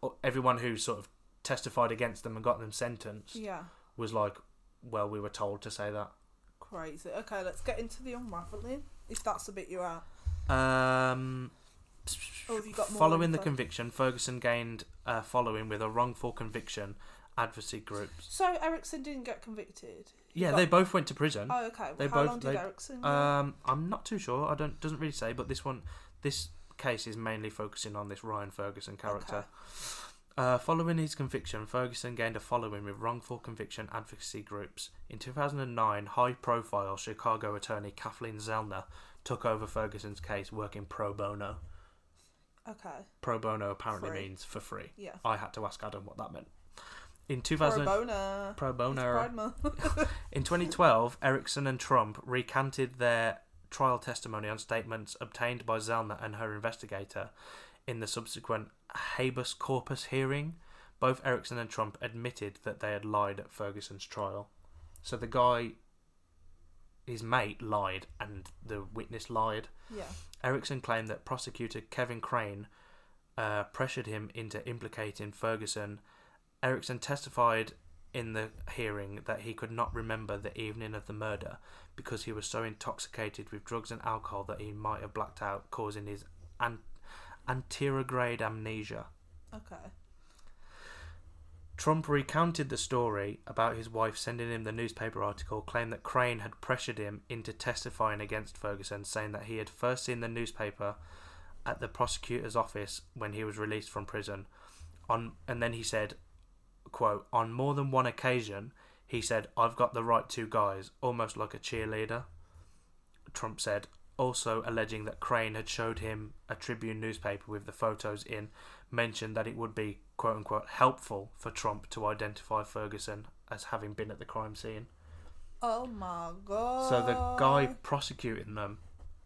Speaker 1: o- everyone who sort of testified against them and got them sentenced
Speaker 10: yeah.
Speaker 1: was like, "Well, we were told to say that."
Speaker 10: Crazy. Okay, let's get into the unraveling. If that's the bit you're at,
Speaker 1: Um,
Speaker 10: Or have you got more
Speaker 1: following the
Speaker 10: info?
Speaker 1: conviction, Ferguson gained a following with a wrongful conviction advocacy groups.
Speaker 10: so Ericsson didn't get convicted. He
Speaker 1: Yeah,
Speaker 10: got-
Speaker 1: they both went to prison.
Speaker 10: Oh, okay.
Speaker 1: they
Speaker 10: Well, how
Speaker 1: both-
Speaker 10: long did
Speaker 1: they-
Speaker 10: Ericsson?
Speaker 1: Um, I'm not too sure. I don't doesn't really say, but this one, this case is mainly focusing on this Ryan Ferguson character.
Speaker 10: Okay.
Speaker 1: Uh, following his conviction, Ferguson gained a following with wrongful conviction advocacy groups. In 2009, high profile Chicago attorney Kathleen Zellner took over Ferguson's case, working pro bono.
Speaker 10: okay.
Speaker 1: pro bono apparently
Speaker 10: Free.
Speaker 1: means for free.
Speaker 10: Yeah.
Speaker 1: I had to ask Adam what that meant. In
Speaker 10: Pro
Speaker 1: 2000,
Speaker 10: bono.
Speaker 1: pro bono.
Speaker 10: It's Pride Month.
Speaker 1: In 2012, Erickson and Trump recanted their trial testimony on statements obtained by Zellner and her investigator in the subsequent habeas corpus hearing. Both Erickson and Trump admitted that they had lied at Ferguson's trial. So the guy, his mate, lied and the witness lied.
Speaker 10: yeah.
Speaker 1: Erickson claimed that prosecutor Kevin Crane uh, pressured him into implicating Ferguson. Erickson testified in the hearing that he could not remember the evening of the murder because he was so intoxicated with drugs and alcohol that he might have blacked out, causing his an- anterograde amnesia.
Speaker 10: Okay.
Speaker 1: Trump recounted the story about his wife sending him the newspaper article, claimed that Crane had pressured him into testifying against Ferguson, saying that he had first seen the newspaper at the prosecutor's office when he was released from prison. On and then he said, quote, on more than one occasion, he said, I've got the right two guys, almost like a cheerleader. Trump said, also alleging that Crane had showed him a Tribune newspaper with the photos in, mentioned that it would be quote unquote helpful for Trump to identify Ferguson as having been at the crime scene.
Speaker 10: Oh my god.
Speaker 1: So the guy prosecuting them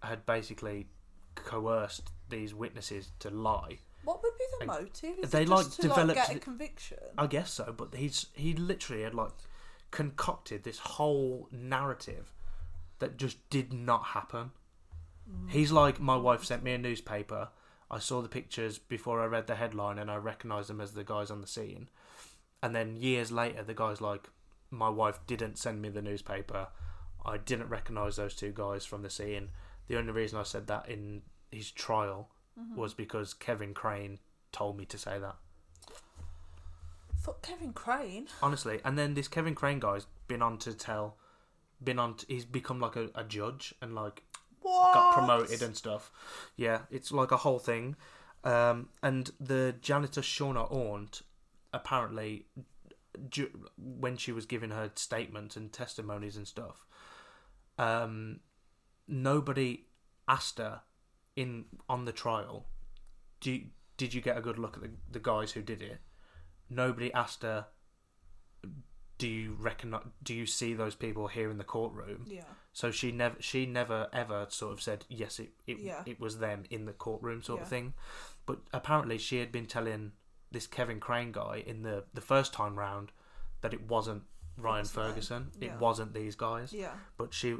Speaker 1: had basically coerced these witnesses to lie.
Speaker 10: What would be the motive? Is
Speaker 1: they,
Speaker 10: it
Speaker 1: like,
Speaker 10: just to
Speaker 1: developed
Speaker 10: like, get
Speaker 1: the-
Speaker 10: a conviction.
Speaker 1: I guess so, but he's he literally had like concocted this whole narrative that just did not happen. He's like, my wife sent me a newspaper. I saw the pictures before I read the headline, and I recognised them as the guys on the scene. And then years later, the guy's like, my wife didn't send me the newspaper. I didn't recognise those two guys from the scene. The only reason I said that in his trial was because Kevin Crane told me to say that.
Speaker 10: Fuck Kevin Crane.
Speaker 1: Honestly, and then this Kevin Crane guy's been on to tell, been on. To, he's become like a, a judge and like
Speaker 10: What?
Speaker 1: got promoted and stuff. Yeah, it's like a whole thing. Um, and the janitor Shauna Ornt apparently, ju- when she was giving her statements and testimonies and stuff, um, nobody asked her in on the trial. Do you, did you get a good look at the, the guys who did it? Nobody asked her. Do you recognize? Do you see those people here in the courtroom?
Speaker 10: Yeah.
Speaker 1: So she never, she never ever sort of said yes. It it,
Speaker 10: Yeah.
Speaker 1: it was them in the courtroom sort
Speaker 10: Yeah.
Speaker 1: of thing, but apparently she had been telling this Kevin Crane guy in the the first time round that it wasn't Ryan
Speaker 10: wasn't them.
Speaker 1: Ferguson.
Speaker 10: Yeah.
Speaker 1: It wasn't these guys.
Speaker 10: Yeah.
Speaker 1: But she,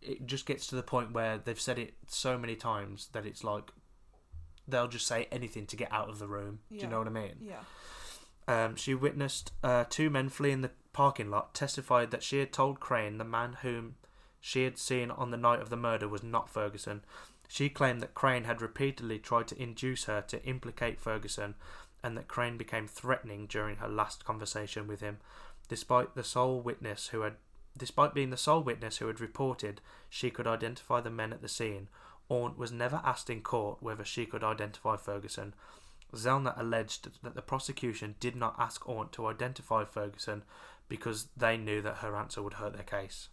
Speaker 1: it just gets to the point where they've said it so many times that it's like they'll just say anything to get out of the room. Do
Speaker 10: Yeah.
Speaker 1: you know what I mean?
Speaker 10: Yeah.
Speaker 1: Um, she witnessed uh, two men fleeing the parking lot, testified that she had told Crane, the man whom she had seen on the night of the murder was not Ferguson. She claimed that Crane had repeatedly tried to induce her to implicate Ferguson and that Crane became threatening during her last conversation with him. Despite the sole witness who had despite being the sole witness who had reported she could identify the men at the scene, Ornt was never asked in court whether she could identify Ferguson. Zellner alleged that the prosecution did not ask Ornt to identify Ferguson because they knew that her answer would hurt their case.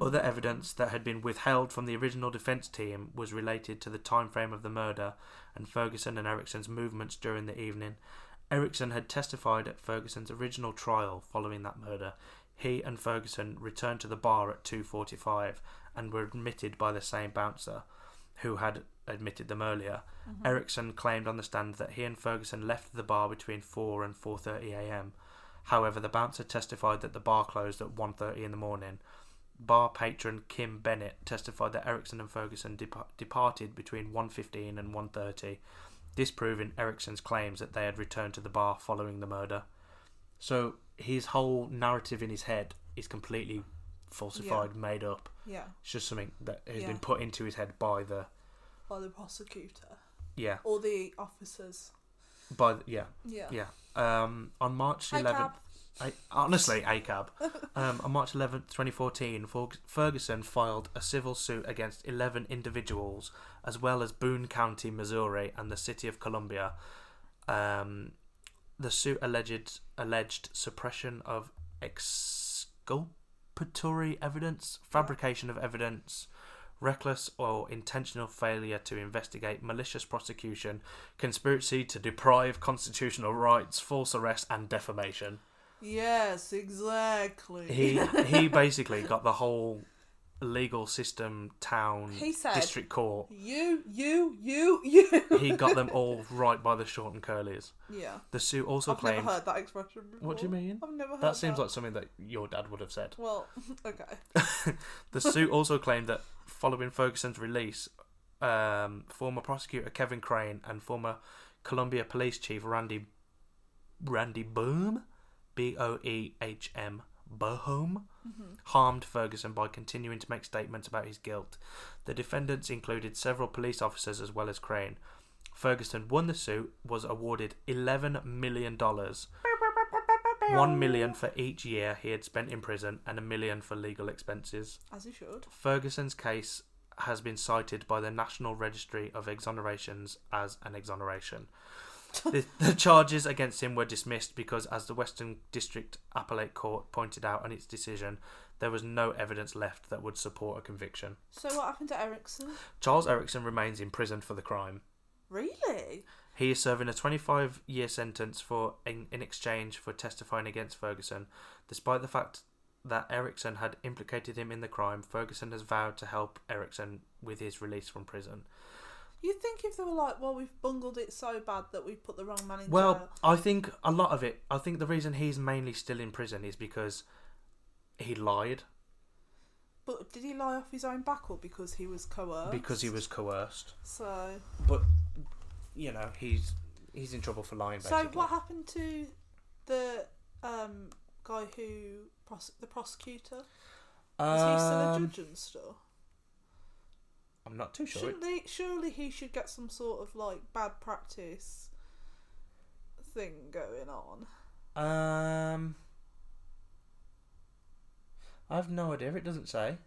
Speaker 1: Other evidence that had been withheld from the original defence team was related to the time frame of the murder and Ferguson and Ericsson's movements during the evening. Ericsson had testified at Ferguson's original trial following that murder. He and Ferguson returned to the bar at 2:45 and were admitted by the same bouncer who had admitted them earlier.
Speaker 2: Mm-hmm.
Speaker 1: Ericsson claimed on the stand that he and Ferguson left the bar between 4 and 4:30 a.m. However, the bouncer testified that the bar closed at 1:30 in the morning. Bar patron Kim Bennett testified that Ericsson and Ferguson depa- departed between 1:15 and 1:30, disproving Ericsson's claims that they had returned to the bar following the murder. So his whole narrative in his head is completely falsified, made up.
Speaker 2: Yeah,
Speaker 1: It's just something that has
Speaker 2: Yeah.
Speaker 1: been put into his head by the
Speaker 2: by the prosecutor
Speaker 1: yeah
Speaker 2: or the officers.
Speaker 1: by the, yeah
Speaker 2: Yeah.
Speaker 1: yeah. Um, on March
Speaker 2: Hi,
Speaker 1: 11th,
Speaker 2: Cap.
Speaker 1: I, honestly, ACAB. um, on March 11th, 2014, Ferg- Ferguson filed a civil suit against 11 individuals, as well as Boone County, Missouri, and the City of Columbia. Um, the suit alleged alleged suppression of exculpatory evidence, fabrication of evidence, reckless or intentional failure to investigate, malicious prosecution, conspiracy to deprive constitutional rights, false arrest, and defamation.
Speaker 2: Yes, exactly.
Speaker 1: He he basically got the whole legal system, town,
Speaker 2: He said-
Speaker 1: district court.
Speaker 2: you, you, you, you.
Speaker 1: He got them all right by the short and curlies.
Speaker 2: yeah.
Speaker 1: The suit also
Speaker 2: I've
Speaker 1: claimed.
Speaker 2: never heard that expression before.
Speaker 1: What do you mean?
Speaker 2: I've never heard
Speaker 1: that seems like something that your dad would have said.
Speaker 2: Well, okay.
Speaker 1: The suit also claimed that following Ferguson's release, um, former prosecutor Kevin Crane and former Columbia Police Chief Randy Randy Boom, B O E H M Bohm, harmed Ferguson by continuing to make statements about his guilt. The defendants included several police officers as well as Crane. Ferguson won the suit, was awarded eleven million dollars. One million for each year he had spent in prison and a million for legal expenses.
Speaker 2: As you should.
Speaker 1: Ferguson's case has been cited by the National Registry of Exonerations as an exoneration. the, the charges against him were dismissed because, as the Western District Appellate Court pointed out in its decision, there was no evidence left that would support a conviction.
Speaker 2: So what happened to Ericsson?
Speaker 1: Charles Erickson remains imprisoned for the crime.
Speaker 2: Really?
Speaker 1: He is serving a 25 year sentence for in, in exchange for testifying against Ferguson. Despite the fact that Erickson had implicated him in the crime, Ferguson has vowed to help Erickson with his release from prison.
Speaker 2: You'd think if they were like, well, we've bungled it so bad that we put the wrong man in
Speaker 1: Well,
Speaker 2: jail.
Speaker 1: I think a lot of it, I think the reason he's mainly still in prison is because he lied,
Speaker 2: But did he lie off his own back or because he was coerced?
Speaker 1: because he was coerced.
Speaker 2: So,
Speaker 1: But, you know, he's he's in trouble for lying,
Speaker 2: so
Speaker 1: basically.
Speaker 2: what happened to the um, guy who prose- the prosecutor? Is he still a
Speaker 1: Um,
Speaker 2: judge and stuff?
Speaker 1: I'm not too sure.
Speaker 2: Shouldn't they? Surely he should get some sort of like bad practice thing going on.
Speaker 1: Um, I have no idea. It doesn't say.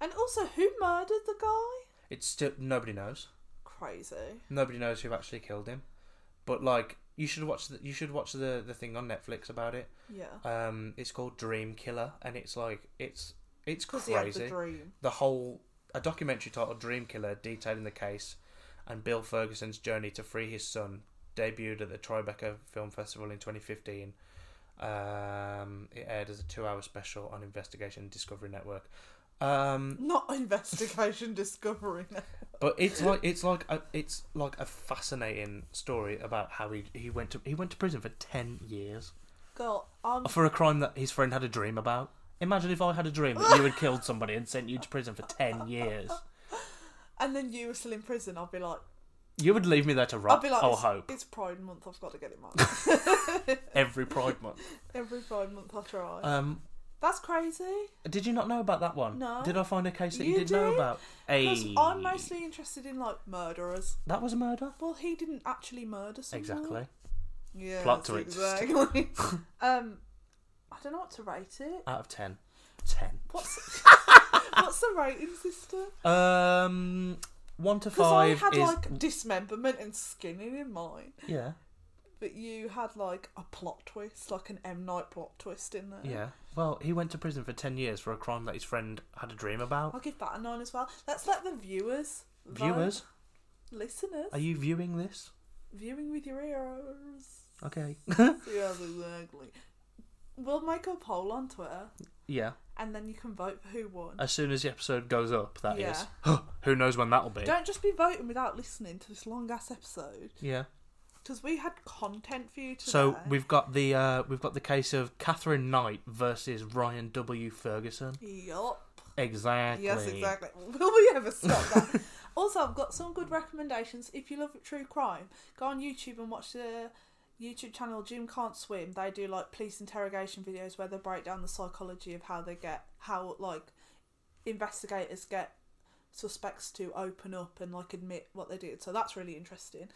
Speaker 2: And also, who murdered the guy?
Speaker 1: It's still nobody knows.
Speaker 2: Crazy.
Speaker 1: Nobody knows who actually killed him. But like, you should watch the you should watch the the thing on Netflix about it.
Speaker 2: Yeah.
Speaker 1: Um, it's called Dream Killer, and it's like it's it's
Speaker 2: Because he had
Speaker 1: crazy.
Speaker 2: the dream.
Speaker 1: the whole a documentary titled Dream Killer detailing the case and Bill Ferguson's journey to free his son debuted at the Tribeca Film Festival in 2015. Um, it aired as a two-hour special on Investigation Discovery Network. Um,
Speaker 2: Not investigation, discovering.
Speaker 1: but it's like it's like a, it's like a fascinating story about how he he went to he went to prison for ten years
Speaker 2: Girl, I'm
Speaker 1: for a crime that his friend had a dream about. Imagine if I had a dream that you had killed somebody and sent you to prison for ten years.
Speaker 2: and then you were still in prison, I'll be like,
Speaker 1: You would leave me there to
Speaker 2: I'll
Speaker 1: rot.
Speaker 2: be like,
Speaker 1: I'll
Speaker 2: it's,
Speaker 1: Uh, oh, hope.
Speaker 2: it's Pride Month, I've got to get it right.
Speaker 1: every Pride Month.
Speaker 2: Every Pride Month I try.
Speaker 1: Um,
Speaker 2: That's crazy.
Speaker 1: Did you not know about that one?
Speaker 2: No.
Speaker 1: Did I find a case that you,
Speaker 2: You
Speaker 1: did, know
Speaker 2: did?
Speaker 1: about?
Speaker 2: Because
Speaker 1: Ayy.
Speaker 2: I'm mostly interested in like murderers.
Speaker 1: That was a murder.
Speaker 2: Well, he didn't actually murder someone.
Speaker 1: Exactly.
Speaker 2: Yeah.
Speaker 1: Plot
Speaker 2: that's
Speaker 1: twist.
Speaker 2: Exactly. um, I don't know what to rate it.
Speaker 1: Out of ten. Ten.
Speaker 2: What's what's the rating system?
Speaker 1: Um, one to
Speaker 2: Because I
Speaker 1: five
Speaker 2: had
Speaker 1: is
Speaker 2: like dismemberment and skinning in mine,
Speaker 1: yeah,
Speaker 2: but you had like a plot twist, like an M Night plot twist in there.
Speaker 1: yeah. Well, he went to prison for ten years for a crime that his friend had a dream
Speaker 2: I'll
Speaker 1: about.
Speaker 2: give that a nine as well. Let's let the viewers, vote.
Speaker 1: Viewers,
Speaker 2: listeners,
Speaker 1: are you viewing this?
Speaker 2: viewing with your ears.
Speaker 1: Okay.
Speaker 2: Yes, exactly. We'll make a poll on Twitter,
Speaker 1: yeah.
Speaker 2: and then you can vote for who won.
Speaker 1: As soon as the episode goes up, that is.
Speaker 2: Yeah.
Speaker 1: Who knows when that'll be?
Speaker 2: Don't just be voting without listening to this long ass episode,
Speaker 1: Yeah.
Speaker 2: because we had content for you today.
Speaker 1: So we've got the uh, we've got the case of Catherine Knight versus Ryan W. Ferguson.
Speaker 2: Yup.
Speaker 1: Exactly.
Speaker 2: Yes, exactly. Will we ever stop that? also, I've got some good recommendations. If you love true crime, go on YouTube and watch the YouTube channel Jim Can't Swim. They do like police interrogation videos where they break down the psychology of how they get how like investigators get suspects to open up and like admit what they did. So that's really interesting.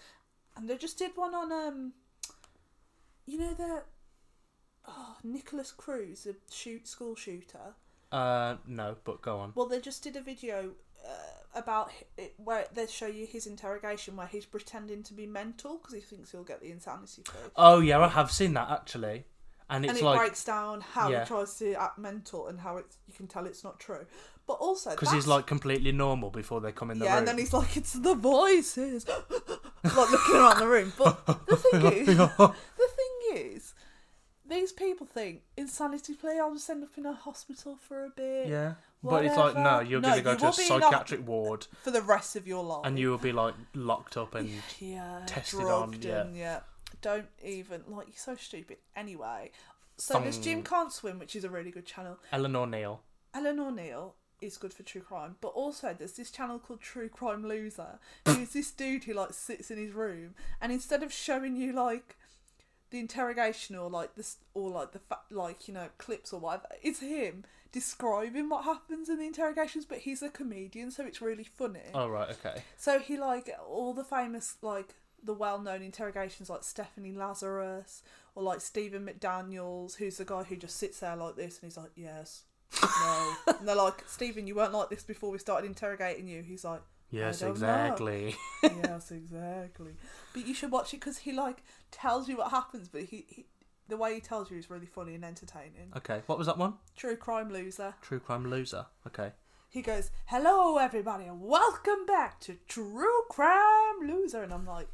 Speaker 2: And they just did one on um, you know the. Oh, Nicholas Cruz, the shoot school shooter.
Speaker 1: Uh, no, but go on.
Speaker 2: Well, they just did a video uh, about hi- it, where they show you his interrogation, where he's pretending to be mental because he thinks he'll get the insanity plea,
Speaker 1: Oh yeah, I have seen that actually, and it's
Speaker 2: and it
Speaker 1: like
Speaker 2: breaks down how
Speaker 1: Yeah.
Speaker 2: he tries to act mental and how it's you can tell it's not true. But also
Speaker 1: because he's
Speaker 2: that's-
Speaker 1: like completely normal before they come in the
Speaker 2: yeah,
Speaker 1: room.
Speaker 2: and then he's like, it's the voices, like looking around the room. But the thing is, the thing is, these people think insanity plea. I'll just end up in a hospital for a bit.
Speaker 1: Yeah. But it's like, no,
Speaker 2: Whatever.
Speaker 1: you're
Speaker 2: No,
Speaker 1: going to go
Speaker 2: you
Speaker 1: to a
Speaker 2: will be in a-
Speaker 1: psychiatric ward
Speaker 2: for the rest of your life.
Speaker 1: and you will be like locked up and.
Speaker 2: yeah,
Speaker 1: tested
Speaker 2: drugged
Speaker 1: on, yeah.
Speaker 2: and, yeah. Don't even like you're so stupid. Anyway, so there's Jim Can't Swim, which is a really good channel.
Speaker 1: Eleanor Neal.
Speaker 2: Ellen O'Neill is good for true crime, but also there's this channel called True Crime Loser, who's this dude who like sits in his room and instead of showing you like the interrogation or like this or like the fa- like you know clips or whatever, it's him describing what happens in the interrogations. But he's a comedian, so it's really funny.
Speaker 1: Oh, right, okay.
Speaker 2: So he like all the famous like the well-known interrogations like Stephanie Lazarus or like Stephen McDaniel's, who's the guy who just sits there like this and he's like, yes, no, and they're like, Stephen, you weren't like this before we started interrogating you. He's like,
Speaker 1: Yes,
Speaker 2: don't know.
Speaker 1: exactly.
Speaker 2: yes, exactly. But you should watch it because he like tells you what happens, but he, he the way he tells you is really funny and entertaining.
Speaker 1: okay, what was that one?
Speaker 2: True crime loser.
Speaker 1: True Crime Loser. Okay.
Speaker 2: He goes, "Hello, everybody, and welcome back to True Crime Loser." And I'm like,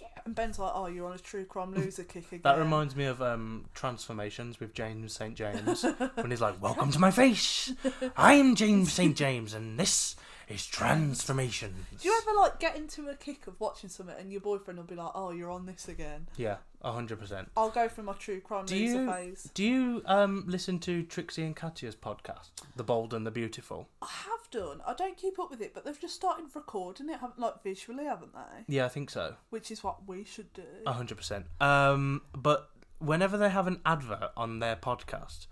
Speaker 2: yeah. and Ben's like, "Oh, you're on a True Crime Loser kick again."
Speaker 1: That reminds me of um, Transformations with James St. James when he's like, Welcome to my face! I'm James St. James and this is Transformations.
Speaker 2: Do you ever like get into a kick of watching something and your boyfriend will be like, "Oh, you're on this again."
Speaker 1: Yeah, 100%.
Speaker 2: I'll go through my True Crime
Speaker 1: Do
Speaker 2: Loser
Speaker 1: you,
Speaker 2: phase.
Speaker 1: do you um, listen to Trixie and Katya's podcast, The Bold and the Beautiful?
Speaker 2: I have done. I don't keep up with it, but they've just started recording it, haven't like visually, haven't they?
Speaker 1: Yeah, I think so.
Speaker 2: Which is what we should do.
Speaker 1: A hundred percent. Um, but whenever they have an advert on their podcast,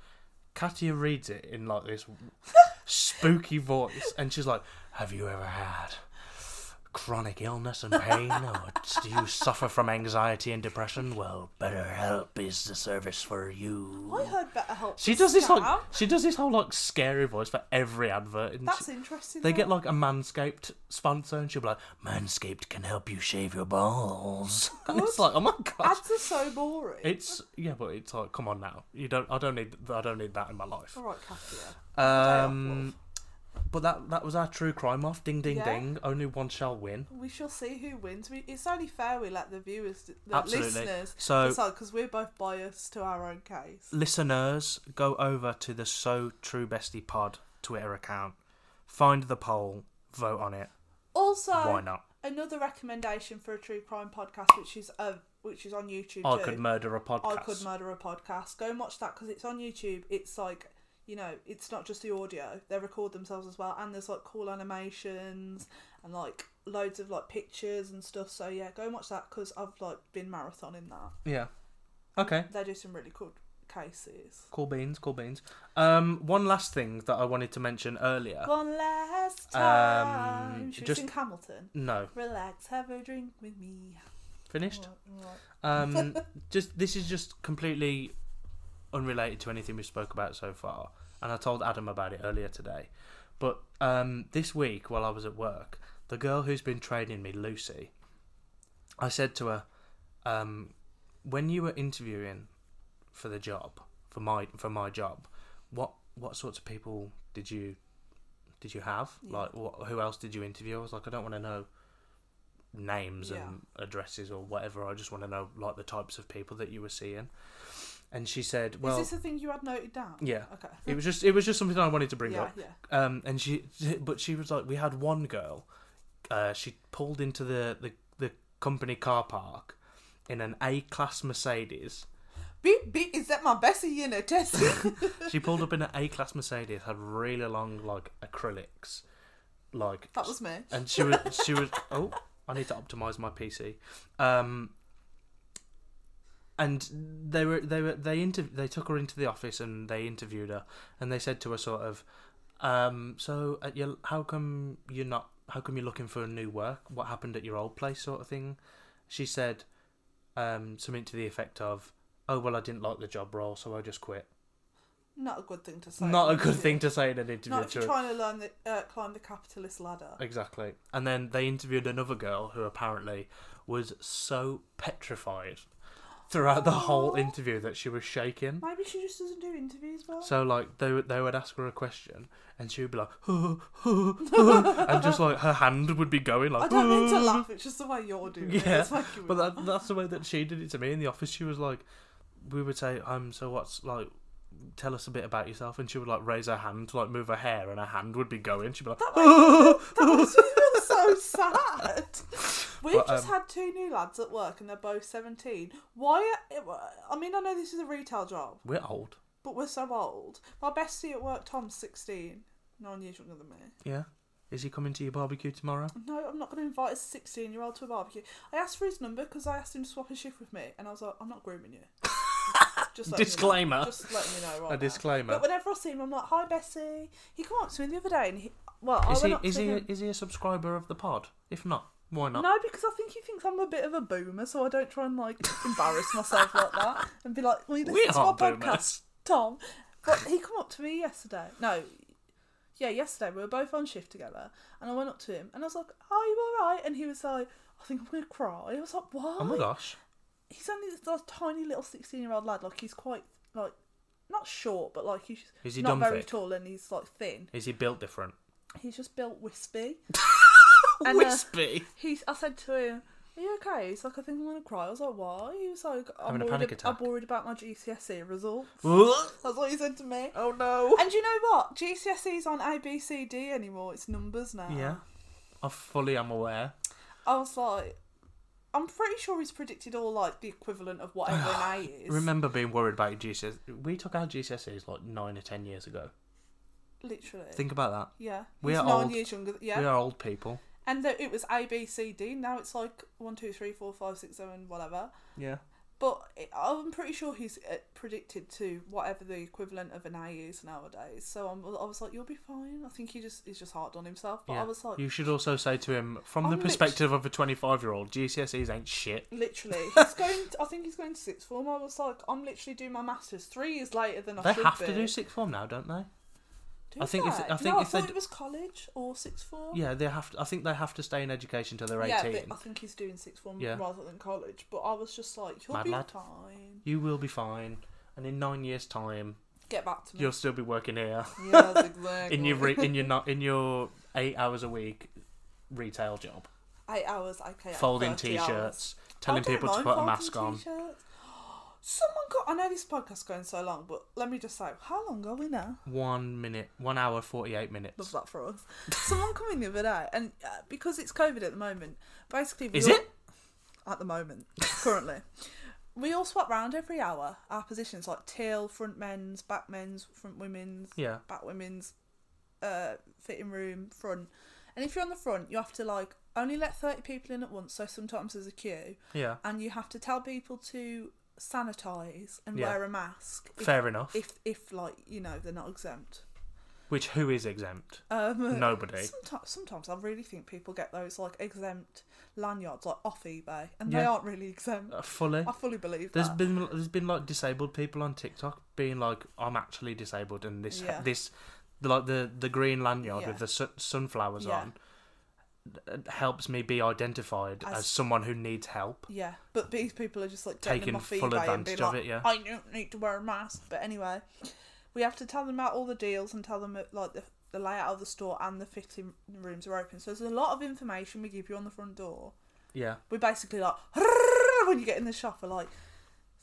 Speaker 1: Katia reads it in like this spooky voice, and she's like, "Have you ever had chronic illness and pain, or do you suffer from anxiety and depression? Well, BetterHelp is the service for you."
Speaker 2: I heard better help.
Speaker 1: Oh. She does this like she does this whole like scary voice for every advert. And
Speaker 2: That's
Speaker 1: she-
Speaker 2: interesting.
Speaker 1: they
Speaker 2: though.
Speaker 1: get like a Manscaped sponsor, and she'll be like, "Manscaped can help you shave your balls." And it's like, oh my god,
Speaker 2: ads are so boring.
Speaker 1: it's yeah, but it's like, come on now, you don't. I don't need. I don't need that in my life.
Speaker 2: All right, Katia.
Speaker 1: Um, but that that was our true crime off. Ding ding
Speaker 2: Yeah.
Speaker 1: ding. Only one shall win.
Speaker 2: We shall see who wins. We, it's only fair we let the viewers, the
Speaker 1: Absolutely.
Speaker 2: listeners,
Speaker 1: So-
Speaker 2: because we're both biased to our own case.
Speaker 1: Listeners, go over to the So True Bestie Pod Twitter account, find the poll, vote on it.
Speaker 2: Also,
Speaker 1: Why not?
Speaker 2: Another recommendation for a true crime podcast, which is uh, which is on YouTube.
Speaker 1: I
Speaker 2: too.
Speaker 1: could murder a podcast.
Speaker 2: I could murder a podcast. Go and watch that because it's on YouTube. It's like you know, it's not just the audio; they record themselves as well, and there's like cool animations and like loads of like pictures and stuff. So yeah, go and watch that because I've like been marathoning that.
Speaker 1: yeah. Okay.
Speaker 2: They do some really cool cases.
Speaker 1: Cool beans, cool beans. Um, one last thing that I wanted to mention earlier.
Speaker 2: One last time. Should
Speaker 1: Um, just-
Speaker 2: we sing Hamilton?
Speaker 1: No,
Speaker 2: Relax, have a drink with me.
Speaker 1: finished.
Speaker 2: Right, right.
Speaker 1: Um, just this is just completely unrelated to anything we spoke about so far, and I told Adam about it earlier today. But um, this week, while I was at work, the girl who's been training me, Lucy, I said to her, um, "When you were interviewing for the job, for my for my job, what what sorts of people did you did you have? Like, what, who else did you interview?" I was like, "I don't want to know names
Speaker 2: Yeah.
Speaker 1: and addresses or whatever. I just want to know like the types of people that you were seeing." And she said, "Well,
Speaker 2: Is this the thing you had noted down?
Speaker 1: yeah.
Speaker 2: Okay.
Speaker 1: It was just it was just something I wanted to bring
Speaker 2: Yeah,
Speaker 1: up.
Speaker 2: yeah.
Speaker 1: Um, and she, but she was like, we had one girl. Uh, she pulled into the the, the company car park in an A class Mercedes.
Speaker 2: Beep beep. Is that my Bessie in a Tessie?
Speaker 1: She pulled up in an A class Mercedes, had really long like acrylics, like
Speaker 2: that was me.
Speaker 1: and she was she was oh i need to optimize my pc um and they were they were they inter- they took her into the office and they interviewed her and they said to her sort of um so at your how come you're not how come you're looking for new work what happened at your old place sort of thing she said um something to the effect of oh well i didn't like the job role so i just quit
Speaker 2: Not a good thing to say.
Speaker 1: not a
Speaker 2: is
Speaker 1: good
Speaker 2: it?
Speaker 1: thing to say in an interview
Speaker 2: Not if
Speaker 1: to
Speaker 2: you're
Speaker 1: a-
Speaker 2: trying to learn the, uh, climb the capitalist ladder.
Speaker 1: Exactly. And then they interviewed another girl who apparently was so petrified throughout the whole interview that she was shaking.
Speaker 2: Maybe she just doesn't do interviews well.
Speaker 1: So like they would- they would ask her a question and she would be like and just like her hand would be going like
Speaker 2: I don't mean to laugh. It's just the way you're doing it.
Speaker 1: yeah,
Speaker 2: It's making me
Speaker 1: but
Speaker 2: laugh.
Speaker 1: that, that's the way that she did it to me in the office. She was like, we would say, um, so what's like, tell us a bit about yourself, and she would like raise her hand to like move her hair, and her hand would be going. She'd be like,
Speaker 2: Because we feel so sad. We've
Speaker 1: But,
Speaker 2: just
Speaker 1: um,
Speaker 2: had two new lads at work and they're both 17. Why? Are, I mean, I know this is a retail job,
Speaker 1: we're old,
Speaker 2: but we're so old. My bestie at work, Tom's 16. Nine years younger than me.
Speaker 1: yeah. Is he coming to your barbecue tomorrow?
Speaker 2: No, I'm not going to invite a 16 year old to a barbecue. I asked for his number because I asked him to swap his shift with me, and I was like, I'm not grooming you. Just letting you know.
Speaker 1: Disclaimer.
Speaker 2: Just let me know. Right
Speaker 1: A
Speaker 2: now.
Speaker 1: disclaimer.
Speaker 2: But whenever I see him, I'm like, "Hi, Bessie." He came up to me the other day, and he, well, I
Speaker 1: Is
Speaker 2: went
Speaker 1: he
Speaker 2: up
Speaker 1: is
Speaker 2: to
Speaker 1: he
Speaker 2: him.
Speaker 1: is he a subscriber of the pod? If not, why not?
Speaker 2: No, because I think he thinks I'm a bit of a boomer, so I don't try and like embarrass myself like that and be like, "We listen
Speaker 1: We
Speaker 2: to
Speaker 1: are
Speaker 2: our
Speaker 1: boomers."
Speaker 2: podcast, Tom." But he come up to me yesterday. No, yeah, yesterday we were both on shift together, and I went up to him and I was like, "Are you all right?" And he was like, "I think I'm gonna cry." I was like, "Why?"
Speaker 1: Oh my gosh.
Speaker 2: He's only this like, tiny little sixteen-year-old lad. Like he's quite like not short, but like he's
Speaker 1: Is he
Speaker 2: not
Speaker 1: dumb
Speaker 2: very
Speaker 1: thick?
Speaker 2: tall and he's like thin.
Speaker 1: Is he built different?
Speaker 2: He's just built wispy. And, uh,
Speaker 1: Wispy.
Speaker 2: He, I said to him, "Are you okay?" He's like, "I think I'm gonna cry." I was like, "Why?" He was like, "I'm,
Speaker 1: Having a
Speaker 2: worried,
Speaker 1: panic
Speaker 2: ab- I'm
Speaker 1: attack.
Speaker 2: worried about my GCSE E results."
Speaker 1: oh
Speaker 2: That's what he said to me.
Speaker 1: no.
Speaker 2: And you know what? GCSEs aren't A B C D anymore. It's numbers now.
Speaker 1: Yeah. I fully am aware.
Speaker 2: I was like, I'm pretty sure he's predicted all like the equivalent of whatever an A is.
Speaker 1: Remember being worried about your GCSEs? We took our GCSEs like nine or ten years ago.
Speaker 2: Literally.
Speaker 1: Think about that.
Speaker 2: yeah.
Speaker 1: we
Speaker 2: he's
Speaker 1: are
Speaker 2: nine
Speaker 1: old.
Speaker 2: years younger. th- Yeah.
Speaker 1: We are old people.
Speaker 2: And that it was A B C D. Now it's like one, two, three, four, five, six, seven, whatever.
Speaker 1: Yeah.
Speaker 2: But it, I'm pretty sure he's uh, predicted to whatever the equivalent of an A is nowadays. So I'm, I was like, you'll be fine. I think he just he's just hard on himself. But I was like,
Speaker 1: you should also say to him, from the
Speaker 2: I'm lit-
Speaker 1: perspective of a 25 year old, GCSEs ain't shit.
Speaker 2: literally, he's going. I think he's going to sixth form. I was like, I'm literally doing my masters three years later than I
Speaker 1: They
Speaker 2: should
Speaker 1: have
Speaker 2: be.
Speaker 1: to do sixth form now, don't they?
Speaker 2: Do
Speaker 1: I think if-
Speaker 2: they?
Speaker 1: I think
Speaker 2: no,
Speaker 1: if
Speaker 2: I
Speaker 1: they
Speaker 2: thought
Speaker 1: d-
Speaker 2: it was college or sixth form.
Speaker 1: Yeah, they have. To, I think they have to stay in education till they're 18.
Speaker 2: Yeah, but I think he's doing sixth form
Speaker 1: Yeah.
Speaker 2: rather than college. But I was just like, you'll
Speaker 1: Mad
Speaker 2: be
Speaker 1: lad.
Speaker 2: fine.
Speaker 1: You will be fine, and in nine years' time,
Speaker 2: Get back to me.
Speaker 1: you'll still be working here
Speaker 2: Yeah, that's exactly.
Speaker 1: in your re- in your not in your eight hours a week retail job,
Speaker 2: eight hours, okay.
Speaker 1: folding
Speaker 2: 30 hours.
Speaker 1: t-shirts, telling
Speaker 2: I don't
Speaker 1: people to
Speaker 2: mind
Speaker 1: put a
Speaker 2: folding
Speaker 1: mask on.
Speaker 2: t-shirts. Someone got. I know this podcast's going so long, but let me just say, how long are we now?
Speaker 1: One minute, one hour, forty-eight minutes.
Speaker 2: Love that for us. Someone come in the other day, and uh, because it's COVID at the moment, basically, we
Speaker 1: Is
Speaker 2: all-
Speaker 1: it?
Speaker 2: at the moment currently? We all swap round every hour our positions, like tail, front men's, back men's, front women's,
Speaker 1: Yeah.
Speaker 2: back women's, uh, fitting room, front. And if you're on the front, you have to like only let thirty people in at once. So sometimes there's a queue
Speaker 1: Yeah.
Speaker 2: and you have to tell people to sanitize and
Speaker 1: Yeah.
Speaker 2: wear a mask. If,
Speaker 1: Fair enough.
Speaker 2: If if like you know they're not exempt.
Speaker 1: Which who is exempt?
Speaker 2: Um,
Speaker 1: Nobody.
Speaker 2: Sometimes, sometimes I really think people get those like exempt lanyards like off eBay, and they
Speaker 1: Yeah.
Speaker 2: aren't really exempt.
Speaker 1: Uh, fully.
Speaker 2: I fully believe
Speaker 1: There's
Speaker 2: that.
Speaker 1: been there's been like disabled people on TikTok being like, I'm actually disabled, and this
Speaker 2: Yeah.
Speaker 1: this like the the green lanyard
Speaker 2: Yeah.
Speaker 1: with the su- sunflowers
Speaker 2: Yeah.
Speaker 1: on th- helps me be identified as,
Speaker 2: As-
Speaker 1: someone who needs help.
Speaker 2: Yeah, but these people are just like getting
Speaker 1: Taking
Speaker 2: them off
Speaker 1: full
Speaker 2: eBay and
Speaker 1: advantage
Speaker 2: being
Speaker 1: of
Speaker 2: like,
Speaker 1: it, yeah.
Speaker 2: I don't need to wear a mask. But anyway, we have to tell them about all the deals and tell them that, like the, the layout of the store and the fitting rooms are open. So there's a lot of information we give you on the front door.
Speaker 1: Yeah,
Speaker 2: We're basically like when you get in the shop, we're like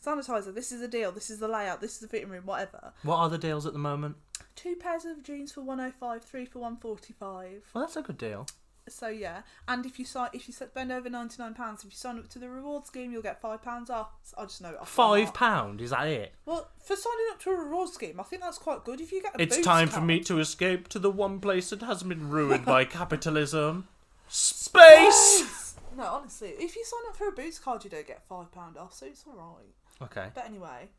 Speaker 2: sanitizer. This is the deal. This is the layout. This is the fitting room. Whatever.
Speaker 1: what are the deals at the moment?
Speaker 2: Two pairs of jeans for 105, three for 145.
Speaker 1: Well, that's a good deal.
Speaker 2: So yeah, and if you sign, if you spend over ninety nine pounds, if you sign up to the reward scheme, you'll get five pounds off. So I just know it off by
Speaker 1: Five
Speaker 2: heart.
Speaker 1: pound is that it?
Speaker 2: Well, for signing up to a reward scheme, I think that's quite good. If you get a
Speaker 1: It's
Speaker 2: boost
Speaker 1: time for
Speaker 2: card-
Speaker 1: me to escape to the one place that has been ruined by capitalism. Space.
Speaker 2: No, honestly, if you sign up for a boost card, you don't get five pound off, so it's all right.
Speaker 1: Okay.
Speaker 2: But anyway,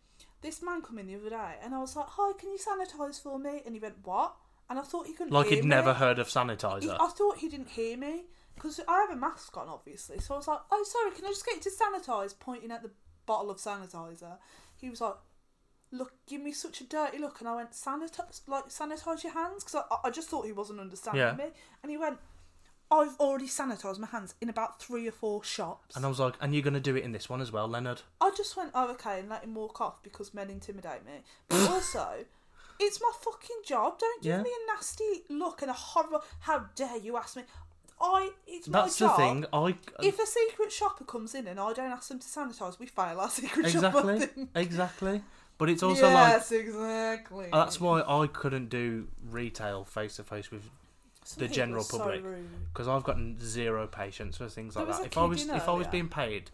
Speaker 2: this man come in the other day, and I was like, "Hi, can you sanitize for me?" And he went, "What?" And I thought he couldn't.
Speaker 1: Like
Speaker 2: hear
Speaker 1: he'd
Speaker 2: me.
Speaker 1: never heard of
Speaker 2: He-
Speaker 1: sanitizer.
Speaker 2: I thought he didn't hear me because I have a mask on, obviously. So I was like, "Oh, sorry, can I just get you to sanitize?" Pointing at the bottle of sanitizer, he was like, "Look, give me such a dirty look," and I went, "Sanitize, like sanitize your hands," because I, I just thought he wasn't understanding
Speaker 1: Yeah.
Speaker 2: me, and he went. I've already sanitized my hands in about three or four shops.
Speaker 1: And I was like, and you're gonna do it in this one as well, Leonard?
Speaker 2: I just went, oh, okay, and let him walk off because men intimidate me. But also, it's my fucking job. Don't give
Speaker 1: Yeah.
Speaker 2: me a nasty look and a horrible. How dare you ask me? I. It's
Speaker 1: That's
Speaker 2: my
Speaker 1: the
Speaker 2: job.
Speaker 1: thing. I
Speaker 2: If a secret shopper comes in and I don't ask them to sanitise, we fail our secret shopper
Speaker 1: exactly,
Speaker 2: thing.
Speaker 1: exactly. But it's also
Speaker 2: yes, exactly.
Speaker 1: like that's why I couldn't do retail face to face with
Speaker 2: Some
Speaker 1: the
Speaker 2: people are
Speaker 1: general
Speaker 2: so
Speaker 1: public.
Speaker 2: rude.
Speaker 1: because I've gotten zero patience for things like
Speaker 2: There was
Speaker 1: that.
Speaker 2: a
Speaker 1: If I
Speaker 2: kid
Speaker 1: was
Speaker 2: in
Speaker 1: if I was
Speaker 2: earlier.
Speaker 1: being paid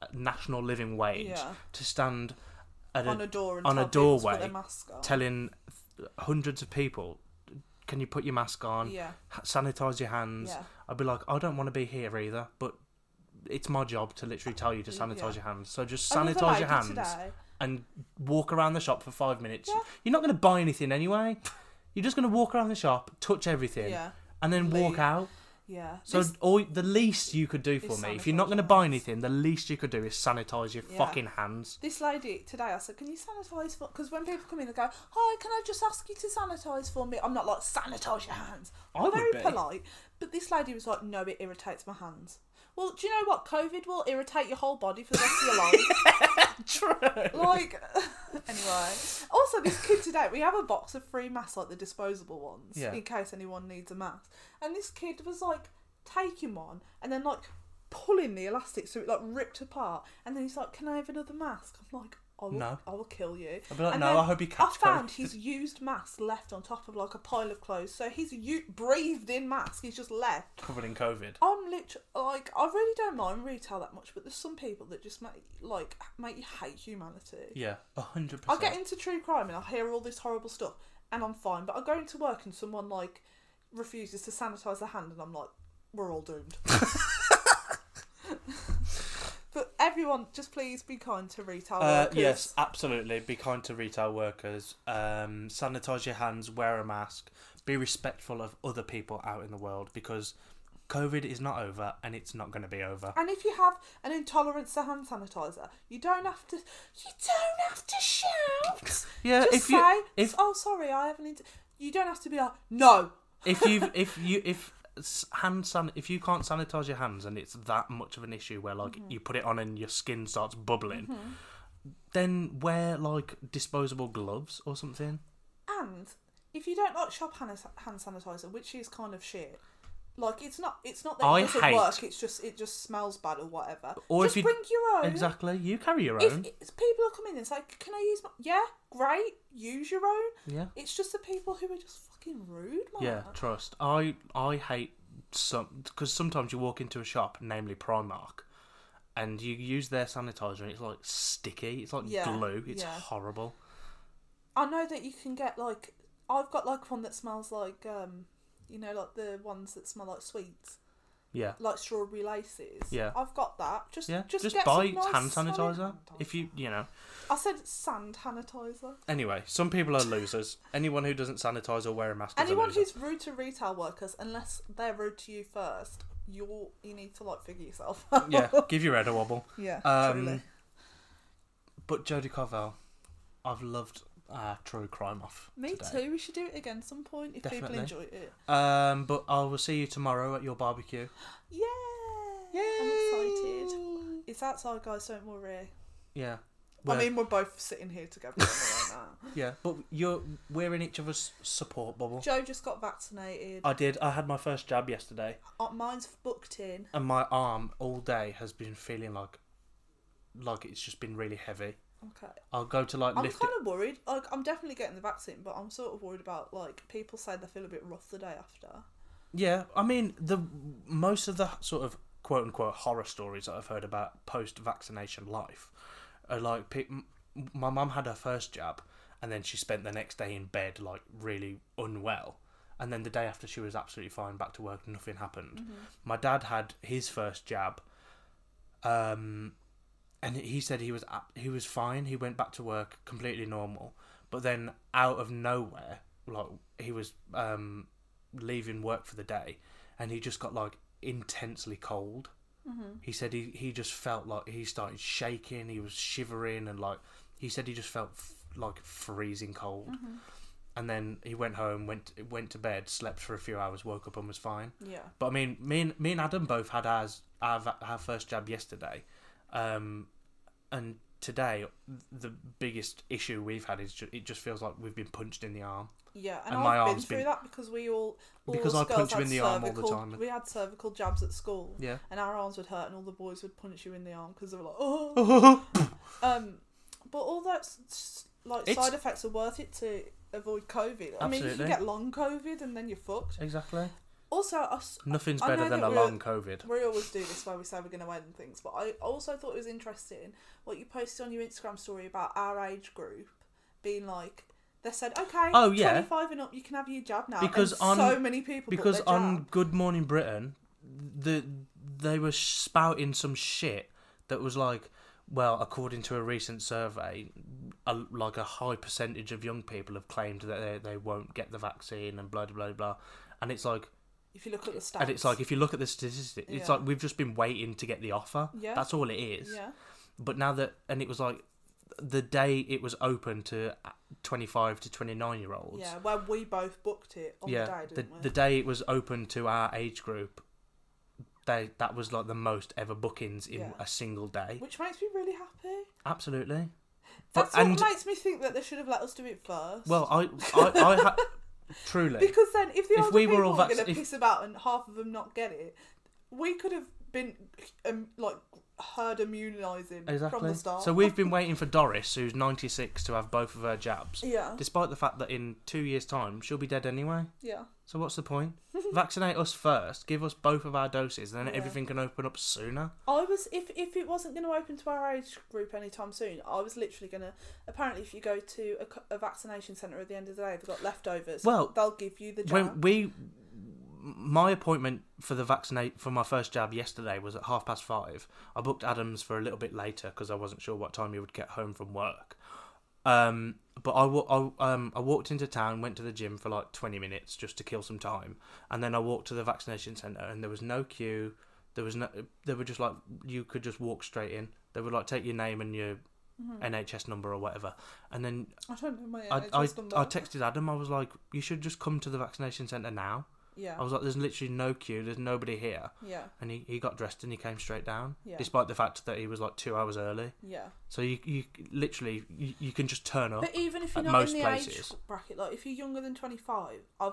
Speaker 1: a national living wage
Speaker 2: Yeah.
Speaker 1: to stand at
Speaker 2: On a door and
Speaker 1: on
Speaker 2: tell
Speaker 1: a
Speaker 2: people to put
Speaker 1: doorway
Speaker 2: their mask on.
Speaker 1: telling hundreds of people, can you put your mask on?
Speaker 2: Yeah.
Speaker 1: sanitize your hands.
Speaker 2: Yeah.
Speaker 1: I'd be like, I don't want to be here either, but it's my job to literally tell you to sanitize
Speaker 2: Yeah.
Speaker 1: your hands. So just
Speaker 2: Another
Speaker 1: sanitize
Speaker 2: lady
Speaker 1: your hands
Speaker 2: today-
Speaker 1: and walk around the shop for five minutes.
Speaker 2: Yeah.
Speaker 1: You're not going to buy anything anyway. You're just going to walk around the shop, touch everything,
Speaker 2: Yeah.
Speaker 1: and then walk
Speaker 2: Leave.
Speaker 1: out.
Speaker 2: Yeah.
Speaker 1: So
Speaker 2: This-
Speaker 1: all the least you could do for
Speaker 2: is
Speaker 1: me, if you're not
Speaker 2: sanitise
Speaker 1: going to
Speaker 2: your
Speaker 1: buy
Speaker 2: hands.
Speaker 1: anything, the least you could do is sanitize your
Speaker 2: Yeah.
Speaker 1: fucking hands.
Speaker 2: This lady today, I said, "Can you sanitise for?" Because when people come in, they go, "Hi, can I just ask you to sanitise for me?" I'm not like sanitise your hands. I'm
Speaker 1: I would
Speaker 2: very
Speaker 1: be.
Speaker 2: polite, but this lady was like, "No, it irritates my hands." Well, do you know what? COVID will irritate your whole body for the rest of your life. True. Like, anyway. Also, this kid today, we have a box of free masks, like the disposable ones,
Speaker 1: Yeah.
Speaker 2: in case anyone needs a mask. And this kid was like taking one and then like pulling the elastic so it like ripped apart. And then he's like, "Can I have another mask?" I'm like. I will,
Speaker 1: No.
Speaker 2: I will kill you.
Speaker 1: I'd be like,
Speaker 2: And
Speaker 1: "No,
Speaker 2: then
Speaker 1: I hope you catch
Speaker 2: I found
Speaker 1: COVID."
Speaker 2: his used mask left on top of like a pile of clothes. So he's u- breathed in mask. He's just left.
Speaker 1: Covered in COVID.
Speaker 2: I'm literally like I really don't mind retail that much, but there's some people that just make like make you hate humanity.
Speaker 1: Yeah, hundred
Speaker 2: I
Speaker 1: percent.
Speaker 2: get into true crime and I hear all this horrible stuff, and I'm fine. But I go into work and someone like refuses to sanitize their hand, and I'm like, we're all doomed. but everyone, just please be kind to retail
Speaker 1: Uh,
Speaker 2: workers.
Speaker 1: yes, absolutely. Be kind to retail workers. Um, sanitize your hands. Wear a mask. Be respectful of other people out in the world because COVID is not over and it's not going to be over.
Speaker 2: And if you have an intolerance to hand sanitizer, you don't have to. You don't have to shout.
Speaker 1: Yeah,
Speaker 2: Just
Speaker 1: if
Speaker 2: say,
Speaker 1: you- if-
Speaker 2: oh sorry, I have an. Inter-. You don't have to be like no.
Speaker 1: if you if you if s- hand san if you can't sanitize your hands and it's that much of an issue where like
Speaker 2: Mm-hmm.
Speaker 1: you put it on and your skin starts bubbling, then wear like disposable gloves or something.
Speaker 2: And if you don't like shop hand, hand sanitizer, which is kind of shit. Like it's not, it's not that
Speaker 1: I
Speaker 2: it doesn't
Speaker 1: hate-
Speaker 2: work. It's just, it just smells bad or whatever.
Speaker 1: Or if
Speaker 2: just
Speaker 1: you
Speaker 2: bring your own.
Speaker 1: exactly, you carry your
Speaker 2: Oh, If
Speaker 1: own.
Speaker 2: it's people are coming in, it's like, can I use my? Yeah, great. Use your own.
Speaker 1: yeah.
Speaker 2: It's just the people who are just fucking rude, man.
Speaker 1: Yeah, trust. I I hate some because sometimes you walk into a shop, namely Primark, and you use their sanitizer and it's like sticky. It's like
Speaker 2: Yeah,
Speaker 1: glue. It's
Speaker 2: yeah.
Speaker 1: horrible.
Speaker 2: I know that you can get like I've got like one that smells like um you know like the ones that smell like sweets.
Speaker 11: Yeah.
Speaker 2: like strawberry laces.
Speaker 11: Yeah.
Speaker 2: I've got that. Just
Speaker 1: Yeah,
Speaker 2: just,
Speaker 1: just,
Speaker 2: get
Speaker 1: buy
Speaker 2: some nice
Speaker 1: hand
Speaker 2: solid
Speaker 1: sanitizer
Speaker 2: hand
Speaker 1: if you you know.
Speaker 2: sanitizer. I said sand sanitizer.
Speaker 1: Anyway, some people are losers. Anyone who doesn't sanitize or wear a mask.
Speaker 2: Anyone
Speaker 1: is a loser.
Speaker 2: who's rude to retail workers, unless they're rude to you first, you're you need to like figure yourself out.
Speaker 1: yeah, give your head a wobble.
Speaker 2: yeah,
Speaker 1: Um,
Speaker 2: truly.
Speaker 1: but Jodie Carvel, I've loved uh, True Crime off.
Speaker 2: Me
Speaker 1: today.
Speaker 2: too. We should do it again some point if
Speaker 1: Definitely.
Speaker 2: people enjoy it.
Speaker 1: too. Um, but I will see you tomorrow at your barbecue.
Speaker 2: Yeah. I'm excited. It's outside, guys. Don't worry.
Speaker 1: Yeah. We're-
Speaker 2: I mean, we're both sitting here together right now.
Speaker 1: yeah, but you're we're in each other's support bubble.
Speaker 2: Joe just got vaccinated.
Speaker 1: I did. I had my first jab yesterday,
Speaker 2: Uh, Mine's booked in.
Speaker 1: and my arm all day has been feeling like, like it's just been really heavy.
Speaker 2: Okay.
Speaker 1: I'll go to like
Speaker 2: I'm
Speaker 1: lift
Speaker 2: kind
Speaker 1: it.
Speaker 2: of worried. Like, I'm definitely getting the vaccine, but I'm sort of worried about like people say they feel a bit rough the day after.
Speaker 1: Yeah, I mean the most of the sort of quote unquote horror stories that I've heard about post vaccination life are like pe- m- my mum had her first jab and then she spent the next day in bed like really unwell and then the day after she was absolutely fine back to work nothing happened. My dad had his first jab um and he said he was ab- he was fine. He went back to work completely normal, but then out of nowhere, like he was um, leaving work for the day, and he just got like intensely cold. He said he he just felt like he started shaking. He was shivering and like he said he just felt f- like freezing cold. And then he went home, went went to bed, slept for a few hours, woke up and was fine.
Speaker 2: Yeah.
Speaker 1: But I mean, me and me and Adam both had ours our, va- our first jab yesterday, um, and today the biggest issue we've had is ju- it just feels like we've been punched in the arm.
Speaker 2: Yeah, and,
Speaker 1: And my
Speaker 2: I've been
Speaker 1: arm's
Speaker 2: through
Speaker 1: been-
Speaker 2: that because we all, all
Speaker 1: Because
Speaker 2: us
Speaker 1: I
Speaker 2: girls
Speaker 1: punch you
Speaker 2: had
Speaker 1: in the arm all the
Speaker 2: cervical-
Speaker 1: time.
Speaker 2: We had cervical jabs at school,
Speaker 1: Yeah.
Speaker 2: and our arms would hurt, and all the boys would punch you in the arm because they were like, oh. um, but all that s- s- like
Speaker 1: It's-
Speaker 2: side effects are worth it to avoid COVID. I mean, you
Speaker 1: Absolutely.
Speaker 2: can get long COVID, and then you're fucked.
Speaker 1: Exactly.
Speaker 2: Also, I, s-
Speaker 1: Nothing's
Speaker 2: I
Speaker 1: better
Speaker 2: know
Speaker 1: than
Speaker 2: that
Speaker 1: a
Speaker 2: we're-
Speaker 1: long COVID.
Speaker 2: we always do this where we say we're going to end things, but I also thought it was interesting what you posted on your Instagram story about our age group being like, they said, okay,
Speaker 1: Oh, yeah.
Speaker 2: 25 and up, you can have your jab now.
Speaker 1: Because
Speaker 2: and
Speaker 1: on-
Speaker 2: so many people bought
Speaker 1: because
Speaker 2: their
Speaker 1: on
Speaker 2: jab.
Speaker 1: Good Morning Britain, the they were spouting some shit that was like, well, according to a recent survey, a, like a high percentage of young people have claimed that they, they won't get the vaccine and blah blah blah blah, and it's like
Speaker 2: if you look at the stats.
Speaker 1: and it's like if you look at the statistic, it's
Speaker 2: Yeah.
Speaker 1: like we've just been waiting to get the offer.
Speaker 2: Yeah.
Speaker 1: that's all it is.
Speaker 2: Yeah.
Speaker 1: But now that and it was like the day it was open to twenty five to twenty nine year olds
Speaker 2: Yeah, where we both booked it on
Speaker 1: yeah,
Speaker 2: the day,
Speaker 1: the,
Speaker 2: Oh, didn't we?
Speaker 1: the day it was open to our age group, they that was like the most ever bookings in
Speaker 2: Yeah.
Speaker 1: a single day.
Speaker 2: Which makes me really happy.
Speaker 1: Absolutely. But-
Speaker 2: That's what
Speaker 1: and-
Speaker 2: makes me think that they should have let us do it first.
Speaker 1: Well, I, I, I ha- truly.
Speaker 2: Because then, if the
Speaker 1: If
Speaker 2: older
Speaker 1: we were
Speaker 2: people were,
Speaker 1: all vac-
Speaker 2: going to
Speaker 1: if-
Speaker 2: piss about and half of them not get it, we could have been um, like herd immunising from
Speaker 1: Exactly.
Speaker 2: the start.
Speaker 1: So we've been waiting for Doris, who's 96, to have both of her jabs.
Speaker 2: yeah,
Speaker 1: Despite the fact that in two years' time, she'll be dead anyway.
Speaker 2: yeah,
Speaker 1: So what's the point? Vaccinate us first, give us both of our doses, and then
Speaker 2: Yeah.
Speaker 1: everything can open up sooner.
Speaker 2: I was if if it wasn't going to open to our age group anytime soon, I was literally going to. Apparently, if you go to a, co- a vaccination centre at the end of the day, they've got leftovers.
Speaker 1: Well,
Speaker 2: they'll give you the jab.
Speaker 1: when we my appointment for the vaccinate for my first jab yesterday was at half past five i booked adams for a little bit later because i wasn't sure what time he would get home from work um but I, wa- I um i walked into town went to the gym for like 20 minutes just to kill some time and then i walked to the vaccination center and there was no queue there was no they were just like you could just walk straight in they would like take your name and your nhs number or whatever and then
Speaker 2: I don't know my
Speaker 1: I,
Speaker 2: NHS
Speaker 1: I,
Speaker 2: number.
Speaker 1: I texted Adam. I was like, "You should just come to the vaccination centre now."
Speaker 2: yeah,
Speaker 1: I was like, "There's literally no queue. There's nobody here."
Speaker 2: yeah,
Speaker 1: And he, he got dressed and he came straight down,
Speaker 2: Yeah.
Speaker 1: despite the fact that he was like two hours early.
Speaker 2: yeah.
Speaker 1: So you you literally you, you can just turn up.
Speaker 2: But even if
Speaker 1: at
Speaker 2: you're not
Speaker 1: most
Speaker 2: in the
Speaker 1: places.
Speaker 2: age bracket, like if you're younger than 25, I've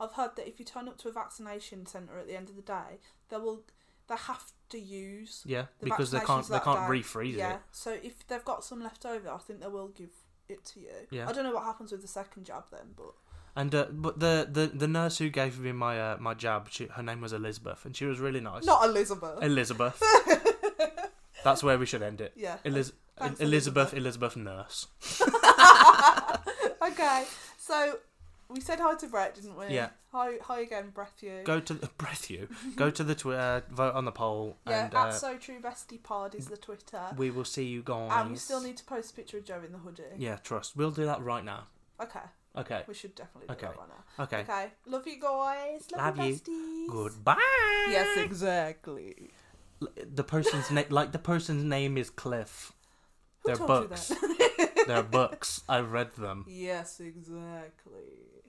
Speaker 2: I've heard that if you turn up to a vaccination centre at the end of the day, they will they have to use
Speaker 1: yeah,
Speaker 2: the
Speaker 1: because they
Speaker 2: vaccinations
Speaker 1: can't they
Speaker 2: that
Speaker 1: can't
Speaker 2: day.
Speaker 1: refreeze
Speaker 2: Yeah,
Speaker 1: it.
Speaker 2: so if they've got some left over, I think they will give it to you.
Speaker 1: Yeah.
Speaker 2: I don't know what happens with the second jab then, but
Speaker 1: And uh, but the, the the nurse who gave me my uh, my jab, she, her name was Elizabeth, and she was really nice.
Speaker 2: not Elizabeth.
Speaker 1: Elizabeth. That's where we should end it.
Speaker 2: Yeah.
Speaker 1: Eliz-
Speaker 2: Thanks,
Speaker 1: Elizabeth, Elizabeth, nurse.
Speaker 2: okay, so We said hi to Brett, didn't we?
Speaker 1: Yeah.
Speaker 2: Hi, hi again, Brett. You.
Speaker 1: Go to the breath you. Go to the Twitter, vote on the poll,
Speaker 2: yeah,
Speaker 1: and
Speaker 2: at
Speaker 1: uh,
Speaker 2: so true bestie pod is the Twitter,
Speaker 1: we will see you guys.
Speaker 2: and Ah, we still need to post a picture of Joe in the hoodie.
Speaker 1: Yeah, trust. We'll do that right now.
Speaker 2: Okay,
Speaker 1: Okay.
Speaker 2: we should definitely do
Speaker 1: Okay.
Speaker 2: that right now.
Speaker 1: Okay.
Speaker 2: Okay, love you guys. Love,
Speaker 1: Love you.
Speaker 2: besties.
Speaker 1: Goodbye.
Speaker 2: Yes, exactly.
Speaker 1: L- The person's name, like the person's name, is Cliff.
Speaker 2: Who
Speaker 1: They're
Speaker 2: told
Speaker 1: books.
Speaker 2: you that?
Speaker 1: They're books. I read them.
Speaker 2: yes, exactly.